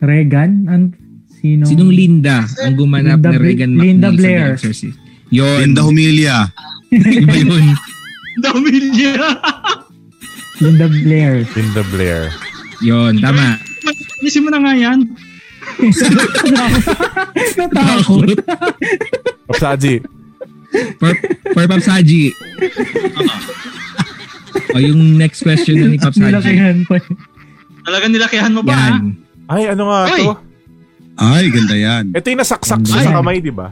[SPEAKER 4] Regan? An- sino?
[SPEAKER 6] Sinong Linda ang gumanap
[SPEAKER 4] Linda
[SPEAKER 6] na
[SPEAKER 4] Bla-
[SPEAKER 6] Regan
[SPEAKER 4] Linda
[SPEAKER 6] McNeil
[SPEAKER 4] Blair.
[SPEAKER 6] sa The Exorcist? Yun.
[SPEAKER 1] Linda Humilia.
[SPEAKER 6] Iba yun.
[SPEAKER 5] Dami niya.
[SPEAKER 4] Linda Blair.
[SPEAKER 2] Linda Blair.
[SPEAKER 6] Yun, tama.
[SPEAKER 5] Isin mo na nga yan.
[SPEAKER 4] Natakot.
[SPEAKER 2] Pop Saji.
[SPEAKER 6] For, for Pops Haji. o yung next question na ni Pops Haji.
[SPEAKER 4] Nilakihan pa.
[SPEAKER 5] Talaga nilakihan mo ba? ha?
[SPEAKER 6] Yan.
[SPEAKER 2] Ay, ano nga
[SPEAKER 5] Ay!
[SPEAKER 2] to?
[SPEAKER 1] Ay, ganda yan.
[SPEAKER 2] Ito yung nasaksak siya
[SPEAKER 5] Ay.
[SPEAKER 2] sa kamay, di ba?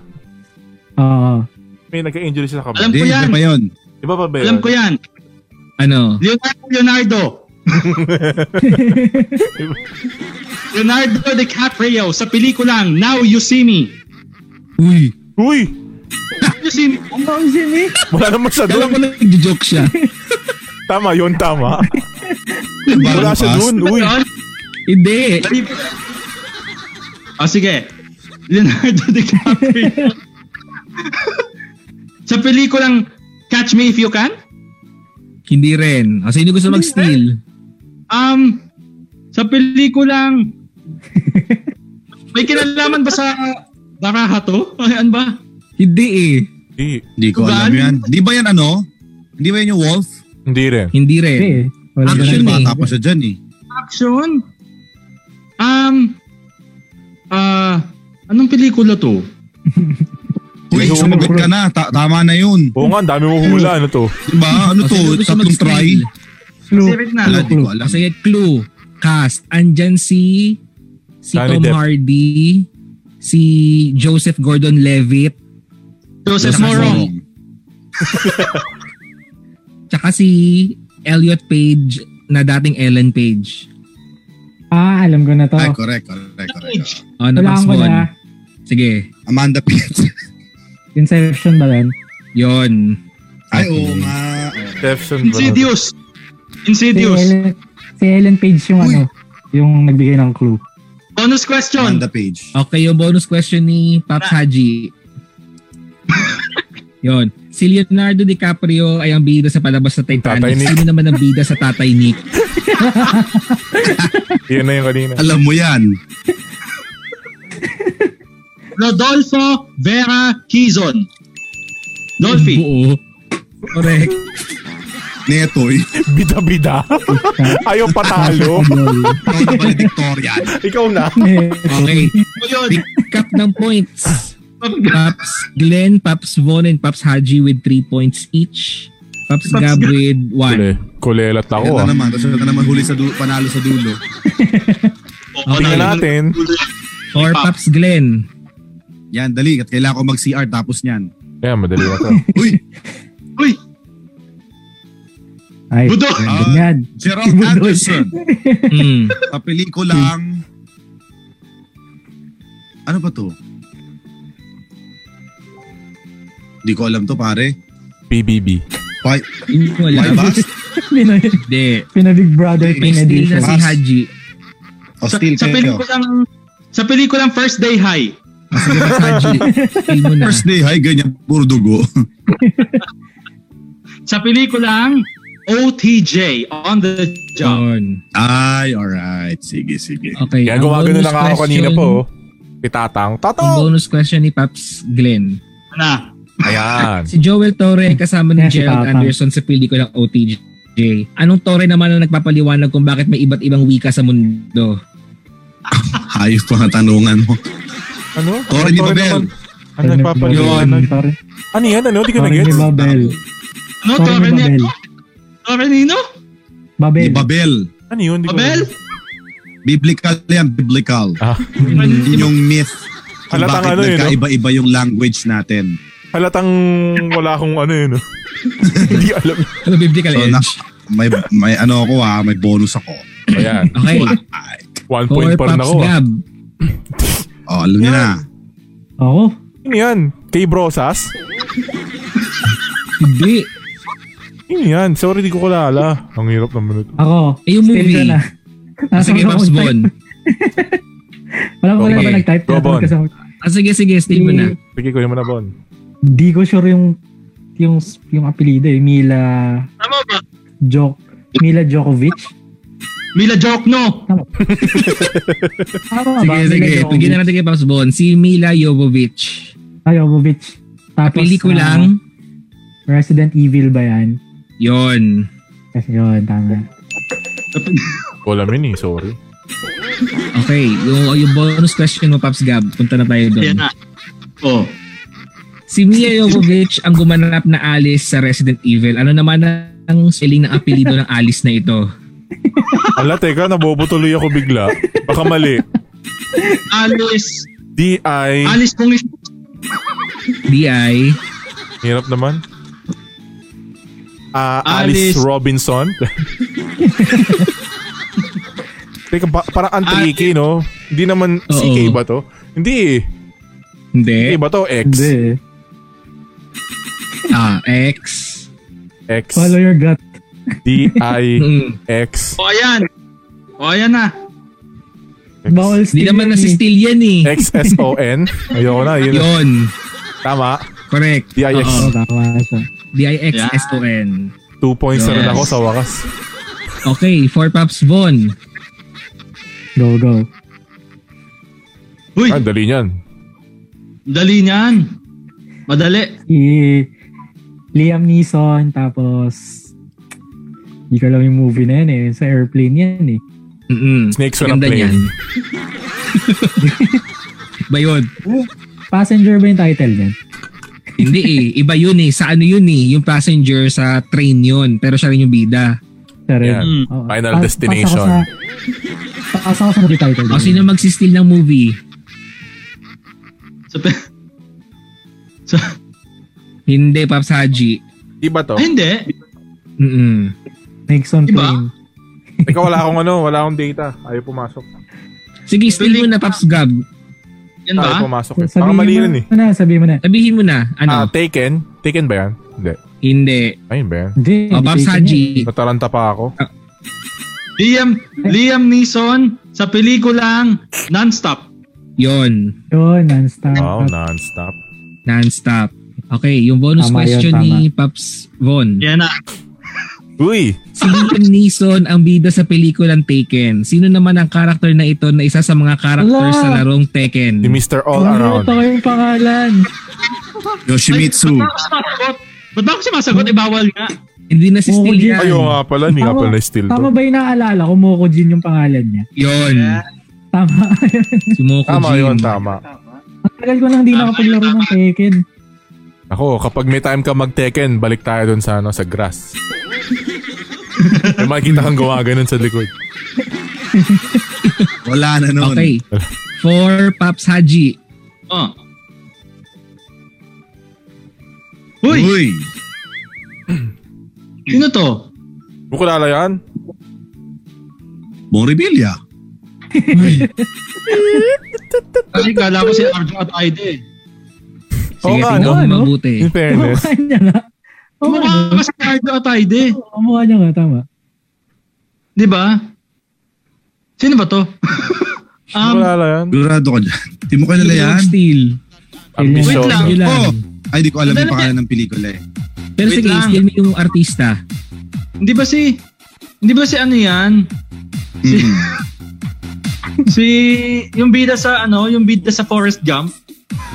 [SPEAKER 4] Oo.
[SPEAKER 2] may nagka-injury siya sa kamay.
[SPEAKER 5] Alam ko
[SPEAKER 1] Hindi,
[SPEAKER 5] yan.
[SPEAKER 1] iba pa yun.
[SPEAKER 2] Di ba pa ba yun?
[SPEAKER 5] Alam ko yan.
[SPEAKER 6] Ano?
[SPEAKER 5] Leonardo, Leonardo. Leonardo DiCaprio sa pelikulang Now You See Me.
[SPEAKER 6] Uy.
[SPEAKER 2] Uy!
[SPEAKER 5] Now You See Me.
[SPEAKER 4] Ang baon si Mi.
[SPEAKER 2] Wala naman siya
[SPEAKER 6] Kala
[SPEAKER 2] doon.
[SPEAKER 6] ko nag-joke siya.
[SPEAKER 2] Tama yun, tama. Wala
[SPEAKER 1] Bagong
[SPEAKER 2] siya
[SPEAKER 1] pass.
[SPEAKER 2] doon. Uy!
[SPEAKER 5] Ano Yun.
[SPEAKER 6] Hindi.
[SPEAKER 5] Ah, sige. Leonardo DiCaprio. sa pelikulang Catch Me If You Can.
[SPEAKER 6] Hindi rin. O, sino gusto mag-steal?
[SPEAKER 5] Um, sa pelikulang may kinalaman ba sa Baraha to? Ay, Ano ba?
[SPEAKER 6] Hindi eh.
[SPEAKER 2] Hindi.
[SPEAKER 1] Hindi ko alam
[SPEAKER 5] Tugan?
[SPEAKER 1] yan. Di ba yan ano? Hindi ba yan yung wolf?
[SPEAKER 2] Hindi rin.
[SPEAKER 6] Hindi rin.
[SPEAKER 4] Hindi eh. Wala
[SPEAKER 6] Action
[SPEAKER 1] Actually,
[SPEAKER 4] na.
[SPEAKER 6] eh.
[SPEAKER 1] bata pa siya dyan eh.
[SPEAKER 5] Action? Um, ah, anong pelikula to?
[SPEAKER 1] Uy,
[SPEAKER 2] Hindi ko
[SPEAKER 1] sumabit ka na. Ta- tama na yun.
[SPEAKER 2] Oo nga, ang dami mong hula. Ano to?
[SPEAKER 1] Di ba? Ano
[SPEAKER 6] O, sino
[SPEAKER 1] to?
[SPEAKER 6] gusto
[SPEAKER 1] Tatlong
[SPEAKER 6] mag-steal?
[SPEAKER 1] try?
[SPEAKER 4] Clue.
[SPEAKER 5] Pacific na.
[SPEAKER 1] Wala, di ko
[SPEAKER 6] Clue.
[SPEAKER 1] alam.
[SPEAKER 6] Sige, clue. Cast. Andyan si si
[SPEAKER 2] Johnny
[SPEAKER 6] Tom
[SPEAKER 2] Depp.
[SPEAKER 6] Hardy, si Joseph Gordon-Levitt,
[SPEAKER 5] Joseph Morong.
[SPEAKER 6] tsaka si Elliot Page na dating Ellen Page.
[SPEAKER 4] Ah, alam ko na to.
[SPEAKER 1] Ay, correct, correct, correct.
[SPEAKER 6] O, na
[SPEAKER 4] Wala ko na.
[SPEAKER 6] Ano, Sige.
[SPEAKER 1] Amanda Pietz.
[SPEAKER 4] Inception ba yan?
[SPEAKER 6] Yon.
[SPEAKER 1] Ay, oo nga.
[SPEAKER 2] Stephen Brown.
[SPEAKER 5] Insidious.
[SPEAKER 4] Si
[SPEAKER 5] Insidious.
[SPEAKER 4] Ellen, si Ellen Page yung
[SPEAKER 1] Uy.
[SPEAKER 4] ano, yung nagbigay ng clue.
[SPEAKER 5] Bonus question.
[SPEAKER 1] Amanda Page.
[SPEAKER 6] Okay, yung bonus question ni Paps Haji. Yon. Si Leonardo DiCaprio ay ang bida sa palabas sa
[SPEAKER 2] Tatay
[SPEAKER 6] Titanic.
[SPEAKER 2] Nick.
[SPEAKER 6] Sino naman ang bida sa Tatay Nick?
[SPEAKER 2] Yan na yung kanina.
[SPEAKER 1] Alam mo yan.
[SPEAKER 5] Rodolfo Vera Quezon. Dolphy.
[SPEAKER 6] Buo. Correct.
[SPEAKER 1] Netoy.
[SPEAKER 2] Bida-bida. Ayaw patalo.
[SPEAKER 1] Ikaw na valedictorian.
[SPEAKER 2] Ikaw na.
[SPEAKER 6] Okay.
[SPEAKER 5] Ano yun?
[SPEAKER 6] Pick up ng points. Paps Glenn, Paps Von, and Paps Haji with 3 points each. Paps
[SPEAKER 5] Paps
[SPEAKER 6] Gab with 1.
[SPEAKER 2] Kule, kulelat ako
[SPEAKER 1] Yan na
[SPEAKER 2] ah.
[SPEAKER 1] naman. Tapos yan na naman huli sa dulo, panalo sa dulo.
[SPEAKER 2] Tingnan natin.
[SPEAKER 6] Or Paps Glenn.
[SPEAKER 1] Yan, dali. At kailangan ko mag-CR tapos niyan.
[SPEAKER 2] Ayan, madali na to.
[SPEAKER 1] Uy,
[SPEAKER 5] Uy,
[SPEAKER 4] Ay,
[SPEAKER 5] Budo!
[SPEAKER 4] ganyan.
[SPEAKER 1] Gerald Anderson.
[SPEAKER 6] Mm.
[SPEAKER 1] Sa pelikulang... Ano ba to? Hindi ko alam to, pare.
[SPEAKER 2] PBB.
[SPEAKER 1] Why,
[SPEAKER 6] Hindi ko
[SPEAKER 1] why
[SPEAKER 6] alam.
[SPEAKER 1] bust?
[SPEAKER 4] Pina-
[SPEAKER 6] Hindi.
[SPEAKER 4] Pinabig brother
[SPEAKER 1] May
[SPEAKER 6] May steal
[SPEAKER 4] pinedition.
[SPEAKER 6] na si
[SPEAKER 1] Paps.
[SPEAKER 6] Haji.
[SPEAKER 1] O
[SPEAKER 5] Sa,
[SPEAKER 1] Oh, still
[SPEAKER 5] sa
[SPEAKER 1] kayo.
[SPEAKER 5] pelikulang sa pelikulang First Day High.
[SPEAKER 6] Sige, Paps Haji. Steal mo na.
[SPEAKER 1] First day, hi, ganyan. Puro dugo.
[SPEAKER 5] Sa pelikulang OTJ on the job.
[SPEAKER 6] Yun.
[SPEAKER 1] Ay, alright. Sige, sige.
[SPEAKER 6] Okay.
[SPEAKER 2] Yan,
[SPEAKER 6] ang
[SPEAKER 2] gumagano
[SPEAKER 6] bonus
[SPEAKER 2] lang ako kanina
[SPEAKER 6] question-
[SPEAKER 2] po. oh. Pitatang.
[SPEAKER 6] Ang
[SPEAKER 2] Tatang!
[SPEAKER 6] bonus question ni Paps Glenn.
[SPEAKER 5] Na.
[SPEAKER 2] Ayan.
[SPEAKER 6] Si Joel Torre ay kasama ni
[SPEAKER 4] Yan si
[SPEAKER 6] Gerald
[SPEAKER 4] Tatang.
[SPEAKER 6] Anderson sa pelikulang OTJ. Anong Torre naman ang nagpapaliwanag kung bakit may iba't ibang wika sa mundo?
[SPEAKER 1] Hayop pa tanungan mo.
[SPEAKER 2] Ano?
[SPEAKER 1] Tore ni Babel.
[SPEAKER 2] Ano nagpapaliwanag?
[SPEAKER 4] Sorry.
[SPEAKER 2] Ano yan? Ano? Hindi ko
[SPEAKER 4] Sorry ni
[SPEAKER 2] na-gets.
[SPEAKER 4] Babel. Sorry ni
[SPEAKER 5] Ano? Torre ni
[SPEAKER 4] Babel.
[SPEAKER 5] Torre Nino?
[SPEAKER 1] Ni
[SPEAKER 4] Babel.
[SPEAKER 1] Babel.
[SPEAKER 2] Ano yun? Hindi ko
[SPEAKER 5] Babel?
[SPEAKER 1] Biblical yan, biblical.
[SPEAKER 2] Ah,
[SPEAKER 1] Yun yung myth. Kung
[SPEAKER 2] Halatang
[SPEAKER 1] bakit
[SPEAKER 2] ano yun, no?
[SPEAKER 1] nagkaiba-iba yung language natin.
[SPEAKER 2] halatang wala akong ano yun. oh. Hindi alam.
[SPEAKER 6] Ano, biblical
[SPEAKER 1] So,
[SPEAKER 6] edge?
[SPEAKER 1] na, may, may ano ako ha, may bonus ako.
[SPEAKER 2] Ayan.
[SPEAKER 6] Okay.
[SPEAKER 1] Ay,
[SPEAKER 2] One
[SPEAKER 6] Or
[SPEAKER 2] point pa rin
[SPEAKER 6] Pops
[SPEAKER 2] ako. ah.
[SPEAKER 6] Gab.
[SPEAKER 1] oh, alam niyo na.
[SPEAKER 4] Ako?
[SPEAKER 2] Ano yan? Kay Brosas?
[SPEAKER 6] Hindi.
[SPEAKER 2] Ano yan? Sorry, di ko kalala. Ang hirap naman ito.
[SPEAKER 4] Ako.
[SPEAKER 6] Eh, yung
[SPEAKER 4] Still
[SPEAKER 6] movie.
[SPEAKER 4] ka na.
[SPEAKER 6] Ah, sige,
[SPEAKER 4] Nasa
[SPEAKER 6] Pops
[SPEAKER 4] ako
[SPEAKER 6] Bon.
[SPEAKER 4] Wala ko wala
[SPEAKER 6] Okay.
[SPEAKER 4] ba nag-type?
[SPEAKER 2] Go, Bon.
[SPEAKER 4] Kasi
[SPEAKER 6] Ah, sige, sige. Steal mo na.
[SPEAKER 2] Sige, kuya mo na, Bon.
[SPEAKER 4] Di ko sure yung yung yung apelyido eh. Mila
[SPEAKER 5] Tama ba?
[SPEAKER 4] Jok Mila Djokovic.
[SPEAKER 5] Mila Jokno.
[SPEAKER 4] Tama
[SPEAKER 6] Sige,
[SPEAKER 4] ba? Mila
[SPEAKER 6] sige.
[SPEAKER 4] Djokovic.
[SPEAKER 6] Bigyan na natin kay Pops Bon. Si Mila Jovovich.
[SPEAKER 4] Ay, Jovovich. Tapos, ah,
[SPEAKER 6] Pelikulang.
[SPEAKER 4] Resident Evil ba yan?
[SPEAKER 6] Yon.
[SPEAKER 4] Kasi yun, tama.
[SPEAKER 2] Wala min eh, sorry.
[SPEAKER 6] Okay. Yung, yung bonus question mo, Pops Gab. Punta na tayo doon.
[SPEAKER 5] Yan na. Oh.
[SPEAKER 6] Si Mia Jovovich ang gumanap na Alice sa Resident Evil. Ano naman ang spelling ng apelido ng Alice na ito?
[SPEAKER 2] Ala, teka, nabobotuloy ako bigla. Baka mali.
[SPEAKER 5] Alice.
[SPEAKER 2] D-I...
[SPEAKER 5] Alice Pungis.
[SPEAKER 6] D.I.
[SPEAKER 2] Hirap naman. Ah, Alice.
[SPEAKER 5] Alice-
[SPEAKER 2] Robinson. Teka, pa- parang ang tricky, no? Hindi naman,
[SPEAKER 6] Oo.
[SPEAKER 2] CK ba to? Hindi eh. CK
[SPEAKER 6] Hindi.
[SPEAKER 2] ba to? X.
[SPEAKER 4] Hindi eh.
[SPEAKER 6] Ah, X.
[SPEAKER 2] X.
[SPEAKER 4] Follow your gut.
[SPEAKER 6] Mm.
[SPEAKER 2] D-I-X.
[SPEAKER 5] O ayan. O ayan na.
[SPEAKER 4] Bawal
[SPEAKER 6] Hindi
[SPEAKER 4] steal
[SPEAKER 6] naman
[SPEAKER 4] yan eh.
[SPEAKER 6] nasi-steal yan eh.
[SPEAKER 2] X-S-O-N. Ayoko na, yun.
[SPEAKER 6] Yun.
[SPEAKER 2] Tama.
[SPEAKER 6] Correct.
[SPEAKER 2] D-I-X.
[SPEAKER 6] Oo.
[SPEAKER 4] Oo, tama Oh, siya.
[SPEAKER 6] D-I-X-S-O-N.
[SPEAKER 2] Two points na rin
[SPEAKER 6] Yes.
[SPEAKER 2] ako sa wakas.
[SPEAKER 6] Okay, for Pops Von.
[SPEAKER 4] Go, go.
[SPEAKER 5] Uy,
[SPEAKER 2] Ah, dali niyan.
[SPEAKER 5] dali niyan. Madali.
[SPEAKER 4] Si Liam Neeson, tapos hindi ko alam yung movie na yun eh. Sa airplane yan eh.
[SPEAKER 6] Mm-mm.
[SPEAKER 2] Snakes on a
[SPEAKER 6] Ganda
[SPEAKER 2] plane.
[SPEAKER 6] niyan. Iba yun.
[SPEAKER 4] Passenger ba yung title niyan?
[SPEAKER 6] Hindi eh. Iba yun eh. Sa ano yun eh. Yung passenger sa train yun. Pero siya rin yung bida.
[SPEAKER 4] Sa
[SPEAKER 2] Yan.
[SPEAKER 4] red.
[SPEAKER 5] Mm.
[SPEAKER 4] Oo.
[SPEAKER 2] Final
[SPEAKER 4] Pa-
[SPEAKER 2] Destination.
[SPEAKER 4] Pass ako sa, pass ako sa movie title.
[SPEAKER 6] O Ah, sino magsisteal ng movie?
[SPEAKER 5] Sa, pe- sa,
[SPEAKER 6] Hindi, Pops Haji.
[SPEAKER 2] Di ba to?
[SPEAKER 5] Ay, hindi.
[SPEAKER 6] Mm-mm.
[SPEAKER 4] Nixon
[SPEAKER 5] Diba?
[SPEAKER 4] Plane.
[SPEAKER 2] Teka, wala akong ano, wala akong data. Ayaw pumasok.
[SPEAKER 6] Sige, steal mo na, Pops Gab.
[SPEAKER 5] Yan ba?
[SPEAKER 2] Ayaw pumasok. Eh.
[SPEAKER 4] Sabihin
[SPEAKER 2] Parang mali
[SPEAKER 4] mo
[SPEAKER 2] rin eh.
[SPEAKER 4] Na, sabihin mo na.
[SPEAKER 6] Sabihin mo na.
[SPEAKER 2] Ah,
[SPEAKER 6] Ano?
[SPEAKER 2] taken? Taken ba yan? Hindi.
[SPEAKER 6] Hindi.
[SPEAKER 2] Ayun ba yan?
[SPEAKER 4] Hindi.
[SPEAKER 6] O,
[SPEAKER 4] hindi
[SPEAKER 6] Pops
[SPEAKER 4] taken yan.
[SPEAKER 6] Haji.
[SPEAKER 2] Nataranta pa ako.
[SPEAKER 5] Liam, Liam Neeson sa pelikulang Nonstop.
[SPEAKER 6] Yun.
[SPEAKER 4] Yun, non-stop.
[SPEAKER 2] Wow, non-stop.
[SPEAKER 6] Non-stop. Okay, yung bonus
[SPEAKER 4] Tama yun,
[SPEAKER 6] question
[SPEAKER 4] tama.
[SPEAKER 6] ni Pops Von.
[SPEAKER 5] Yan na.
[SPEAKER 2] Uy!
[SPEAKER 6] Si Liam Neeson ang bida sa pelikulang Taken. Sino naman ang karakter na ito na isa sa mga karakter
[SPEAKER 4] Ala!
[SPEAKER 6] sa larong Taken?
[SPEAKER 2] Si Mr. All
[SPEAKER 4] Ano
[SPEAKER 2] Around.
[SPEAKER 4] ito kayong pangalan?
[SPEAKER 1] Yoshimitsu.
[SPEAKER 5] Ba't ba ako sumasagot? Ba't ba ako sumasagot? Eh, bawal nga.
[SPEAKER 6] Hindi na si
[SPEAKER 4] Oh,
[SPEAKER 6] Steel
[SPEAKER 4] Jin.
[SPEAKER 6] yan.
[SPEAKER 2] Ayaw nga pala, hindi nga
[SPEAKER 4] Tama.
[SPEAKER 2] pala na-steal
[SPEAKER 4] Tama
[SPEAKER 2] to.
[SPEAKER 4] ba yung naaalala ko? Moko Jin yung pangalan niya.
[SPEAKER 6] Yun.
[SPEAKER 4] Tama.
[SPEAKER 6] Si Moko
[SPEAKER 2] Tama
[SPEAKER 6] Jin.
[SPEAKER 2] yun, tama.
[SPEAKER 4] Ang tagal ko nang hindi
[SPEAKER 5] Tama
[SPEAKER 4] nakapaglaro
[SPEAKER 5] yun,
[SPEAKER 4] ng Tekken.
[SPEAKER 2] Ako, kapag may time ka mag-Tekken, balik tayo dun sa, ano, sa grass. may makikita kang gawa ganun sa likod.
[SPEAKER 1] Wala na nun.
[SPEAKER 6] Okay. For Pops Haji.
[SPEAKER 5] Oh.
[SPEAKER 1] Uy!
[SPEAKER 5] Uy, sino to?
[SPEAKER 2] Bukulala yan?
[SPEAKER 1] Bong Revilla.
[SPEAKER 5] Kasi kala ko si Arjo at Aide.
[SPEAKER 6] Sige,
[SPEAKER 2] Oo nga,
[SPEAKER 6] tingnan
[SPEAKER 4] no?
[SPEAKER 6] mo
[SPEAKER 4] Ano?
[SPEAKER 6] mabuti.
[SPEAKER 2] In fairness.
[SPEAKER 6] Oh
[SPEAKER 4] Mukha niya na. Oo,
[SPEAKER 5] Mukha
[SPEAKER 4] ano?
[SPEAKER 5] ka si Arjo at Aide.
[SPEAKER 4] Oo, Mukha niya nga, tama.
[SPEAKER 5] Di ba? Sino ba to? um,
[SPEAKER 2] Bukulala yan?
[SPEAKER 1] Sigurado ka dyan. Hindi mo kilala yan?
[SPEAKER 6] Steel.
[SPEAKER 2] Ambisyon.
[SPEAKER 5] Wait lang.
[SPEAKER 6] Yun lang.
[SPEAKER 1] Oh! Ay, di ko
[SPEAKER 2] Ano
[SPEAKER 1] alam yung
[SPEAKER 5] Madali-
[SPEAKER 1] pangalan ng pelikula eh.
[SPEAKER 6] Pero
[SPEAKER 5] Wait
[SPEAKER 6] sige,
[SPEAKER 5] lang.
[SPEAKER 6] steal mo yung artista.
[SPEAKER 5] hindi ba si... Hindi ba si ano yan? Si,
[SPEAKER 1] Mm.
[SPEAKER 5] si... Yung bida sa ano? Yung bida sa Forest Gump?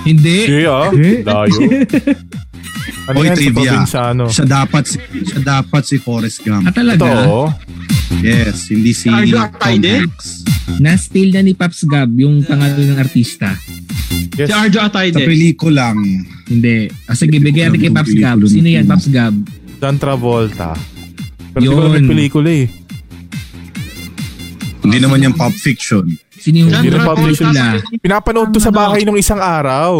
[SPEAKER 6] Hindi.
[SPEAKER 2] Sige ah. Layo. Ano yan sa
[SPEAKER 1] Oy,
[SPEAKER 2] ano?
[SPEAKER 1] trivia.
[SPEAKER 2] probinsyano?
[SPEAKER 1] Siya dapat si siya dapat si Forrest
[SPEAKER 6] Ah,
[SPEAKER 1] Gump.
[SPEAKER 2] Ito,
[SPEAKER 6] talaga?
[SPEAKER 2] oh.
[SPEAKER 1] Yes, hindi si
[SPEAKER 5] Ricardo
[SPEAKER 1] Tom
[SPEAKER 5] Artaide?
[SPEAKER 1] Hanks.
[SPEAKER 6] Na-steal na ni Pops Gab yung pangalan ng artista.
[SPEAKER 5] Si
[SPEAKER 2] Yes.
[SPEAKER 5] Arjo at
[SPEAKER 1] Sa
[SPEAKER 5] Aide.
[SPEAKER 1] pelikulang
[SPEAKER 6] Hindi. Ah, sige, bigyan natin kay Pops Gab. Sino yan, Pops Gab?
[SPEAKER 2] John Travolta. Pero hindi ko alam
[SPEAKER 6] Yun.
[SPEAKER 2] yung pelikula eh.
[SPEAKER 1] hindi naman yung pop fiction.
[SPEAKER 6] Sino yung
[SPEAKER 5] John
[SPEAKER 2] Hindi na
[SPEAKER 5] Travolta
[SPEAKER 6] publisher
[SPEAKER 5] sa
[SPEAKER 6] na?
[SPEAKER 5] pelikula.
[SPEAKER 2] Pinapanood to sa bahay nung isang araw.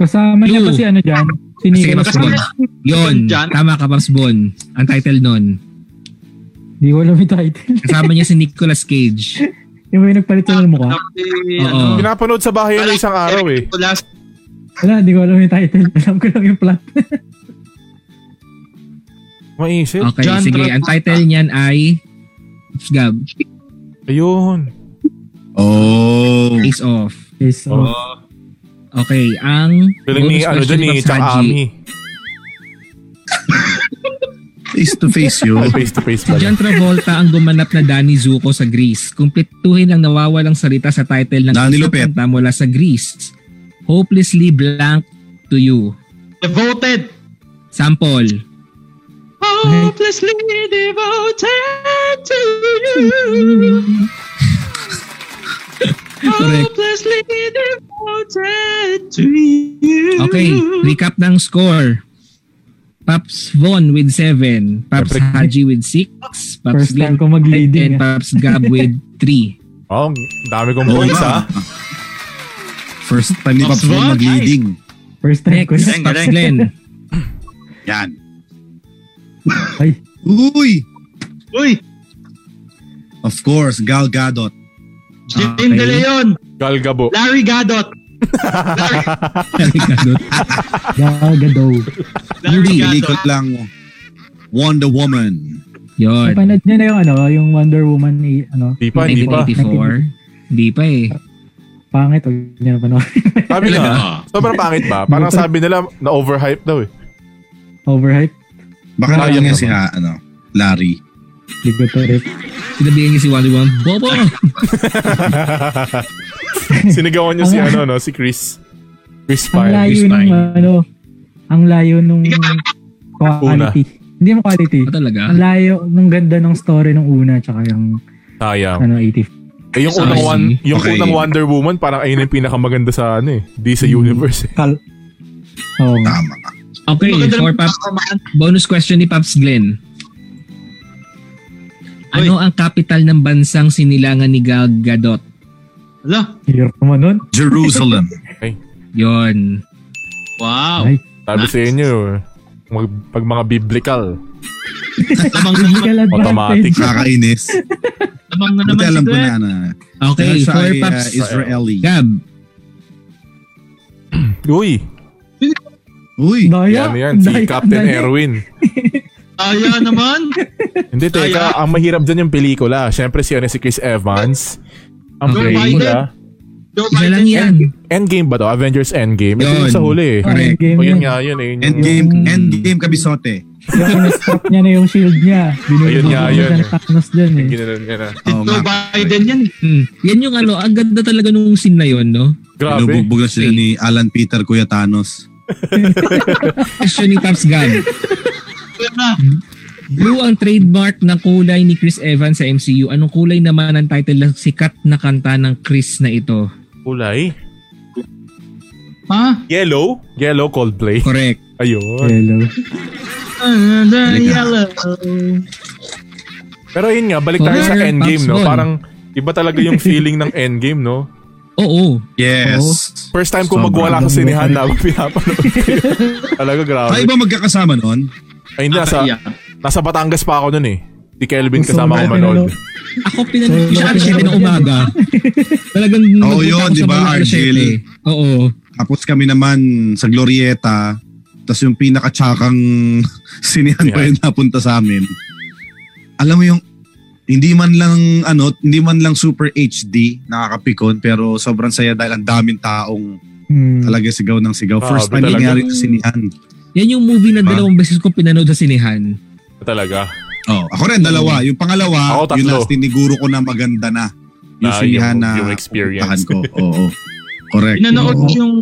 [SPEAKER 4] Kasama niya
[SPEAKER 6] You.
[SPEAKER 4] pa si ano dyan? Si
[SPEAKER 6] Sige,
[SPEAKER 4] Nicolas
[SPEAKER 6] Pops Bon.
[SPEAKER 4] Cage.
[SPEAKER 6] Yun.
[SPEAKER 5] John?
[SPEAKER 6] Tama ka, Pops Bon. Ang title nun.
[SPEAKER 4] Hindi ko alam yung title.
[SPEAKER 6] Kasama niya si Nicolas Cage.
[SPEAKER 4] Yung may nagpalit ng mukha.
[SPEAKER 5] Si,
[SPEAKER 6] Oo.
[SPEAKER 5] ano,
[SPEAKER 2] Pinapanood sa bahay nung isang araw eh.
[SPEAKER 5] Nicolas
[SPEAKER 4] Wala, hindi ko alam yung title. Alam ko lang yung plot.
[SPEAKER 2] Maisip.
[SPEAKER 6] Okay,
[SPEAKER 5] John
[SPEAKER 6] sige. Ang
[SPEAKER 5] Travolta.
[SPEAKER 6] title niyan ay Pops Gab,
[SPEAKER 2] Ayun.
[SPEAKER 1] Oh.
[SPEAKER 6] Face Off.
[SPEAKER 4] Okay, so,
[SPEAKER 5] Oh,
[SPEAKER 6] Okay, ang
[SPEAKER 2] Feeling ni,
[SPEAKER 6] bonus
[SPEAKER 2] ano
[SPEAKER 6] question
[SPEAKER 2] dyan ni
[SPEAKER 6] Pops
[SPEAKER 2] Chang
[SPEAKER 6] Haji.
[SPEAKER 2] Ami.
[SPEAKER 1] Face to face
[SPEAKER 2] Ay,
[SPEAKER 1] yun.
[SPEAKER 2] face to face
[SPEAKER 6] Si
[SPEAKER 2] pala.
[SPEAKER 6] John Travolta ang gumanap na Danny Zuko sa Greece. Kumpletuhin ang nawawalang salita sa title ng
[SPEAKER 1] Danny
[SPEAKER 6] isang
[SPEAKER 1] Lupet.
[SPEAKER 6] kanta mula sa Greece. Hopelessly blank to you.
[SPEAKER 5] Devoted.
[SPEAKER 6] Sample.
[SPEAKER 5] Hopelessly devoted to you.
[SPEAKER 6] Correct.
[SPEAKER 5] Hopelessly Oh, devoted to you.
[SPEAKER 6] Okay, recap ng score. Paps Von with 7, Paps
[SPEAKER 2] Siyempre.
[SPEAKER 6] Haji with 6, Paps
[SPEAKER 4] first
[SPEAKER 6] Glenn
[SPEAKER 4] time ko
[SPEAKER 6] and
[SPEAKER 4] mag-leading. eh.
[SPEAKER 6] Paps Gab with 3.
[SPEAKER 2] Oh, ang dami kong
[SPEAKER 1] Oo
[SPEAKER 2] points ah.
[SPEAKER 1] nga. First time ni Pops
[SPEAKER 5] Pops Von,
[SPEAKER 1] Von mag-leading.
[SPEAKER 4] First time ko.
[SPEAKER 6] Next,
[SPEAKER 5] Galing, galing.
[SPEAKER 6] Glenn.
[SPEAKER 1] Yan.
[SPEAKER 4] Ay,
[SPEAKER 1] Uy!
[SPEAKER 5] Uy,
[SPEAKER 1] Of course, Gal Gadot.
[SPEAKER 5] Jim De Leon,
[SPEAKER 2] Galgabo.
[SPEAKER 5] Larry Gadot. Larry,
[SPEAKER 4] Gal Gadot.
[SPEAKER 5] Larry
[SPEAKER 1] Hindi, hindi ko
[SPEAKER 5] Gadot.
[SPEAKER 1] lang Wonder Woman.
[SPEAKER 6] Yun.
[SPEAKER 4] Napanood niyo na yung ano, yung Wonder Woman ni ano,
[SPEAKER 2] Di pa, di pa.
[SPEAKER 6] 1984. Di pa eh.
[SPEAKER 4] pangit o niya napanood.
[SPEAKER 2] Sabi
[SPEAKER 5] Talaga,
[SPEAKER 2] nga,
[SPEAKER 5] ah.
[SPEAKER 2] sobrang pangit ba? Parang sabi nila, na-overhype daw eh.
[SPEAKER 4] Overhype.
[SPEAKER 1] Baka
[SPEAKER 2] Lion
[SPEAKER 1] lang niya
[SPEAKER 2] naman.
[SPEAKER 1] si ha, ano, Larry.
[SPEAKER 4] Ligo to rip.
[SPEAKER 6] Sinabihan niya si Wonder Woman, Bobo!
[SPEAKER 2] Sinigawan niyo si ano, no? Si Chris. Chris
[SPEAKER 4] Ang
[SPEAKER 2] Pine.
[SPEAKER 4] layo nung
[SPEAKER 6] fine.
[SPEAKER 4] ano, ang layo nung quality. Hindi mo quality.
[SPEAKER 6] Ah, talaga?
[SPEAKER 2] Ano?
[SPEAKER 4] Ang layo nung ganda nung story nung una tsaka yung
[SPEAKER 2] Sayang.
[SPEAKER 4] ano 80.
[SPEAKER 2] Eh, yung unang,
[SPEAKER 6] Sorry.
[SPEAKER 2] one, yung
[SPEAKER 1] Okay.
[SPEAKER 2] unang Wonder Woman, parang ayun yung pinakamaganda sa ano eh. Di sa universe eh.
[SPEAKER 4] Kal. Oo. nga.
[SPEAKER 1] Tama ka.
[SPEAKER 6] Okay,
[SPEAKER 5] Maganda
[SPEAKER 6] for
[SPEAKER 5] lang-
[SPEAKER 6] Paps, bonus question ni Paps Glenn. Ano ang capital ng bansang sinilangan ni Gal Gadot?
[SPEAKER 5] Ala,
[SPEAKER 2] Ah.
[SPEAKER 4] Hirap naman nun.
[SPEAKER 1] Jerusalem.
[SPEAKER 6] Yun.
[SPEAKER 5] Wow.
[SPEAKER 4] Ay,
[SPEAKER 2] Sabi sa inyo, mag, pag mga biblical.
[SPEAKER 5] Lamang na naman,
[SPEAKER 4] physical
[SPEAKER 2] Automatic.
[SPEAKER 4] advantage.
[SPEAKER 1] Kakainis.
[SPEAKER 5] lamang na
[SPEAKER 1] Buti
[SPEAKER 5] naman Ano si
[SPEAKER 1] alam ko
[SPEAKER 5] Glenn.
[SPEAKER 1] na ano, na.
[SPEAKER 6] Okay,
[SPEAKER 1] Dahil siya
[SPEAKER 6] for
[SPEAKER 1] ay, uh,
[SPEAKER 6] Paps
[SPEAKER 1] Israeli.
[SPEAKER 6] Gab.
[SPEAKER 2] Uy,
[SPEAKER 1] Uy,
[SPEAKER 4] Daya.
[SPEAKER 2] yan yan. Si
[SPEAKER 4] daya,
[SPEAKER 2] Captain
[SPEAKER 4] daya.
[SPEAKER 2] Erwin.
[SPEAKER 5] Kaya naman.
[SPEAKER 2] Hindi, teka.
[SPEAKER 5] Kaya-
[SPEAKER 2] Ang mahirap dyan yung pelikula. Siyempre si, ano, si Chris Evans. Ang
[SPEAKER 6] Okay.
[SPEAKER 2] pelikula.
[SPEAKER 5] Joe
[SPEAKER 6] Isa lang
[SPEAKER 5] Biden.
[SPEAKER 6] yan.
[SPEAKER 2] Endgame ba to? Avengers Endgame. Ito yung
[SPEAKER 6] Yun.
[SPEAKER 2] sa huli eh.
[SPEAKER 4] Ah,
[SPEAKER 6] Correct.
[SPEAKER 4] endgame
[SPEAKER 2] O yun
[SPEAKER 4] yun.
[SPEAKER 2] nga, yun eh. Yun, yung-
[SPEAKER 1] endgame, endgame kabisote.
[SPEAKER 4] Yung in-stop niya na yung shield niya.
[SPEAKER 2] Ayun nga,
[SPEAKER 4] Binubugbog
[SPEAKER 2] yun.
[SPEAKER 4] siya ng Thanos dun eh.
[SPEAKER 2] Ginanon niya na.
[SPEAKER 5] Si
[SPEAKER 1] Oo
[SPEAKER 5] Joe
[SPEAKER 1] nga.
[SPEAKER 5] Biden yan.
[SPEAKER 6] Hmm. Yan yung ano, ang ganda talaga nung scene na yun, no?
[SPEAKER 2] Grabe.
[SPEAKER 1] Binubugbog na sila ni Alan Peter Kuya Thanos.
[SPEAKER 6] Question ni Paps Gab.
[SPEAKER 5] Kaya na.
[SPEAKER 6] Blue ang trademark ng kulay ni Chris Evans sa MCU. Anong kulay naman ang title ng sikat na kanta ng Chris na ito?
[SPEAKER 2] Kulay.
[SPEAKER 5] Ha?
[SPEAKER 2] Yellow. Yellow Coldplay.
[SPEAKER 6] Correct.
[SPEAKER 2] Ayun.
[SPEAKER 4] Hello.
[SPEAKER 5] Uh, the yellow.
[SPEAKER 2] Pero yun nga, balik tayo sa
[SPEAKER 6] Correct.
[SPEAKER 2] Endgame, no?
[SPEAKER 6] Paps Bon.
[SPEAKER 2] Parang iba talaga yung feeling ng Endgame, no?
[SPEAKER 6] Oo.
[SPEAKER 1] Yes.
[SPEAKER 2] First time ko
[SPEAKER 1] Sobrang
[SPEAKER 2] magwala sa sinihan na pinapanood ko yun. Talaga
[SPEAKER 1] Tayo
[SPEAKER 2] grabe.
[SPEAKER 1] ba magkakasama noon?
[SPEAKER 2] Ay, hindi, nasa,
[SPEAKER 5] Kaya.
[SPEAKER 2] nasa Batangas pa ako nun eh. Si Kelvin
[SPEAKER 4] Gusto
[SPEAKER 2] kasama ko
[SPEAKER 4] mo ba
[SPEAKER 2] manood.
[SPEAKER 6] Ako pinanood
[SPEAKER 4] So,
[SPEAKER 6] ko siya alas 7 ng umaga. Talagang
[SPEAKER 1] Oo,
[SPEAKER 6] nagpunta
[SPEAKER 1] yun,
[SPEAKER 6] ako sa
[SPEAKER 1] di ba,
[SPEAKER 6] mga alas
[SPEAKER 1] Argel?
[SPEAKER 6] 7. Oo.
[SPEAKER 1] Tapos kami naman sa Glorieta. Tapos yung pinakatsakang sinihan pa yung napunta sa amin. Alam mo yung hindi man lang ano, hindi man lang super HD nakakapikon pero sobrang saya dahil ang daming taong
[SPEAKER 4] Hmm.
[SPEAKER 1] talaga sigaw ng sigaw. First
[SPEAKER 2] Grabe
[SPEAKER 1] time
[SPEAKER 2] talaga.
[SPEAKER 1] nangyari sa sinihan.
[SPEAKER 6] Yan yung movie na
[SPEAKER 1] Diba?
[SPEAKER 6] dalawang beses ko pinanood sa sinehan.
[SPEAKER 2] Talaga.
[SPEAKER 1] Oh, ako rin dalawa. Yung pangalawa,
[SPEAKER 2] Hmm. Ako, tatlo.
[SPEAKER 1] yung last tiniguro ko na maganda na. Yung
[SPEAKER 2] Ah,
[SPEAKER 1] sinihan
[SPEAKER 2] yung-
[SPEAKER 1] na
[SPEAKER 2] yung experience.
[SPEAKER 1] pupuntahan ko. Oo. Correct.
[SPEAKER 5] Pinanood
[SPEAKER 1] Oo.
[SPEAKER 5] ko yung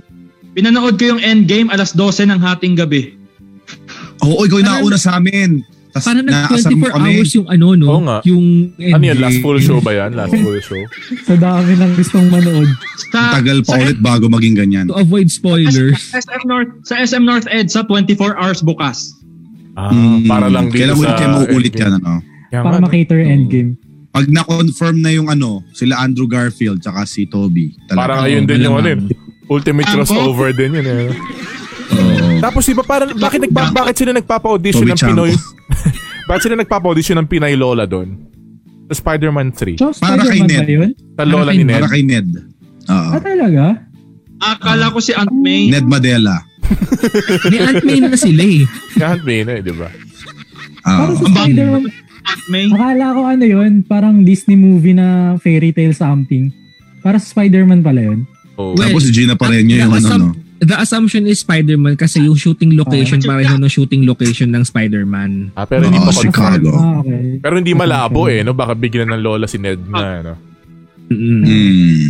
[SPEAKER 5] Pinanood ko yung Endgame alas 12 ng hating gabi.
[SPEAKER 1] Oo, ikaw yung nauna sa amin. Tapos
[SPEAKER 6] Parang nag
[SPEAKER 1] naasar
[SPEAKER 6] 24
[SPEAKER 1] mo kami.
[SPEAKER 6] hours yung ano, no?
[SPEAKER 2] Oo nga.
[SPEAKER 6] Yung
[SPEAKER 2] Ano
[SPEAKER 6] ending.
[SPEAKER 2] yan? Last full show ba yan? Last
[SPEAKER 1] Mm.
[SPEAKER 2] full show?
[SPEAKER 4] Sa dami ng gustong manood.
[SPEAKER 1] Ang
[SPEAKER 5] Sa,
[SPEAKER 1] tagal
[SPEAKER 5] sa
[SPEAKER 1] pa ulit bago maging ganyan.
[SPEAKER 6] To avoid spoilers.
[SPEAKER 5] Sa SM North, sa SM North EDSA 24 hours bukas.
[SPEAKER 2] Ah,
[SPEAKER 1] Mm,
[SPEAKER 2] para lang dito
[SPEAKER 1] Kailan
[SPEAKER 2] sa...
[SPEAKER 1] ulit kayo mauulit yan,
[SPEAKER 2] Endgame.
[SPEAKER 1] ano?
[SPEAKER 2] Kaya nga,
[SPEAKER 4] Para
[SPEAKER 2] no?
[SPEAKER 4] makater yung endgame.
[SPEAKER 1] Pag na-confirm na yung ano, sila Andrew Garfield tsaka si Toby.
[SPEAKER 2] Parang
[SPEAKER 1] Talaga.
[SPEAKER 2] ayun din yung ano yun. Ultimate
[SPEAKER 5] Ang-
[SPEAKER 2] crossover din yun. Eh.
[SPEAKER 1] Oo.
[SPEAKER 2] Tapos iba parang bakit nagpa bakit sila nagpapa-audition
[SPEAKER 1] Tommy
[SPEAKER 2] ng
[SPEAKER 1] Chango.
[SPEAKER 2] Pinoy? bakit sila nagpapa-audition ng Pinay Lola doon? Sa Spider-Man 3.
[SPEAKER 4] So,
[SPEAKER 1] Para kay
[SPEAKER 4] Spider-Man ba
[SPEAKER 1] Ned.
[SPEAKER 4] yun?
[SPEAKER 2] Sa Lola
[SPEAKER 6] kay-
[SPEAKER 2] ni
[SPEAKER 1] Para
[SPEAKER 2] Ned.
[SPEAKER 1] kay Ned. Oo.
[SPEAKER 4] Ah, talaga?
[SPEAKER 5] Akala ko si Aunt May.
[SPEAKER 1] Ned Madela.
[SPEAKER 6] May Ant-Man na sila eh.
[SPEAKER 2] Yan, Pinay, di ba? Ah,
[SPEAKER 4] Para
[SPEAKER 1] Oo.
[SPEAKER 4] sa Spider-Man.
[SPEAKER 5] Aunt May.
[SPEAKER 4] Akala ko ano yun, parang Disney movie na fairy tale something. Para sa Spider-Man pala yun.
[SPEAKER 2] Oh.
[SPEAKER 6] Well,
[SPEAKER 1] Tapos si Gina Pareño yung
[SPEAKER 6] the
[SPEAKER 1] ano, no?
[SPEAKER 6] assump- The assumption is Spider-Man kasi yung shooting location pareho ng shooting location ng Spider-Man.
[SPEAKER 2] ah, pero hindi
[SPEAKER 1] Oo,
[SPEAKER 2] pa
[SPEAKER 1] si
[SPEAKER 2] confirmed.
[SPEAKER 1] Chicago.
[SPEAKER 4] Ah, okay.
[SPEAKER 2] Pero hindi malabo eh, no? Baka bigyan ng lola si Ned na, ano.
[SPEAKER 6] Mm-mm.
[SPEAKER 1] Hmm.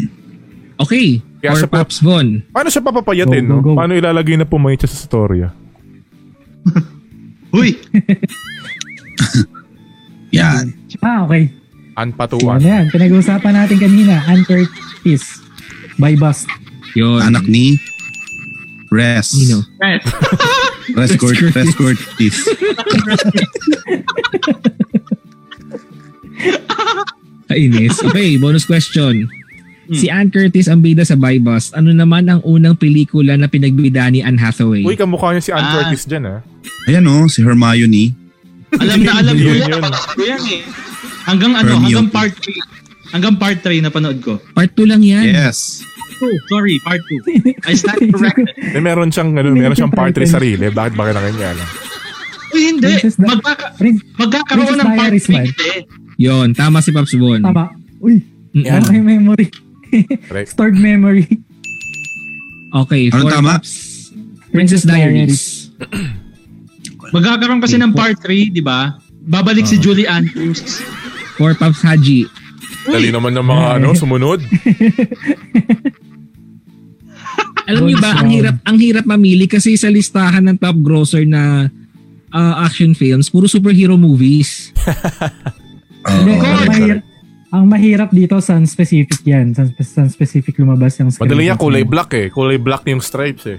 [SPEAKER 6] Okay.
[SPEAKER 2] Kaya
[SPEAKER 6] Or
[SPEAKER 2] sa pa-
[SPEAKER 6] Pops Von.
[SPEAKER 2] Paano siya papapayatin,
[SPEAKER 4] Go, go,
[SPEAKER 2] no?
[SPEAKER 4] go.
[SPEAKER 2] Paano ilalagay na pumayat siya sa ah? storya?
[SPEAKER 5] Uy,
[SPEAKER 1] Yan.
[SPEAKER 4] Ah, okay.
[SPEAKER 2] Anpatuan.
[SPEAKER 4] Ano yan? Pinag-uusapan natin kanina, Hunter Kiss by Bust.
[SPEAKER 6] Yun.
[SPEAKER 1] Anak ni Res.
[SPEAKER 6] Nino.
[SPEAKER 1] Res Cort-
[SPEAKER 6] Res Curtis.
[SPEAKER 1] Res Curtis.
[SPEAKER 6] Kainis. Okay, bonus question. Si Ann Curtis ang bida sa Bybus. Ano naman ang unang pelikula na pinagbida ni Anne Hathaway?
[SPEAKER 2] Uy, kamukha niya si Ann
[SPEAKER 5] Ah.
[SPEAKER 2] Curtis dyan ah.
[SPEAKER 1] Ayan oh, si Hermione.
[SPEAKER 5] Alam na alam ko
[SPEAKER 2] Yun,
[SPEAKER 5] yan.
[SPEAKER 2] yun.
[SPEAKER 5] Napanood ko yan eh. Hanggang ano,
[SPEAKER 1] Hermione.
[SPEAKER 5] hanggang part 3. Hanggang part 3 napanood ko.
[SPEAKER 6] Part 2 lang yan.
[SPEAKER 1] Yes.
[SPEAKER 5] Two, Sorry, part 2. I stand corrected.
[SPEAKER 2] Eh, meron siyang, ano, meron siyang part 3 sarili. Bakit ba kailangan niya alam?
[SPEAKER 5] Uy, hindi.
[SPEAKER 4] Princess Di-
[SPEAKER 5] Magkaka-
[SPEAKER 4] Prin-
[SPEAKER 5] magkakaroon
[SPEAKER 4] Princess
[SPEAKER 5] ng part
[SPEAKER 4] Diaries
[SPEAKER 5] 3
[SPEAKER 4] man.
[SPEAKER 5] kasi.
[SPEAKER 6] Yon, tama si Pops Bon.
[SPEAKER 4] Tama. Uy,
[SPEAKER 6] Mm-mm.
[SPEAKER 2] Yan.
[SPEAKER 4] malaki memory.
[SPEAKER 2] Correct.
[SPEAKER 4] Stored memory.
[SPEAKER 6] Okay,
[SPEAKER 1] Ano
[SPEAKER 6] for
[SPEAKER 1] tama?
[SPEAKER 6] Pops, Princess Diaries.
[SPEAKER 5] Magkakaroon kasi ng part 3, di ba? Babalik
[SPEAKER 1] Ah.
[SPEAKER 5] si Julie Andrews.
[SPEAKER 6] For Pops Haji.
[SPEAKER 2] Dali naman ng mga ano, sumunod.
[SPEAKER 6] Alam niyo ba, ang hirap, ang hirap mamili kasi sa listahan ng top grosser na ah, action films, puro superhero movies.
[SPEAKER 1] Oo,
[SPEAKER 4] Hindi, ang,
[SPEAKER 1] correct,
[SPEAKER 4] mahirap,
[SPEAKER 1] correct.
[SPEAKER 4] ang mahirap dito, sun specific yan. Sun, sun specific lumabas yung screen.
[SPEAKER 2] Madali yan, kulay black eh. Kulay black yung stripes eh.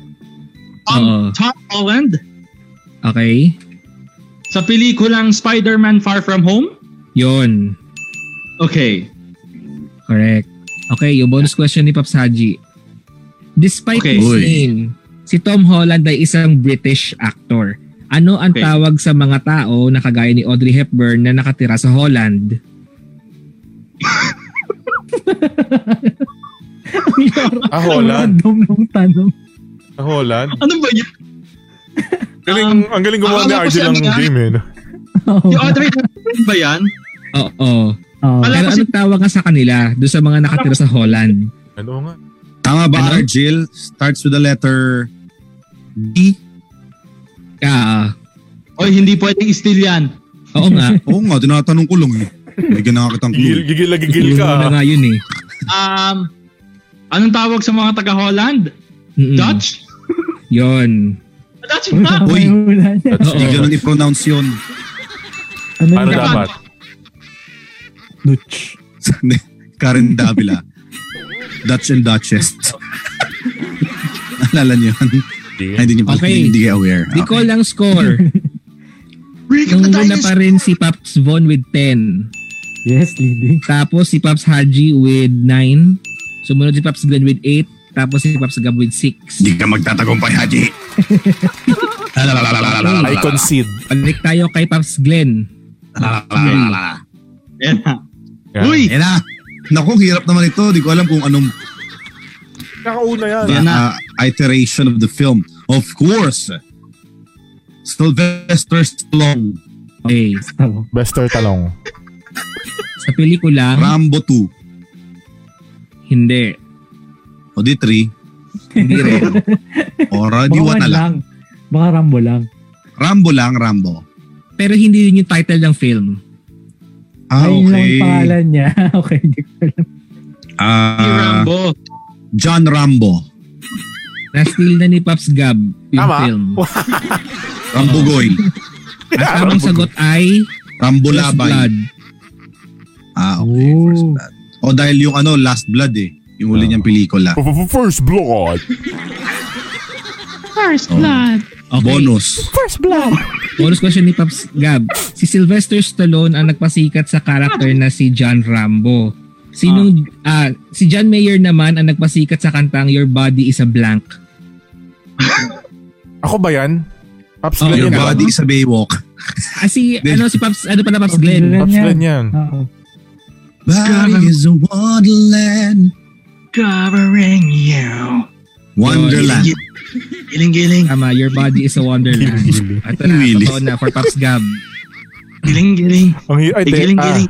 [SPEAKER 5] Tom,
[SPEAKER 6] Oo.
[SPEAKER 5] Tom Holland
[SPEAKER 6] Okay?
[SPEAKER 5] sa pelikulang Spider-Man Far From Home.
[SPEAKER 6] Yon.
[SPEAKER 5] Okay.
[SPEAKER 6] Correct. Okay, yung bonus question ni Pops Haji. Despite
[SPEAKER 5] Okay.
[SPEAKER 6] his
[SPEAKER 1] Uy.
[SPEAKER 6] name, si Tom Holland ay isang British actor. Ano ang
[SPEAKER 5] Okay.
[SPEAKER 6] tawag sa mga tao na kagaya ni Audrey Hepburn na nakatira sa Holland?
[SPEAKER 2] Ah, Holland.
[SPEAKER 4] Random nung tanong.
[SPEAKER 2] Ah, Holland.
[SPEAKER 5] Ano ba yun?
[SPEAKER 2] Galing,
[SPEAKER 5] Um,
[SPEAKER 2] ang galing gumawa ni
[SPEAKER 5] akala ko
[SPEAKER 2] RJ
[SPEAKER 5] siya
[SPEAKER 2] ng
[SPEAKER 5] nga.
[SPEAKER 2] game eh. no?
[SPEAKER 4] Oo.
[SPEAKER 5] Si Audrey Hepburn ba yan?
[SPEAKER 6] Oo.
[SPEAKER 4] Oo.
[SPEAKER 5] Wala
[SPEAKER 6] Pero
[SPEAKER 5] kasi-
[SPEAKER 6] anong tawag ka sa kanila doon sa mga nakatira sa Holland?
[SPEAKER 2] Ano nga?
[SPEAKER 1] Tama ba,
[SPEAKER 6] Ano?
[SPEAKER 1] Argil? Starts with the letter D.
[SPEAKER 6] Ah,
[SPEAKER 5] Oy, hindi pwedeng steal yan.
[SPEAKER 6] oo nga.
[SPEAKER 1] Oo nga, tinatanong ko lang eh. Bigyan na kitang
[SPEAKER 2] Gigil,
[SPEAKER 1] clue.
[SPEAKER 2] gigil na gigil
[SPEAKER 6] Yung
[SPEAKER 2] ka. ah.
[SPEAKER 6] na nga yun eh.
[SPEAKER 5] Um, anong tawag sa mga taga-Holland?
[SPEAKER 6] Mm-mm.
[SPEAKER 5] Dutch? Ah,
[SPEAKER 6] Yun.
[SPEAKER 5] Dutch ba?
[SPEAKER 1] Uy.
[SPEAKER 4] Uy, wala na.
[SPEAKER 2] That's-
[SPEAKER 1] Hindi ganun i-pronounce yun.
[SPEAKER 4] Ano
[SPEAKER 2] Ano
[SPEAKER 4] yun?
[SPEAKER 2] dapat?
[SPEAKER 4] Dutch.
[SPEAKER 1] Karen Davila. Dutch and Duchess. Naalala niyo yun? Ay, hindi niyo pala,
[SPEAKER 6] Okay.
[SPEAKER 1] hindi kayo aware. Ah,
[SPEAKER 6] Di ko lang score.
[SPEAKER 5] Break up the
[SPEAKER 6] Nunguna pa
[SPEAKER 5] dynasty.
[SPEAKER 6] rin si Pops Von with 10.
[SPEAKER 4] Yes, leading.
[SPEAKER 6] Tapos si Pops Haji with 9. Sumunod si Pops Glenn with 8. Tapos si Pops Gab with 6.
[SPEAKER 1] Hindi ka magtatagumpay, Haji. Mm.
[SPEAKER 2] I concede.
[SPEAKER 6] Balik tayo kay Pops Glenn.
[SPEAKER 5] Yan na.
[SPEAKER 2] Yan.
[SPEAKER 5] Uy!
[SPEAKER 1] Yan na. Naku, hirap naman ito. Di ko alam kung anong
[SPEAKER 2] Nakauna yan.
[SPEAKER 5] Yan na.
[SPEAKER 1] uh, iteration of the film. Of course, Sylvester Stallone,
[SPEAKER 6] Okay.
[SPEAKER 4] Talo.
[SPEAKER 2] Bester talong.
[SPEAKER 6] Sa pelikula,
[SPEAKER 1] Rambo 2,
[SPEAKER 6] hindi.
[SPEAKER 1] o di 3,
[SPEAKER 6] Hindi rin.
[SPEAKER 1] o ra- di 1
[SPEAKER 4] Baka one
[SPEAKER 1] na lang.
[SPEAKER 4] lang. Baka Rambo lang.
[SPEAKER 1] Rambo lang, Rambo.
[SPEAKER 6] Pero hindi rin yung title ng film.
[SPEAKER 1] Ah,
[SPEAKER 4] Ayun lang yung
[SPEAKER 1] okay.
[SPEAKER 4] pangalan niya. okay, di ko alam.
[SPEAKER 5] Si
[SPEAKER 1] Ah,
[SPEAKER 5] Rambo.
[SPEAKER 1] John Rambo.
[SPEAKER 6] Na-steal na ni Pops Gab yung
[SPEAKER 2] Tama.
[SPEAKER 6] film.
[SPEAKER 1] Rambo Goy.
[SPEAKER 6] Ano Ang tamang sagot ay
[SPEAKER 1] Rambo
[SPEAKER 6] First
[SPEAKER 1] Labay.
[SPEAKER 6] Blood.
[SPEAKER 1] Ah, okay. First Blood. O dahil yung ano, Last Blood eh. Yung huli niyang
[SPEAKER 4] Ah.
[SPEAKER 1] pelikula.
[SPEAKER 2] First blood.
[SPEAKER 1] First Blood.
[SPEAKER 6] Okay.
[SPEAKER 1] Bonus.
[SPEAKER 6] Bonus question ni Pops Gab. Si Sylvester Stallone ang nagpasikat sa karakter na si John Rambo. Sinong ah, si John Mayer naman ang nagpasikat sa kantang Your Body is a Blank.
[SPEAKER 2] Ako ba yan? Pops
[SPEAKER 6] Oh,
[SPEAKER 4] Ano
[SPEAKER 2] Glenn
[SPEAKER 1] Your
[SPEAKER 2] yan. ah.
[SPEAKER 1] body is a Baywalk.
[SPEAKER 6] Ah, si
[SPEAKER 1] Then-
[SPEAKER 6] ano si Pops ano pala Pops
[SPEAKER 4] Pops
[SPEAKER 6] Glenn?
[SPEAKER 4] Glenn.
[SPEAKER 2] Pops
[SPEAKER 4] Yan.
[SPEAKER 2] Glenn yan.
[SPEAKER 4] Oo.
[SPEAKER 1] Body is a wonderland.
[SPEAKER 5] Covering you.
[SPEAKER 1] Wonderland.
[SPEAKER 5] Giling-giling.
[SPEAKER 6] Tama, Your Body is a Wonderland. Ito na,
[SPEAKER 1] Willy.
[SPEAKER 6] totoo na for Pops Gab.
[SPEAKER 5] Giling-giling.
[SPEAKER 2] Ang hi- ay, te, ah,
[SPEAKER 5] Giling-giling.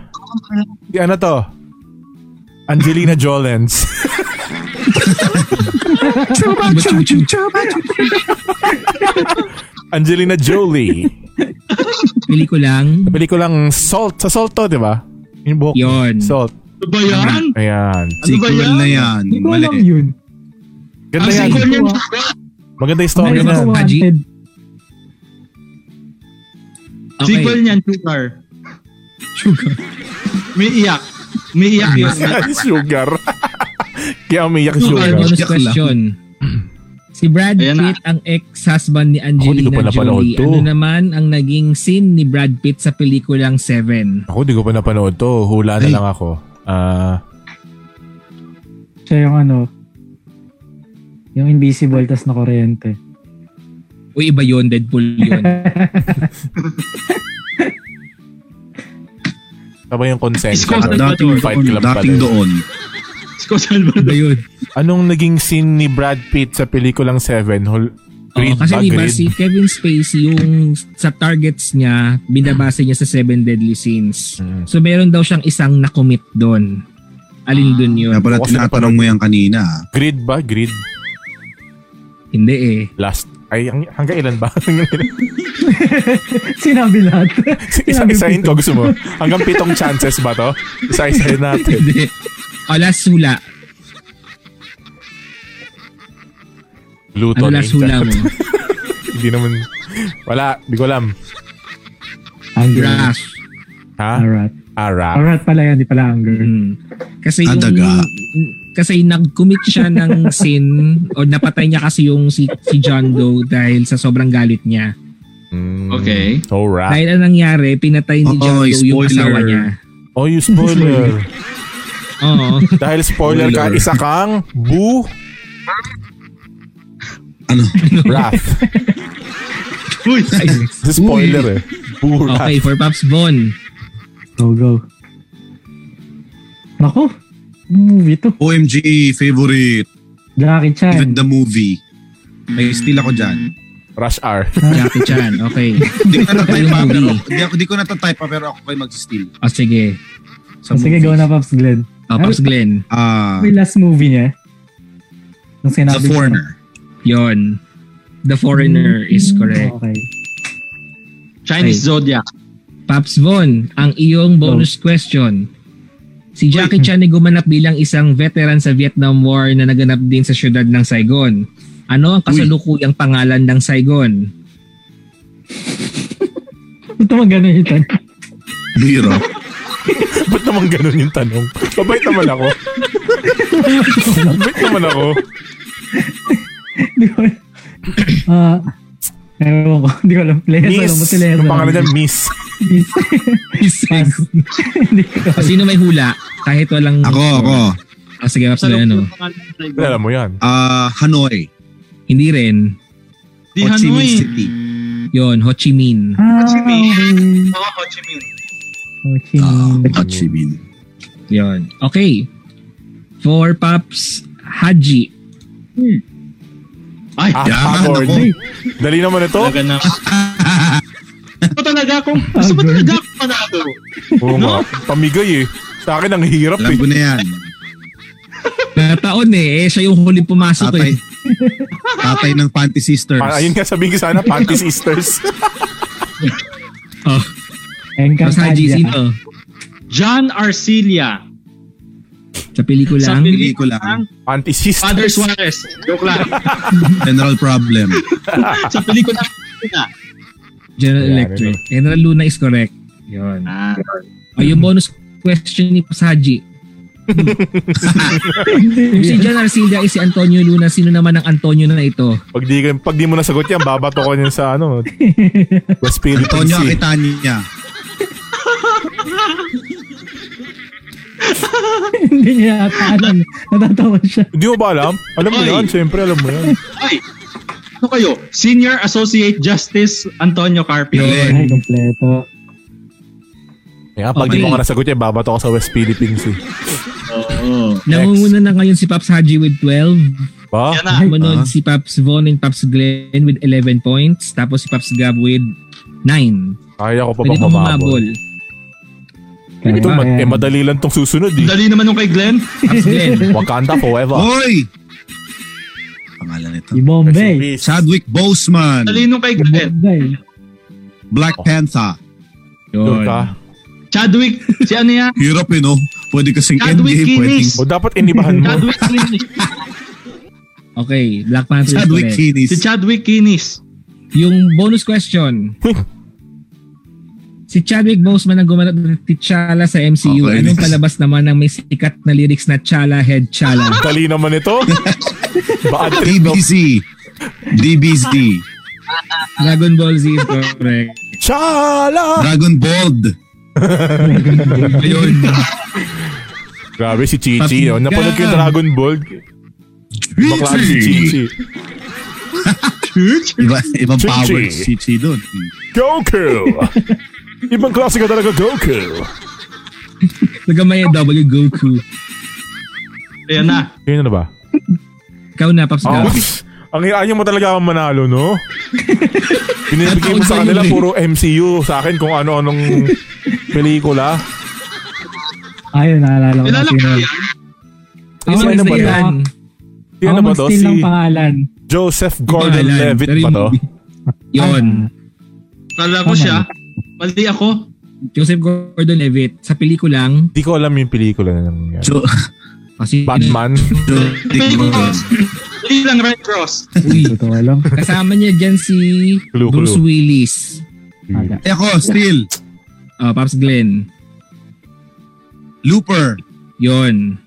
[SPEAKER 2] di ano to? Angelina Jolens. Angelina Jolie.
[SPEAKER 6] Pelikulang
[SPEAKER 2] Pelikulang Salt. Sa Salt to, di ba? Yung buhok.
[SPEAKER 6] Yon.
[SPEAKER 2] Salt.
[SPEAKER 5] Ano ba yan?
[SPEAKER 2] Ayan.
[SPEAKER 1] Sequel
[SPEAKER 5] yan?
[SPEAKER 1] na yan.
[SPEAKER 4] Di ko alam
[SPEAKER 1] Mali.
[SPEAKER 4] yun.
[SPEAKER 5] Ang
[SPEAKER 2] Ganda Ano yan.
[SPEAKER 5] sequel niya.
[SPEAKER 2] Maganda yung story
[SPEAKER 6] Ano
[SPEAKER 2] na.
[SPEAKER 6] ba?
[SPEAKER 4] Ako
[SPEAKER 6] Haji?
[SPEAKER 4] wanted.
[SPEAKER 5] Sequel
[SPEAKER 6] Okay.
[SPEAKER 5] niyan, Sugar. May iyak. May iyak yun.
[SPEAKER 2] sugar. Kaya umiyak yung
[SPEAKER 6] Okay,
[SPEAKER 2] sugar.
[SPEAKER 6] bonus
[SPEAKER 1] Joke lang.
[SPEAKER 6] question. Si Brad
[SPEAKER 5] Ayan na.
[SPEAKER 6] Pitt ang ex-husband ni
[SPEAKER 2] Ako, di ko pa
[SPEAKER 6] Angelina
[SPEAKER 2] napanood
[SPEAKER 6] Jolie.
[SPEAKER 2] to.
[SPEAKER 6] Ano naman ang naging scene ni Brad Pitt sa pelikulang Seven?
[SPEAKER 2] Ako, di ko pa napanood to. Hula na
[SPEAKER 1] Ay.
[SPEAKER 2] lang ako. Ah,
[SPEAKER 4] Siya yung ano, yung invisible tas na kuryente.
[SPEAKER 6] Uy, iba yun. Deadpool yun.
[SPEAKER 2] Tama ano yung Ano? konsensya.
[SPEAKER 5] Isko,
[SPEAKER 2] ng
[SPEAKER 5] Salvador.
[SPEAKER 1] Dating
[SPEAKER 2] Fight
[SPEAKER 1] doon,
[SPEAKER 2] Club pa
[SPEAKER 1] dating
[SPEAKER 2] rin.
[SPEAKER 1] doon.
[SPEAKER 5] Isko Salvador.
[SPEAKER 6] iba yun.
[SPEAKER 2] Anong naging scene ni Brad Pitt sa pelikulang Seven? Hol-
[SPEAKER 6] Oo,
[SPEAKER 2] grade
[SPEAKER 6] Oh, kasi
[SPEAKER 2] ba?
[SPEAKER 6] di ba
[SPEAKER 2] Grade?
[SPEAKER 6] si Kevin Spacey yung sa targets niya, binabase niya sa Seven Deadly Sins.
[SPEAKER 2] Mm.
[SPEAKER 6] So meron daw siyang isang nakomit doon. Alin doon yun?
[SPEAKER 1] Kaya pala
[SPEAKER 2] Bukas na
[SPEAKER 1] tinatanong mo yan kanina. ah.
[SPEAKER 2] Grade ba? Grade?
[SPEAKER 6] Hindi eh.
[SPEAKER 2] Last? Ay, hang- hanggang ilan ba? Hanggang ilan?
[SPEAKER 4] Sinabi lahat.
[SPEAKER 2] Isa-isahin ko, gusto mo? Hanggang pitong chances ba to? Isa-isahin natin.
[SPEAKER 6] Hindi. O, last hula.
[SPEAKER 2] Luto.
[SPEAKER 6] Ano
[SPEAKER 2] ni-
[SPEAKER 6] last hula mo?
[SPEAKER 2] Hindi naman. Wala. Hindi ko alam.
[SPEAKER 4] Anger.
[SPEAKER 6] Grass.
[SPEAKER 2] Ha?
[SPEAKER 4] Arat.
[SPEAKER 2] Ara.
[SPEAKER 4] Arat pala yan, di pala anger.
[SPEAKER 6] Mm. Kasi yung...
[SPEAKER 1] Adaga.
[SPEAKER 6] Kasi nag-commit siya ng sin o napatay niya kasi yung si, si John Doe dahil sa sobrang galit niya.
[SPEAKER 2] Mm.
[SPEAKER 5] Okay.
[SPEAKER 2] Alright.
[SPEAKER 6] Dahil anong nangyari, pinatay ni
[SPEAKER 1] Oo,
[SPEAKER 6] John Doe yung
[SPEAKER 1] spoiler.
[SPEAKER 6] asawa niya.
[SPEAKER 2] Oh, you spoiler.
[SPEAKER 6] Oo.
[SPEAKER 2] Dahil spoiler ka,
[SPEAKER 1] Spoiler.
[SPEAKER 2] isa kang bu
[SPEAKER 1] Ano?
[SPEAKER 2] Wrath.
[SPEAKER 5] Uy,
[SPEAKER 2] Spoiler eh. Bu
[SPEAKER 6] okay, for Pops Bon.
[SPEAKER 4] Go, go. Nako. Movie to.
[SPEAKER 1] OMG, favorite.
[SPEAKER 4] Jackie
[SPEAKER 1] Even
[SPEAKER 4] Chan.
[SPEAKER 1] the movie. May still ako dyan.
[SPEAKER 2] Rush R.
[SPEAKER 6] Jackie Chan. Okay.
[SPEAKER 1] Hindi ko natatype pa, pero
[SPEAKER 6] Movie.
[SPEAKER 1] hindi ako, hindi ko natatype pa, pero ako kayo mag-steal.
[SPEAKER 6] O Ah, sige. Sa
[SPEAKER 4] Oh, sige,
[SPEAKER 6] movies.
[SPEAKER 4] go na Ano? Pops Glenn.
[SPEAKER 6] O, Pops Glenn.
[SPEAKER 1] Ah,
[SPEAKER 4] May last movie niya. Nung
[SPEAKER 1] The
[SPEAKER 4] sinabi ko na-
[SPEAKER 1] Foreigner.
[SPEAKER 6] Yon. The Foreigner
[SPEAKER 4] Mm.
[SPEAKER 6] is correct.
[SPEAKER 4] Oh, Okay.
[SPEAKER 5] Chinese Zodiac.
[SPEAKER 6] Pops Von, ang iyong bonus question. Si Jackie Chan ay gumanap bilang isang veteran sa Vietnam War na naganap din sa syudad ng Saigon. Ano ang kasalukuyang pangalan ng Saigon?
[SPEAKER 4] Ito magano'n yung tanong.
[SPEAKER 1] Biro.
[SPEAKER 2] Ba't naman ganun yung tanong? Mabait naman ako. Mabait naman ako.
[SPEAKER 4] Hindi ko alam. Ah, ewan ko. Hindi ko alam. Players
[SPEAKER 2] Miss.
[SPEAKER 4] alam mo sila yan.
[SPEAKER 2] Yung pangalan niya, Miss.
[SPEAKER 4] Miss. Pass. Hindi ko
[SPEAKER 6] O, sino may hula? Kahit walang...
[SPEAKER 1] Ako, ako.
[SPEAKER 6] O, sige, Pops
[SPEAKER 5] Sa
[SPEAKER 6] Glenn, ano?
[SPEAKER 5] ng pangalan ng Saigon.
[SPEAKER 2] Alam mo yan.
[SPEAKER 1] Ah, Hanoi.
[SPEAKER 6] Hindi rin.
[SPEAKER 5] Di
[SPEAKER 1] Ho Chi
[SPEAKER 5] Hanoi.
[SPEAKER 1] Minh City.
[SPEAKER 6] Yon, Ho Chi Minh.
[SPEAKER 4] Ah,
[SPEAKER 5] Ho Chi Minh.
[SPEAKER 4] okay.
[SPEAKER 5] Oo, Ho Chi Minh.
[SPEAKER 4] Ho Chi
[SPEAKER 1] Ah,
[SPEAKER 4] Minh.
[SPEAKER 1] Ho Chi Minh.
[SPEAKER 6] Yon. Okay. For Pops Haji,
[SPEAKER 5] Ay,
[SPEAKER 2] Ah,
[SPEAKER 1] Yaman
[SPEAKER 2] pagod.
[SPEAKER 1] ako.
[SPEAKER 2] Dali naman ito.
[SPEAKER 5] talaga na. Gusto talaga akong, gusto mo
[SPEAKER 4] Agad.
[SPEAKER 5] talaga akong panalo.
[SPEAKER 2] Oo nga. Pamigay eh. Sa akin, ang hirap
[SPEAKER 1] Alam
[SPEAKER 2] eh.
[SPEAKER 1] ko na yan.
[SPEAKER 6] Nataon eh. Eh, siya yung huling pumasok
[SPEAKER 1] Tatay.
[SPEAKER 6] eh.
[SPEAKER 1] Tatay ng Panty Sisters.
[SPEAKER 2] Ah, ayun nga sabihin ko sana, Panty Sisters.
[SPEAKER 6] Oh, tapos
[SPEAKER 4] Encantadia.
[SPEAKER 6] Haji, sino?
[SPEAKER 5] John Arcilia.
[SPEAKER 6] Sa pelikulang?
[SPEAKER 5] Sa
[SPEAKER 1] Hindi ko lang.
[SPEAKER 5] pelikulang
[SPEAKER 2] Panty Sisters.
[SPEAKER 5] Father Suarez. Joke lang.
[SPEAKER 1] General problem.
[SPEAKER 5] Sa pelikula na.
[SPEAKER 6] General
[SPEAKER 2] Wala
[SPEAKER 6] Electric. General Luna is correct. Yun.
[SPEAKER 5] Ah,
[SPEAKER 6] O, yung bonus question ni Pops Haji. Kung si John Arcilla is si Antonio Luna, sino naman ang Antonio na ito?
[SPEAKER 2] Pag di, pag di mo nasagot yan, babato ko niyan sa ano. West Philippine
[SPEAKER 1] Antonio
[SPEAKER 2] Sea.
[SPEAKER 1] Aquitania.
[SPEAKER 4] Hindi niya ata alam. Natatawa siya.
[SPEAKER 2] Hindi mo ba alam? Alam mo
[SPEAKER 5] Ay.
[SPEAKER 2] yan, siyempre alam mo yan.
[SPEAKER 5] Ay! Ano kayo? Senior Associate Justice Antonio Carpio.
[SPEAKER 1] Yun.
[SPEAKER 4] Ay, kompleto.
[SPEAKER 2] Kaya pag di mo ka nasagot yan, babato ko sa West eh. Philippine Sea.
[SPEAKER 5] Oo.
[SPEAKER 6] Nangunguna na ngayon si Pops Haji with 12.
[SPEAKER 2] Ba?
[SPEAKER 5] Yan na.
[SPEAKER 6] Sumunod
[SPEAKER 1] Ah.
[SPEAKER 6] si Pops Von and Pops Glenn with 11 points. Tapos si Pops Gab with 9.
[SPEAKER 2] Kaya ko pa
[SPEAKER 6] Pwede
[SPEAKER 2] bang
[SPEAKER 6] pang
[SPEAKER 2] humabol?
[SPEAKER 6] humabol.
[SPEAKER 4] Kaya,
[SPEAKER 2] Ito, ma- eh,
[SPEAKER 4] ayan.
[SPEAKER 2] madali lang tong susunod
[SPEAKER 5] Ang
[SPEAKER 2] eh.
[SPEAKER 5] Dali naman nung kay Glenn.
[SPEAKER 6] Pops Glenn.
[SPEAKER 2] Wakanda forever.
[SPEAKER 1] Hoy! Pangalan nito.
[SPEAKER 4] Si Bombay.
[SPEAKER 2] Rest in peace.
[SPEAKER 1] Chadwick Boseman.
[SPEAKER 5] Ang Dali nung
[SPEAKER 4] Si
[SPEAKER 5] kay Glenn.
[SPEAKER 4] Bombay.
[SPEAKER 1] Black Panther.
[SPEAKER 2] Doon
[SPEAKER 6] Yun.
[SPEAKER 2] ka.
[SPEAKER 5] Chadwick. Si ano yan?
[SPEAKER 1] Hirap eh, no? Pwede kasing
[SPEAKER 5] Chadwick
[SPEAKER 1] Endgame, pwedeng...
[SPEAKER 5] Kinis.
[SPEAKER 2] O dapat inibahan mo.
[SPEAKER 5] Chadwick Kinis.
[SPEAKER 6] Okay, Black Panther is
[SPEAKER 1] Chadwick
[SPEAKER 6] correct.
[SPEAKER 1] Kinis.
[SPEAKER 5] Si Chadwick Kinis.
[SPEAKER 6] Yung bonus question. si Chadwick Boseman ang gumanap ng T'Challa sa MCU.
[SPEAKER 1] Okay.
[SPEAKER 6] Anong palabas naman ng may sikat na lyrics na Chala Head Chala?
[SPEAKER 2] Dali naman ito. Bad trip no?
[SPEAKER 1] DBZ. DBZ.
[SPEAKER 6] Dragon Ball Z is correct.
[SPEAKER 2] Chala!
[SPEAKER 1] Dragon Ball.
[SPEAKER 6] Ayun.
[SPEAKER 2] Grabe si Chichi. Oh. Napanood ko yung
[SPEAKER 1] Patigan.
[SPEAKER 2] Dragon Ball. Bakla si Chichi.
[SPEAKER 1] Iba, ibang
[SPEAKER 2] Chichi.
[SPEAKER 1] power si Chi doon.
[SPEAKER 2] Goku! Ibang klase ka talaga, Goku.
[SPEAKER 6] Nagamay ang W Goku.
[SPEAKER 5] Ayan na.
[SPEAKER 2] Yun na ba?
[SPEAKER 6] Ikaw na, Paps
[SPEAKER 2] Oh,
[SPEAKER 6] Gab.
[SPEAKER 2] ang ayaw mo talaga akong manalo, no? Binibigay mo
[SPEAKER 6] Tataon
[SPEAKER 2] sa kanila
[SPEAKER 6] sa'yo, eh.
[SPEAKER 2] puro MCU. Sa akin kung ano-anong pelikula.
[SPEAKER 4] Ayun, naalala ko na
[SPEAKER 5] Kilala
[SPEAKER 2] Sino Ano ba
[SPEAKER 4] sino.
[SPEAKER 5] ko yan.
[SPEAKER 6] Ako na ba
[SPEAKER 2] to?
[SPEAKER 6] yan?
[SPEAKER 2] Yan
[SPEAKER 4] Ako
[SPEAKER 2] na ba to?
[SPEAKER 4] mag-steal ng
[SPEAKER 2] Si
[SPEAKER 4] pangalan.
[SPEAKER 2] Joseph Gordon-Levitt
[SPEAKER 6] Pero
[SPEAKER 2] ba
[SPEAKER 6] yung
[SPEAKER 2] to?
[SPEAKER 6] movie- Yun.
[SPEAKER 5] Kala ko
[SPEAKER 4] Tama.
[SPEAKER 5] siya. Mali ako.
[SPEAKER 6] Joseph Gordon-Levitt. Sa pelikulang... oh,
[SPEAKER 2] Di ko alam yung pelikula na nangyari.
[SPEAKER 1] So,
[SPEAKER 6] Kasi
[SPEAKER 2] Batman.
[SPEAKER 1] so,
[SPEAKER 5] Mali ko. Mali lang Red Cross.
[SPEAKER 4] Uy. Totoo lang.
[SPEAKER 6] Kasama niya dyan si
[SPEAKER 2] Clue,
[SPEAKER 6] Bruce
[SPEAKER 2] clue.
[SPEAKER 6] Willis.
[SPEAKER 4] Aga.
[SPEAKER 1] Eh, ako, still,
[SPEAKER 6] Uh, Pops Glenn.
[SPEAKER 1] Looper.
[SPEAKER 6] Yun.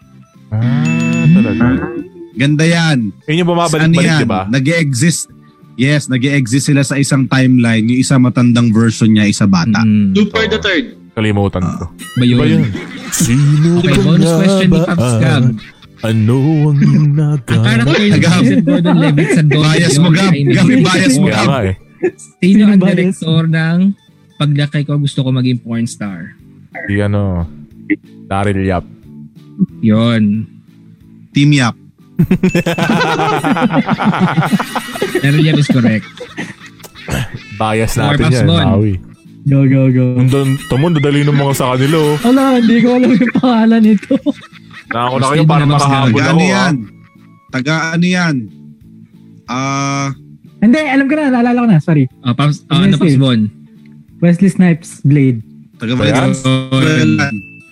[SPEAKER 2] Ah, talaga.
[SPEAKER 1] Ganda yan.
[SPEAKER 2] Yun yung bumabalik-balik, di ba?
[SPEAKER 1] Nag-exist. Yes, nag-exist sila sa isang timeline. Yung isa matandang version niya, isa bata.
[SPEAKER 6] Mm.
[SPEAKER 5] Super
[SPEAKER 2] Oo.
[SPEAKER 5] the third.
[SPEAKER 2] Kalimutan ko.
[SPEAKER 6] Ba yun?
[SPEAKER 2] Iba yun. Sino
[SPEAKER 6] Okay, bonus question ni Pops
[SPEAKER 2] Ah.
[SPEAKER 6] Gab.
[SPEAKER 2] Ano ang
[SPEAKER 6] Ang
[SPEAKER 2] nagagawa?
[SPEAKER 6] character ni
[SPEAKER 1] Gab.
[SPEAKER 6] Joseph Gordon-Levitt sa Don
[SPEAKER 1] Bias mo, Gab. Gab, yung bias mo,
[SPEAKER 2] Kaya
[SPEAKER 1] Gab.
[SPEAKER 2] nga eh.
[SPEAKER 6] Sino ang
[SPEAKER 4] Sino ba yun?
[SPEAKER 6] director ng Paglaki ko gusto ko maging porn star?
[SPEAKER 2] Si ano, Daryl Yap.
[SPEAKER 6] Yun.
[SPEAKER 1] Team Yap.
[SPEAKER 6] Meron yan is correct.
[SPEAKER 2] Bias
[SPEAKER 6] Or
[SPEAKER 2] natin
[SPEAKER 6] Pops
[SPEAKER 2] yan.
[SPEAKER 6] Bon.
[SPEAKER 2] Nawi.
[SPEAKER 4] Go, go, go.
[SPEAKER 2] Nandun, tamon, dadali ng mga sa kanila. oh.
[SPEAKER 4] Wala, hindi ko alam yung pangalan nito.
[SPEAKER 2] Nako na kayo, parang
[SPEAKER 6] Mas
[SPEAKER 2] nakahabol
[SPEAKER 1] Taga
[SPEAKER 2] ako.
[SPEAKER 1] ano
[SPEAKER 2] ah.
[SPEAKER 1] yan? Taga ano yan? Ah,
[SPEAKER 4] hindi, alam ko na. Naalala ko na. Sorry.
[SPEAKER 6] Oh, Pops, oh, ano Pops Bon?
[SPEAKER 4] Wesley Snipes, Blade.
[SPEAKER 1] taga
[SPEAKER 2] Ba yan?
[SPEAKER 1] Venezuela.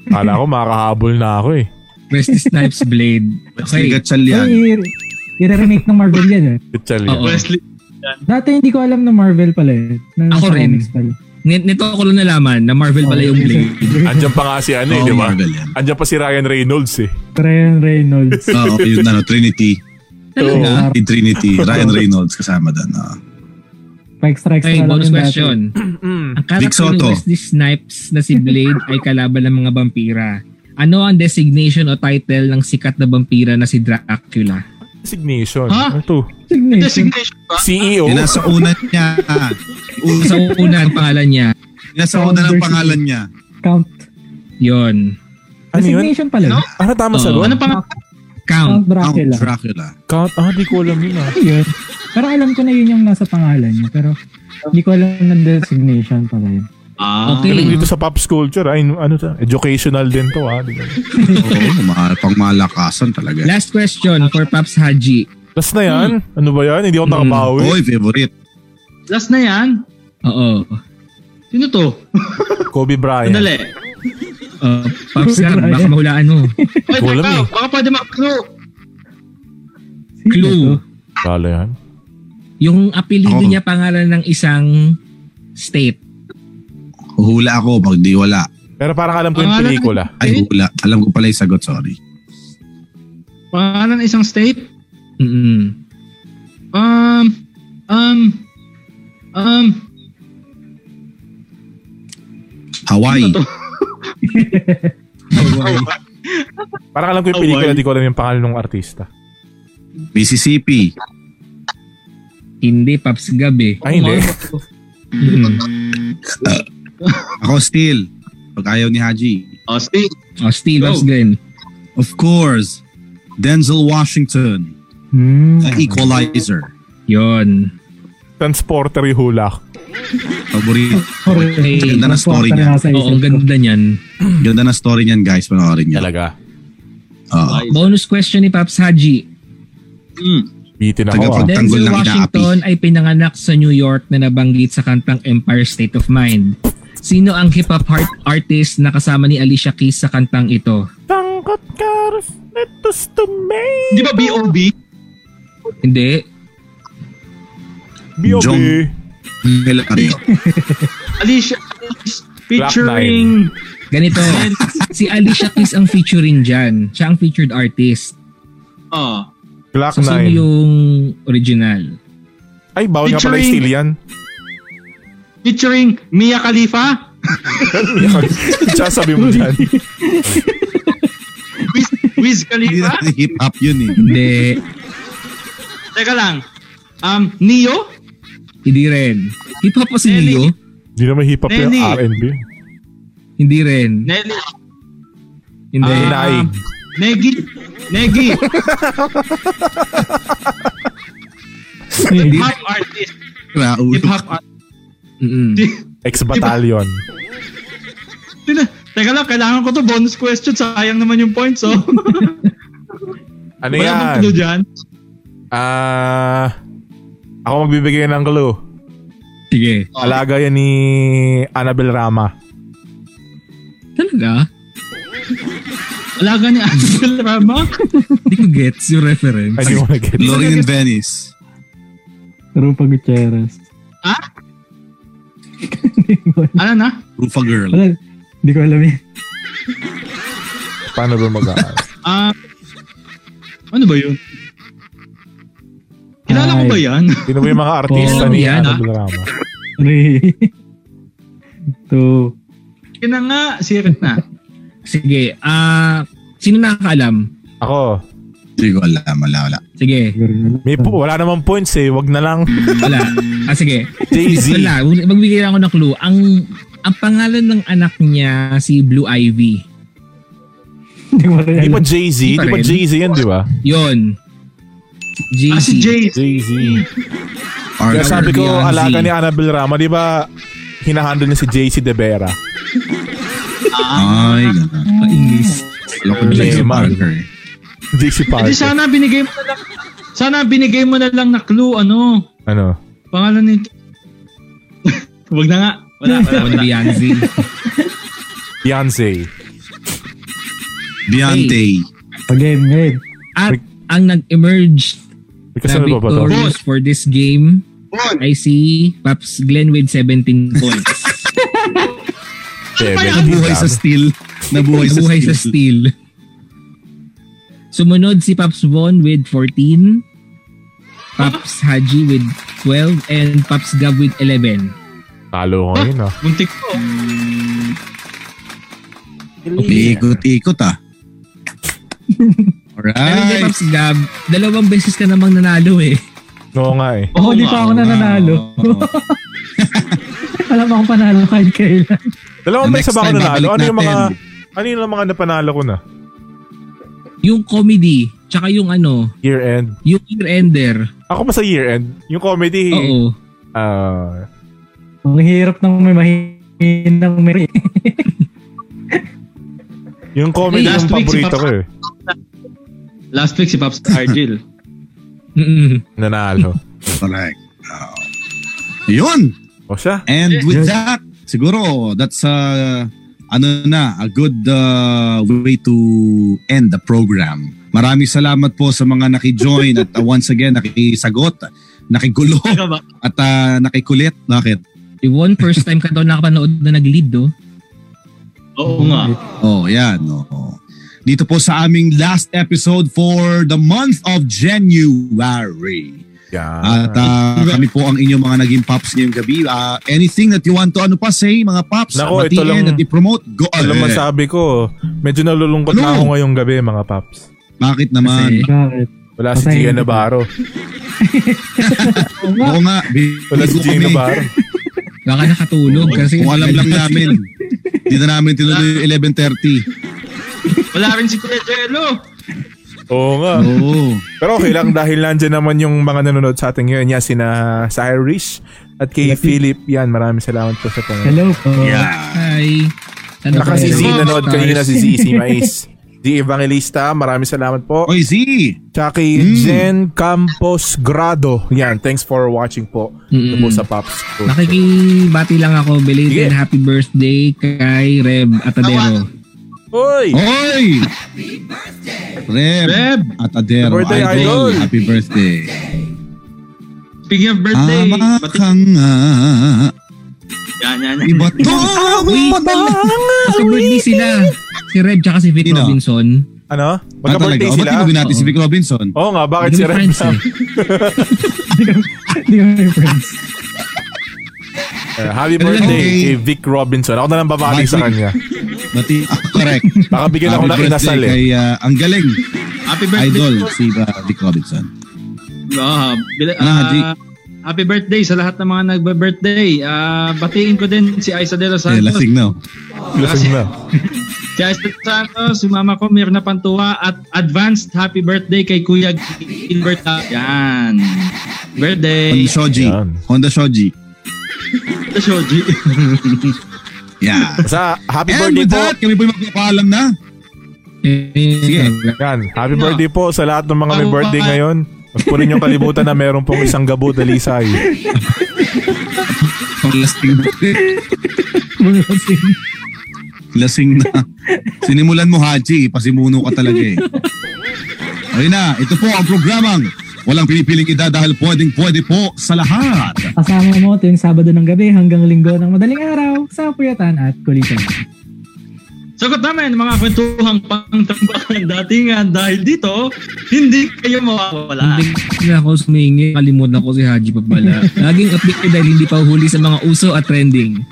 [SPEAKER 2] Kala ko, makahabol na ako eh.
[SPEAKER 6] Wesley Snipes Blade.
[SPEAKER 1] Wesley
[SPEAKER 6] Okay.
[SPEAKER 1] Gatchal yan.
[SPEAKER 4] Ay, i- i-remake ng Marvel yan eh.
[SPEAKER 2] Pichal yan.
[SPEAKER 6] Oo.
[SPEAKER 5] Wesley.
[SPEAKER 4] Dati hindi ko alam ng Marvel pala eh. Ng
[SPEAKER 6] Ako
[SPEAKER 4] sa
[SPEAKER 6] rin.
[SPEAKER 4] comics Pala.
[SPEAKER 6] N- Nito ko lang nalaman na Marvel pala yung Blade.
[SPEAKER 2] Andiyan pa nga si ano eh,
[SPEAKER 1] Oo,
[SPEAKER 2] di ba?
[SPEAKER 1] Marvel yan.
[SPEAKER 2] Andiyan pa si Ryan Reynolds eh.
[SPEAKER 4] Ryan Reynolds.
[SPEAKER 1] Oo, yun na, no, Trinity.
[SPEAKER 6] Talaga?
[SPEAKER 1] Si Trinity. Ryan Reynolds kasama doon. ah.
[SPEAKER 4] Five strikes
[SPEAKER 6] Okay,
[SPEAKER 4] na lang
[SPEAKER 6] bonus
[SPEAKER 4] yun dati.
[SPEAKER 6] question.
[SPEAKER 2] Mm.
[SPEAKER 6] Ang
[SPEAKER 1] Vic
[SPEAKER 6] character ni
[SPEAKER 1] Soto.
[SPEAKER 6] Wesley Snipes na si Blade ay kalaban ng mga vampira. Ano ang designation o title ng sikat na vampira na si Dracula?
[SPEAKER 2] Designation.
[SPEAKER 5] Ha?
[SPEAKER 2] Ano to? E
[SPEAKER 4] Signation.
[SPEAKER 5] Designation ba?
[SPEAKER 2] CEO?
[SPEAKER 1] Yung Eh, nasa una niya. Una,
[SPEAKER 6] Sa una, ang pangalan niya.
[SPEAKER 1] nasa una ng pangalan niya.
[SPEAKER 4] Count.
[SPEAKER 6] Yon.
[SPEAKER 2] Ano yun?
[SPEAKER 4] Designation pala.
[SPEAKER 5] No?
[SPEAKER 2] Ano tama sa
[SPEAKER 6] Oo.
[SPEAKER 5] Ano pang
[SPEAKER 6] Count.
[SPEAKER 4] Count
[SPEAKER 1] Ang
[SPEAKER 4] Dracula.
[SPEAKER 1] Oh, Dracula.
[SPEAKER 2] Count? Ah, di ko alam yun ah.
[SPEAKER 4] Ay, yun. Pero alam ko na yun yung nasa pangalan niya. Pero hindi ko alam ng designation pala yun.
[SPEAKER 5] Ah.
[SPEAKER 6] Okay.
[SPEAKER 2] Galing dito sa pop culture. Ay, ano to? Educational din to ah. Di ba?
[SPEAKER 1] Oo, ma- pang malakasan talaga.
[SPEAKER 6] Last question for Paps Haji.
[SPEAKER 2] Last na yan? Ano ba yan? Hindi ako
[SPEAKER 6] Hmm.
[SPEAKER 2] nakabawi.
[SPEAKER 1] Oy, favorite.
[SPEAKER 5] Last na yan.
[SPEAKER 6] Oo.
[SPEAKER 5] Sino to?
[SPEAKER 2] Kobe Bryant.
[SPEAKER 5] Sandali.
[SPEAKER 6] Uh, Paps Gab, baka mahulaan mo.
[SPEAKER 5] Oy,
[SPEAKER 2] Wala
[SPEAKER 5] teka,
[SPEAKER 2] eh.
[SPEAKER 5] baka pwede mag-clue.
[SPEAKER 4] Sino
[SPEAKER 6] Clue.
[SPEAKER 4] to?
[SPEAKER 2] Kala yan.
[SPEAKER 6] Yung apelido
[SPEAKER 1] Ako.
[SPEAKER 6] niya pangalan ng isang state.
[SPEAKER 1] Hula ako, pag di wala.
[SPEAKER 2] Pero parang alam ko yung
[SPEAKER 5] Pangalan-
[SPEAKER 2] pelikula.
[SPEAKER 1] Ay, hula. Alam ko pala yung sagot, sorry.
[SPEAKER 5] Pangalan ng isang state?
[SPEAKER 6] Mm-mm.
[SPEAKER 5] Um, um, um,
[SPEAKER 1] Hawaii.
[SPEAKER 5] Ano to?
[SPEAKER 2] Parang alam ko yung pelikula, di ko alam yung pangalan ng artista.
[SPEAKER 1] Mississippi.
[SPEAKER 6] Hindi, Paps Gab eh.
[SPEAKER 2] Ay, hindi.
[SPEAKER 6] Mm-mm.
[SPEAKER 1] Ako still. Pag ayaw ni Haji.
[SPEAKER 5] oh, state.
[SPEAKER 6] Oh, Steve,
[SPEAKER 5] Go.
[SPEAKER 6] Paps Glenn.
[SPEAKER 1] Of course, Denzel Washington.
[SPEAKER 4] Hmm.
[SPEAKER 5] Ah.
[SPEAKER 1] The Equalizer.
[SPEAKER 6] Yun.
[SPEAKER 2] Transporter yung hulak.
[SPEAKER 1] Favorite.
[SPEAKER 4] Okay.
[SPEAKER 1] Ganda ng story niya.
[SPEAKER 4] Nasa isip
[SPEAKER 6] Oo, ang
[SPEAKER 4] ko.
[SPEAKER 6] ganda niyan.
[SPEAKER 1] Ganda na story niyan, guys. Panoorin niyo.
[SPEAKER 2] Talaga.
[SPEAKER 1] Oo.
[SPEAKER 6] Bonus question ni Paps Haji.
[SPEAKER 5] Mm.
[SPEAKER 2] Bitin ako ah.
[SPEAKER 1] Tagapag- Tanggol
[SPEAKER 6] Denzel
[SPEAKER 1] lang
[SPEAKER 6] Washington ay pinanganak sa New York na nabanggit sa kantang Empire State of Mind. Sino ang hip-hop heart- artist na kasama ni Alicia Keys sa kantang ito?
[SPEAKER 2] Tangkot cars, lettuce to me.
[SPEAKER 5] Di ba B.O.B.?
[SPEAKER 6] Hindi.
[SPEAKER 2] B.O.B.
[SPEAKER 1] Jong- Hilario.
[SPEAKER 5] Alicia Keys featuring
[SPEAKER 6] Ganito, si Alicia Keys ang featuring dyan. Siya ang featured artist.
[SPEAKER 5] oh,
[SPEAKER 2] Black
[SPEAKER 6] So, sino
[SPEAKER 2] 9.
[SPEAKER 6] yung original?
[SPEAKER 2] Ay, bawal nga pala
[SPEAKER 5] Featuring-
[SPEAKER 2] steal yan.
[SPEAKER 5] featuring Mia Khalifa.
[SPEAKER 2] Tsaka sabi mo dyan.
[SPEAKER 5] Wiz
[SPEAKER 1] Hindi
[SPEAKER 5] Khalifa?
[SPEAKER 1] na hip-hop yun eh.
[SPEAKER 6] Hindi.
[SPEAKER 5] Teka lang. Um, Neo?
[SPEAKER 6] Hindi rin. Hip-hop eh. pa si
[SPEAKER 5] Nelly.
[SPEAKER 6] Neo?
[SPEAKER 2] Hindi naman hip-hop yung
[SPEAKER 5] Nelly.
[SPEAKER 2] R&B.
[SPEAKER 6] Hindi rin.
[SPEAKER 5] Nelly?
[SPEAKER 6] Hindi.
[SPEAKER 5] Ah,
[SPEAKER 2] Naig.
[SPEAKER 5] Negi? Negi?
[SPEAKER 6] Hindi.
[SPEAKER 5] Hip-hop artist.
[SPEAKER 1] Raul.
[SPEAKER 5] Hip-hop artist.
[SPEAKER 6] Mm-mm.
[SPEAKER 2] Ex-battalion.
[SPEAKER 5] Tina- Teka lang, kailangan ko to bonus question. Sayang naman yung points, oh.
[SPEAKER 2] Ano
[SPEAKER 5] Wala bang
[SPEAKER 2] yan?
[SPEAKER 5] clue dyan?
[SPEAKER 2] Ah... ako magbibigay ng clue.
[SPEAKER 6] Sige.
[SPEAKER 5] Oh.
[SPEAKER 2] Alaga yan ni Annabel Rama.
[SPEAKER 6] Talaga?
[SPEAKER 5] Alaga ni Angel Rama?
[SPEAKER 6] Hindi ko gets yung reference.
[SPEAKER 2] Ay, Hindi ko nag-get.
[SPEAKER 1] Glory in Venice.
[SPEAKER 4] Rupa Gutierrez.
[SPEAKER 5] Ha?
[SPEAKER 4] Hindi ko alam.
[SPEAKER 5] Ano na?
[SPEAKER 1] Rufa Girl.
[SPEAKER 4] Wala. Hindi ko alam yan.
[SPEAKER 2] Paano ba mag
[SPEAKER 5] Ah... ano ba yun? Kilala ko ba yan?
[SPEAKER 2] Sino ba yung mga artista
[SPEAKER 6] Oh,
[SPEAKER 2] ni
[SPEAKER 6] yan, ah.
[SPEAKER 2] Annabel Rama?
[SPEAKER 4] Three. Two.
[SPEAKER 5] Kina nga, sirit na.
[SPEAKER 6] Sige. Ah, sino nakakaalam?
[SPEAKER 2] Ako.
[SPEAKER 1] Hindi ko alam. Wala, wala.
[SPEAKER 6] Sige.
[SPEAKER 4] Siguro yun.
[SPEAKER 2] May po, wala namang points eh. Wag na lang.
[SPEAKER 6] Wala. Ah, sige.
[SPEAKER 2] Jay-Z.
[SPEAKER 6] Wala. Magbigay lang ako ng clue. Ang ang pangalan ng anak niya si Blue Ivy.
[SPEAKER 4] Hindi ko rin
[SPEAKER 2] Di
[SPEAKER 4] alam.
[SPEAKER 2] ba Jay-Z?
[SPEAKER 6] Di pa
[SPEAKER 2] Di ba
[SPEAKER 6] rin.
[SPEAKER 2] Jay-Z yan, di ba?
[SPEAKER 6] Yon. Jay-Z.
[SPEAKER 5] Ah, si Jay.
[SPEAKER 2] Jay-Z.
[SPEAKER 1] Or, Ano
[SPEAKER 2] Kaya sabi ko,
[SPEAKER 6] Beyonce.
[SPEAKER 2] alaga ni Annabel Rama. Di ba hinahandle niya si JC De Vera?
[SPEAKER 1] ay,
[SPEAKER 6] English.
[SPEAKER 1] Loko na
[SPEAKER 2] Lema.
[SPEAKER 1] yung Parker. eh.
[SPEAKER 2] JC
[SPEAKER 5] Hindi
[SPEAKER 2] Parker.
[SPEAKER 5] Eh, sana binigay mo na lang. Sana binigay mo na lang na clue, ano?
[SPEAKER 2] Ano?
[SPEAKER 5] Pangalan nito. Huwag na nga. Wala, wala,
[SPEAKER 6] Ako
[SPEAKER 5] wala.
[SPEAKER 6] na Beyonce.
[SPEAKER 2] Beyonce.
[SPEAKER 1] Beyonce.
[SPEAKER 4] Again, ngayon.
[SPEAKER 6] At ang nag-emerge
[SPEAKER 2] Because
[SPEAKER 6] na
[SPEAKER 2] ano ba ba to?
[SPEAKER 6] victorious for this game
[SPEAKER 5] Bon.
[SPEAKER 6] ay si Paps Glenn with 17 points.
[SPEAKER 2] Seven.
[SPEAKER 1] Nabuhay sa steel. Nabuhay sa
[SPEAKER 6] Nabuhay sa
[SPEAKER 1] steel.
[SPEAKER 6] steel. Sumunod si Paps Von with 14. Paps Haji with 12 and Paps Gab with 11.
[SPEAKER 2] Talo ko yun ah.
[SPEAKER 5] Muntik ko.
[SPEAKER 1] Ikot-ikot ah.
[SPEAKER 6] Pero kay
[SPEAKER 1] Alright.
[SPEAKER 6] Paps Gab, dalawang beses ka namang nanalo eh.
[SPEAKER 2] Oo nga eh.
[SPEAKER 4] Oo,
[SPEAKER 5] Oo
[SPEAKER 4] di
[SPEAKER 5] nga,
[SPEAKER 4] pa ako
[SPEAKER 1] oo nga,
[SPEAKER 4] nananalo.
[SPEAKER 1] oo.
[SPEAKER 4] alam akong panalo kahit kailan.
[SPEAKER 2] Dalawang
[SPEAKER 1] The
[SPEAKER 2] beses
[SPEAKER 1] next
[SPEAKER 2] ba ako
[SPEAKER 1] time,
[SPEAKER 2] nanalo?
[SPEAKER 1] babalik
[SPEAKER 2] Ano yung mga...
[SPEAKER 1] natin.
[SPEAKER 2] Ano yung mga napanalo ko na?
[SPEAKER 6] Yung comedy, tsaka yung ano,
[SPEAKER 2] Year end.
[SPEAKER 6] yung year-ender.
[SPEAKER 2] Ako pa sa year end. Yung comedy.
[SPEAKER 6] Oo.
[SPEAKER 2] ah,
[SPEAKER 4] Ang hirap ng may mahinang may...
[SPEAKER 2] yung comedy
[SPEAKER 5] Hey,
[SPEAKER 2] yung
[SPEAKER 5] last week si
[SPEAKER 2] paborito
[SPEAKER 5] Papa-
[SPEAKER 2] ko eh.
[SPEAKER 5] Last week si Pops Argil.
[SPEAKER 6] Mm-mm.
[SPEAKER 2] Nanalo.
[SPEAKER 1] Correct. Oh. Yun.
[SPEAKER 2] O siya.
[SPEAKER 1] And with that, siguro that's uh, ano na, a good uh, way to end the program. Maraming salamat po sa mga naki-join at uh, once again nakisagot, nakigulo
[SPEAKER 5] Teka ba?
[SPEAKER 1] at uh, nakikulit. Bakit?
[SPEAKER 6] Yvonne, first time ka daw nakapanood na nag-lead oh. do.
[SPEAKER 5] Oo nga.
[SPEAKER 1] Oh, yan. Oo. Dito po sa aming last episode for the month of January.
[SPEAKER 2] Yan.
[SPEAKER 1] At ah, kami po ang inyong mga naging pops ngayong gabi. Ah, anything that you want to ano pa say, mga pops,
[SPEAKER 2] Nako, ito
[SPEAKER 1] batiin
[SPEAKER 2] lang-
[SPEAKER 1] at i-promote, go
[SPEAKER 2] Alam mo
[SPEAKER 1] ahead.
[SPEAKER 2] sabi ko, medyo nalulungkot
[SPEAKER 1] eh. Ano?
[SPEAKER 2] na ako ngayong gabi mga paps.
[SPEAKER 1] Bakit naman?
[SPEAKER 6] Kasi-
[SPEAKER 4] Bakit?
[SPEAKER 2] Wala si
[SPEAKER 4] Patay.
[SPEAKER 2] Gia Navarro.
[SPEAKER 1] Oo nga, bigo
[SPEAKER 2] Wala si Gia
[SPEAKER 1] kami.
[SPEAKER 2] Navarro.
[SPEAKER 6] Baka nakatulog kasi...
[SPEAKER 1] Kung ano- alam lang namin, hindi na namin tinuloy yung 11.30.
[SPEAKER 5] Wala rin si Kuya Jello.
[SPEAKER 2] Oo nga.
[SPEAKER 1] Oo.
[SPEAKER 2] Pero okay lang dahil nandyan naman yung mga nanonood sa atin ngayon. Yan sina sa Irish at kay Philip. Yan, maraming salamat po sa panonood.
[SPEAKER 4] Hello po.
[SPEAKER 1] Yeah.
[SPEAKER 6] Hi. Ano
[SPEAKER 2] Saka si Z,
[SPEAKER 5] Hello.
[SPEAKER 2] nanonood kanina si Z, si Mais. Di Evangelista, maraming salamat po.
[SPEAKER 1] Oy, Z!
[SPEAKER 2] Tsaka kay
[SPEAKER 1] Mm.
[SPEAKER 2] Jen Campos Grado. Yan, thanks for watching po. Ito
[SPEAKER 6] Mm-mm.
[SPEAKER 2] po sa Pops. Group.
[SPEAKER 6] Nakikibati lang ako,
[SPEAKER 2] Sige.
[SPEAKER 6] belated happy birthday kay Reb Atadero.
[SPEAKER 2] Uy!
[SPEAKER 1] Oy! Reb!
[SPEAKER 5] Reb!
[SPEAKER 1] At Adero,
[SPEAKER 2] Birthday,
[SPEAKER 1] idol.
[SPEAKER 2] idol.
[SPEAKER 1] Happy birthday.
[SPEAKER 5] Speaking of
[SPEAKER 3] Ah,
[SPEAKER 5] birthday,
[SPEAKER 1] Tama
[SPEAKER 5] batik
[SPEAKER 1] ka nga. ah,
[SPEAKER 5] yan, yan. yan.
[SPEAKER 1] Iba to!
[SPEAKER 6] Wait, Magka-birthday sila. Si Reb tsaka si Vic
[SPEAKER 1] Sino?
[SPEAKER 6] Robinson.
[SPEAKER 2] Ano?
[SPEAKER 1] Ah, talaga?
[SPEAKER 2] Magka-birthday
[SPEAKER 1] O,
[SPEAKER 2] sila?
[SPEAKER 1] Ba't hindi natin si
[SPEAKER 6] Oo.
[SPEAKER 1] Vic Robinson?
[SPEAKER 2] Oo nga, bakit
[SPEAKER 6] Hindi
[SPEAKER 2] si
[SPEAKER 6] kami
[SPEAKER 2] Rem?
[SPEAKER 6] friends eh.
[SPEAKER 4] Hindi kami friends.
[SPEAKER 2] Eh, happy birthday kay Vic Robinson. Ako na lang babati
[SPEAKER 1] Bye,
[SPEAKER 2] sa
[SPEAKER 1] Vic.
[SPEAKER 2] kanya.
[SPEAKER 3] Mati,
[SPEAKER 1] ah,
[SPEAKER 3] correct.
[SPEAKER 2] Baka bigyan ako
[SPEAKER 3] Happy
[SPEAKER 2] ng
[SPEAKER 3] birthday
[SPEAKER 2] inasal eh.
[SPEAKER 3] Kay, ah, ang galing,
[SPEAKER 5] Happy birthday.
[SPEAKER 3] idol,
[SPEAKER 5] po.
[SPEAKER 3] si ah, Vic Robinson.
[SPEAKER 1] Eh,
[SPEAKER 5] Ah, bila-
[SPEAKER 3] Ah,
[SPEAKER 5] ah,
[SPEAKER 3] Jake.
[SPEAKER 5] happy birthday sa lahat ng mga nagbe-birthday. Ah, batiin ko din si Aiza de los
[SPEAKER 3] Eh,
[SPEAKER 5] Santos.
[SPEAKER 3] lasing na. oh.
[SPEAKER 2] Lasing na.
[SPEAKER 5] si Aiza de los Santos, si mama ko Mirna Pantua at advanced happy birthday kay Kuya Gilbert. Yan. Birthday.
[SPEAKER 3] Honda Shoji.
[SPEAKER 2] Yan.
[SPEAKER 3] Honda Shoji.
[SPEAKER 5] Shoji.
[SPEAKER 3] Yeah.
[SPEAKER 2] Sa happy
[SPEAKER 1] And
[SPEAKER 2] birthday
[SPEAKER 1] with
[SPEAKER 2] po.
[SPEAKER 1] that, kami po magpapaalam na.
[SPEAKER 3] Sige.
[SPEAKER 2] Yan. Happy birthday po sa lahat ng mga may birthday ngayon. Huwag po rin yung kalibutan na meron pong isang gabo dalisay.
[SPEAKER 3] Lasing,
[SPEAKER 4] Mga lasing.
[SPEAKER 3] lasing na. Sinimulan mo, Haji. Pasimuno ka talaga eh. Ayun na, ito po ang programang walang pinipiling edad dahil pwedeng pwede po sa lahat.
[SPEAKER 4] Kasama mo tuwing Sabado ng gabi hanggang Linggo ng madaling araw sa Puyatan at Kulitan.
[SPEAKER 5] Sagot namin mga kwentuhang pangtambakan datingan dahil dito, hindi kayo mawawala.
[SPEAKER 6] Hindi na ako sumingi. Kalimutan ko si Haji Papala. Laging update dahil hindi pa huli sa mga uso at trending.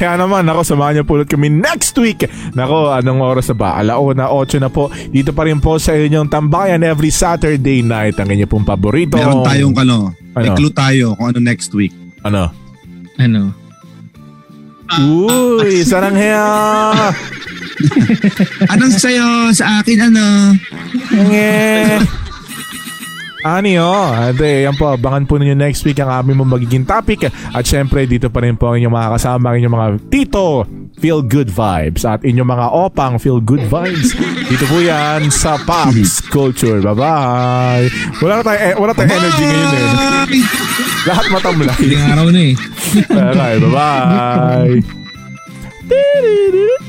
[SPEAKER 2] Kaya naman, ako, samahan niyo po ulit kami next week. Nako, anong oras na ba? Alauna, 8 na po. Dito pa rin po sa inyong tambayan every Saturday night. Ang inyo pong paborito.
[SPEAKER 3] Meron tayong ano, may
[SPEAKER 2] Ano?
[SPEAKER 3] clue tayo kung ano next week.
[SPEAKER 2] Ano?
[SPEAKER 6] Ano?
[SPEAKER 2] Uy, sarang hea!
[SPEAKER 1] Anong sayo sa akin, ano?
[SPEAKER 2] Nge. Ani oh, ate, yan po, abangan po ninyo next week ang aming mga magiging topic At syempre, dito pa rin po ang inyong mga kasama, ang inyong mga tito, feel good vibes At inyong mga opang, feel good vibes Dito po yan sa Pops Culture, bye-bye Wala na tayong, eh, wala tayong energy ngayon eh
[SPEAKER 1] Bye!
[SPEAKER 2] Lahat matamlay
[SPEAKER 6] Hindi araw na eh.
[SPEAKER 2] Bye-bye, bye-bye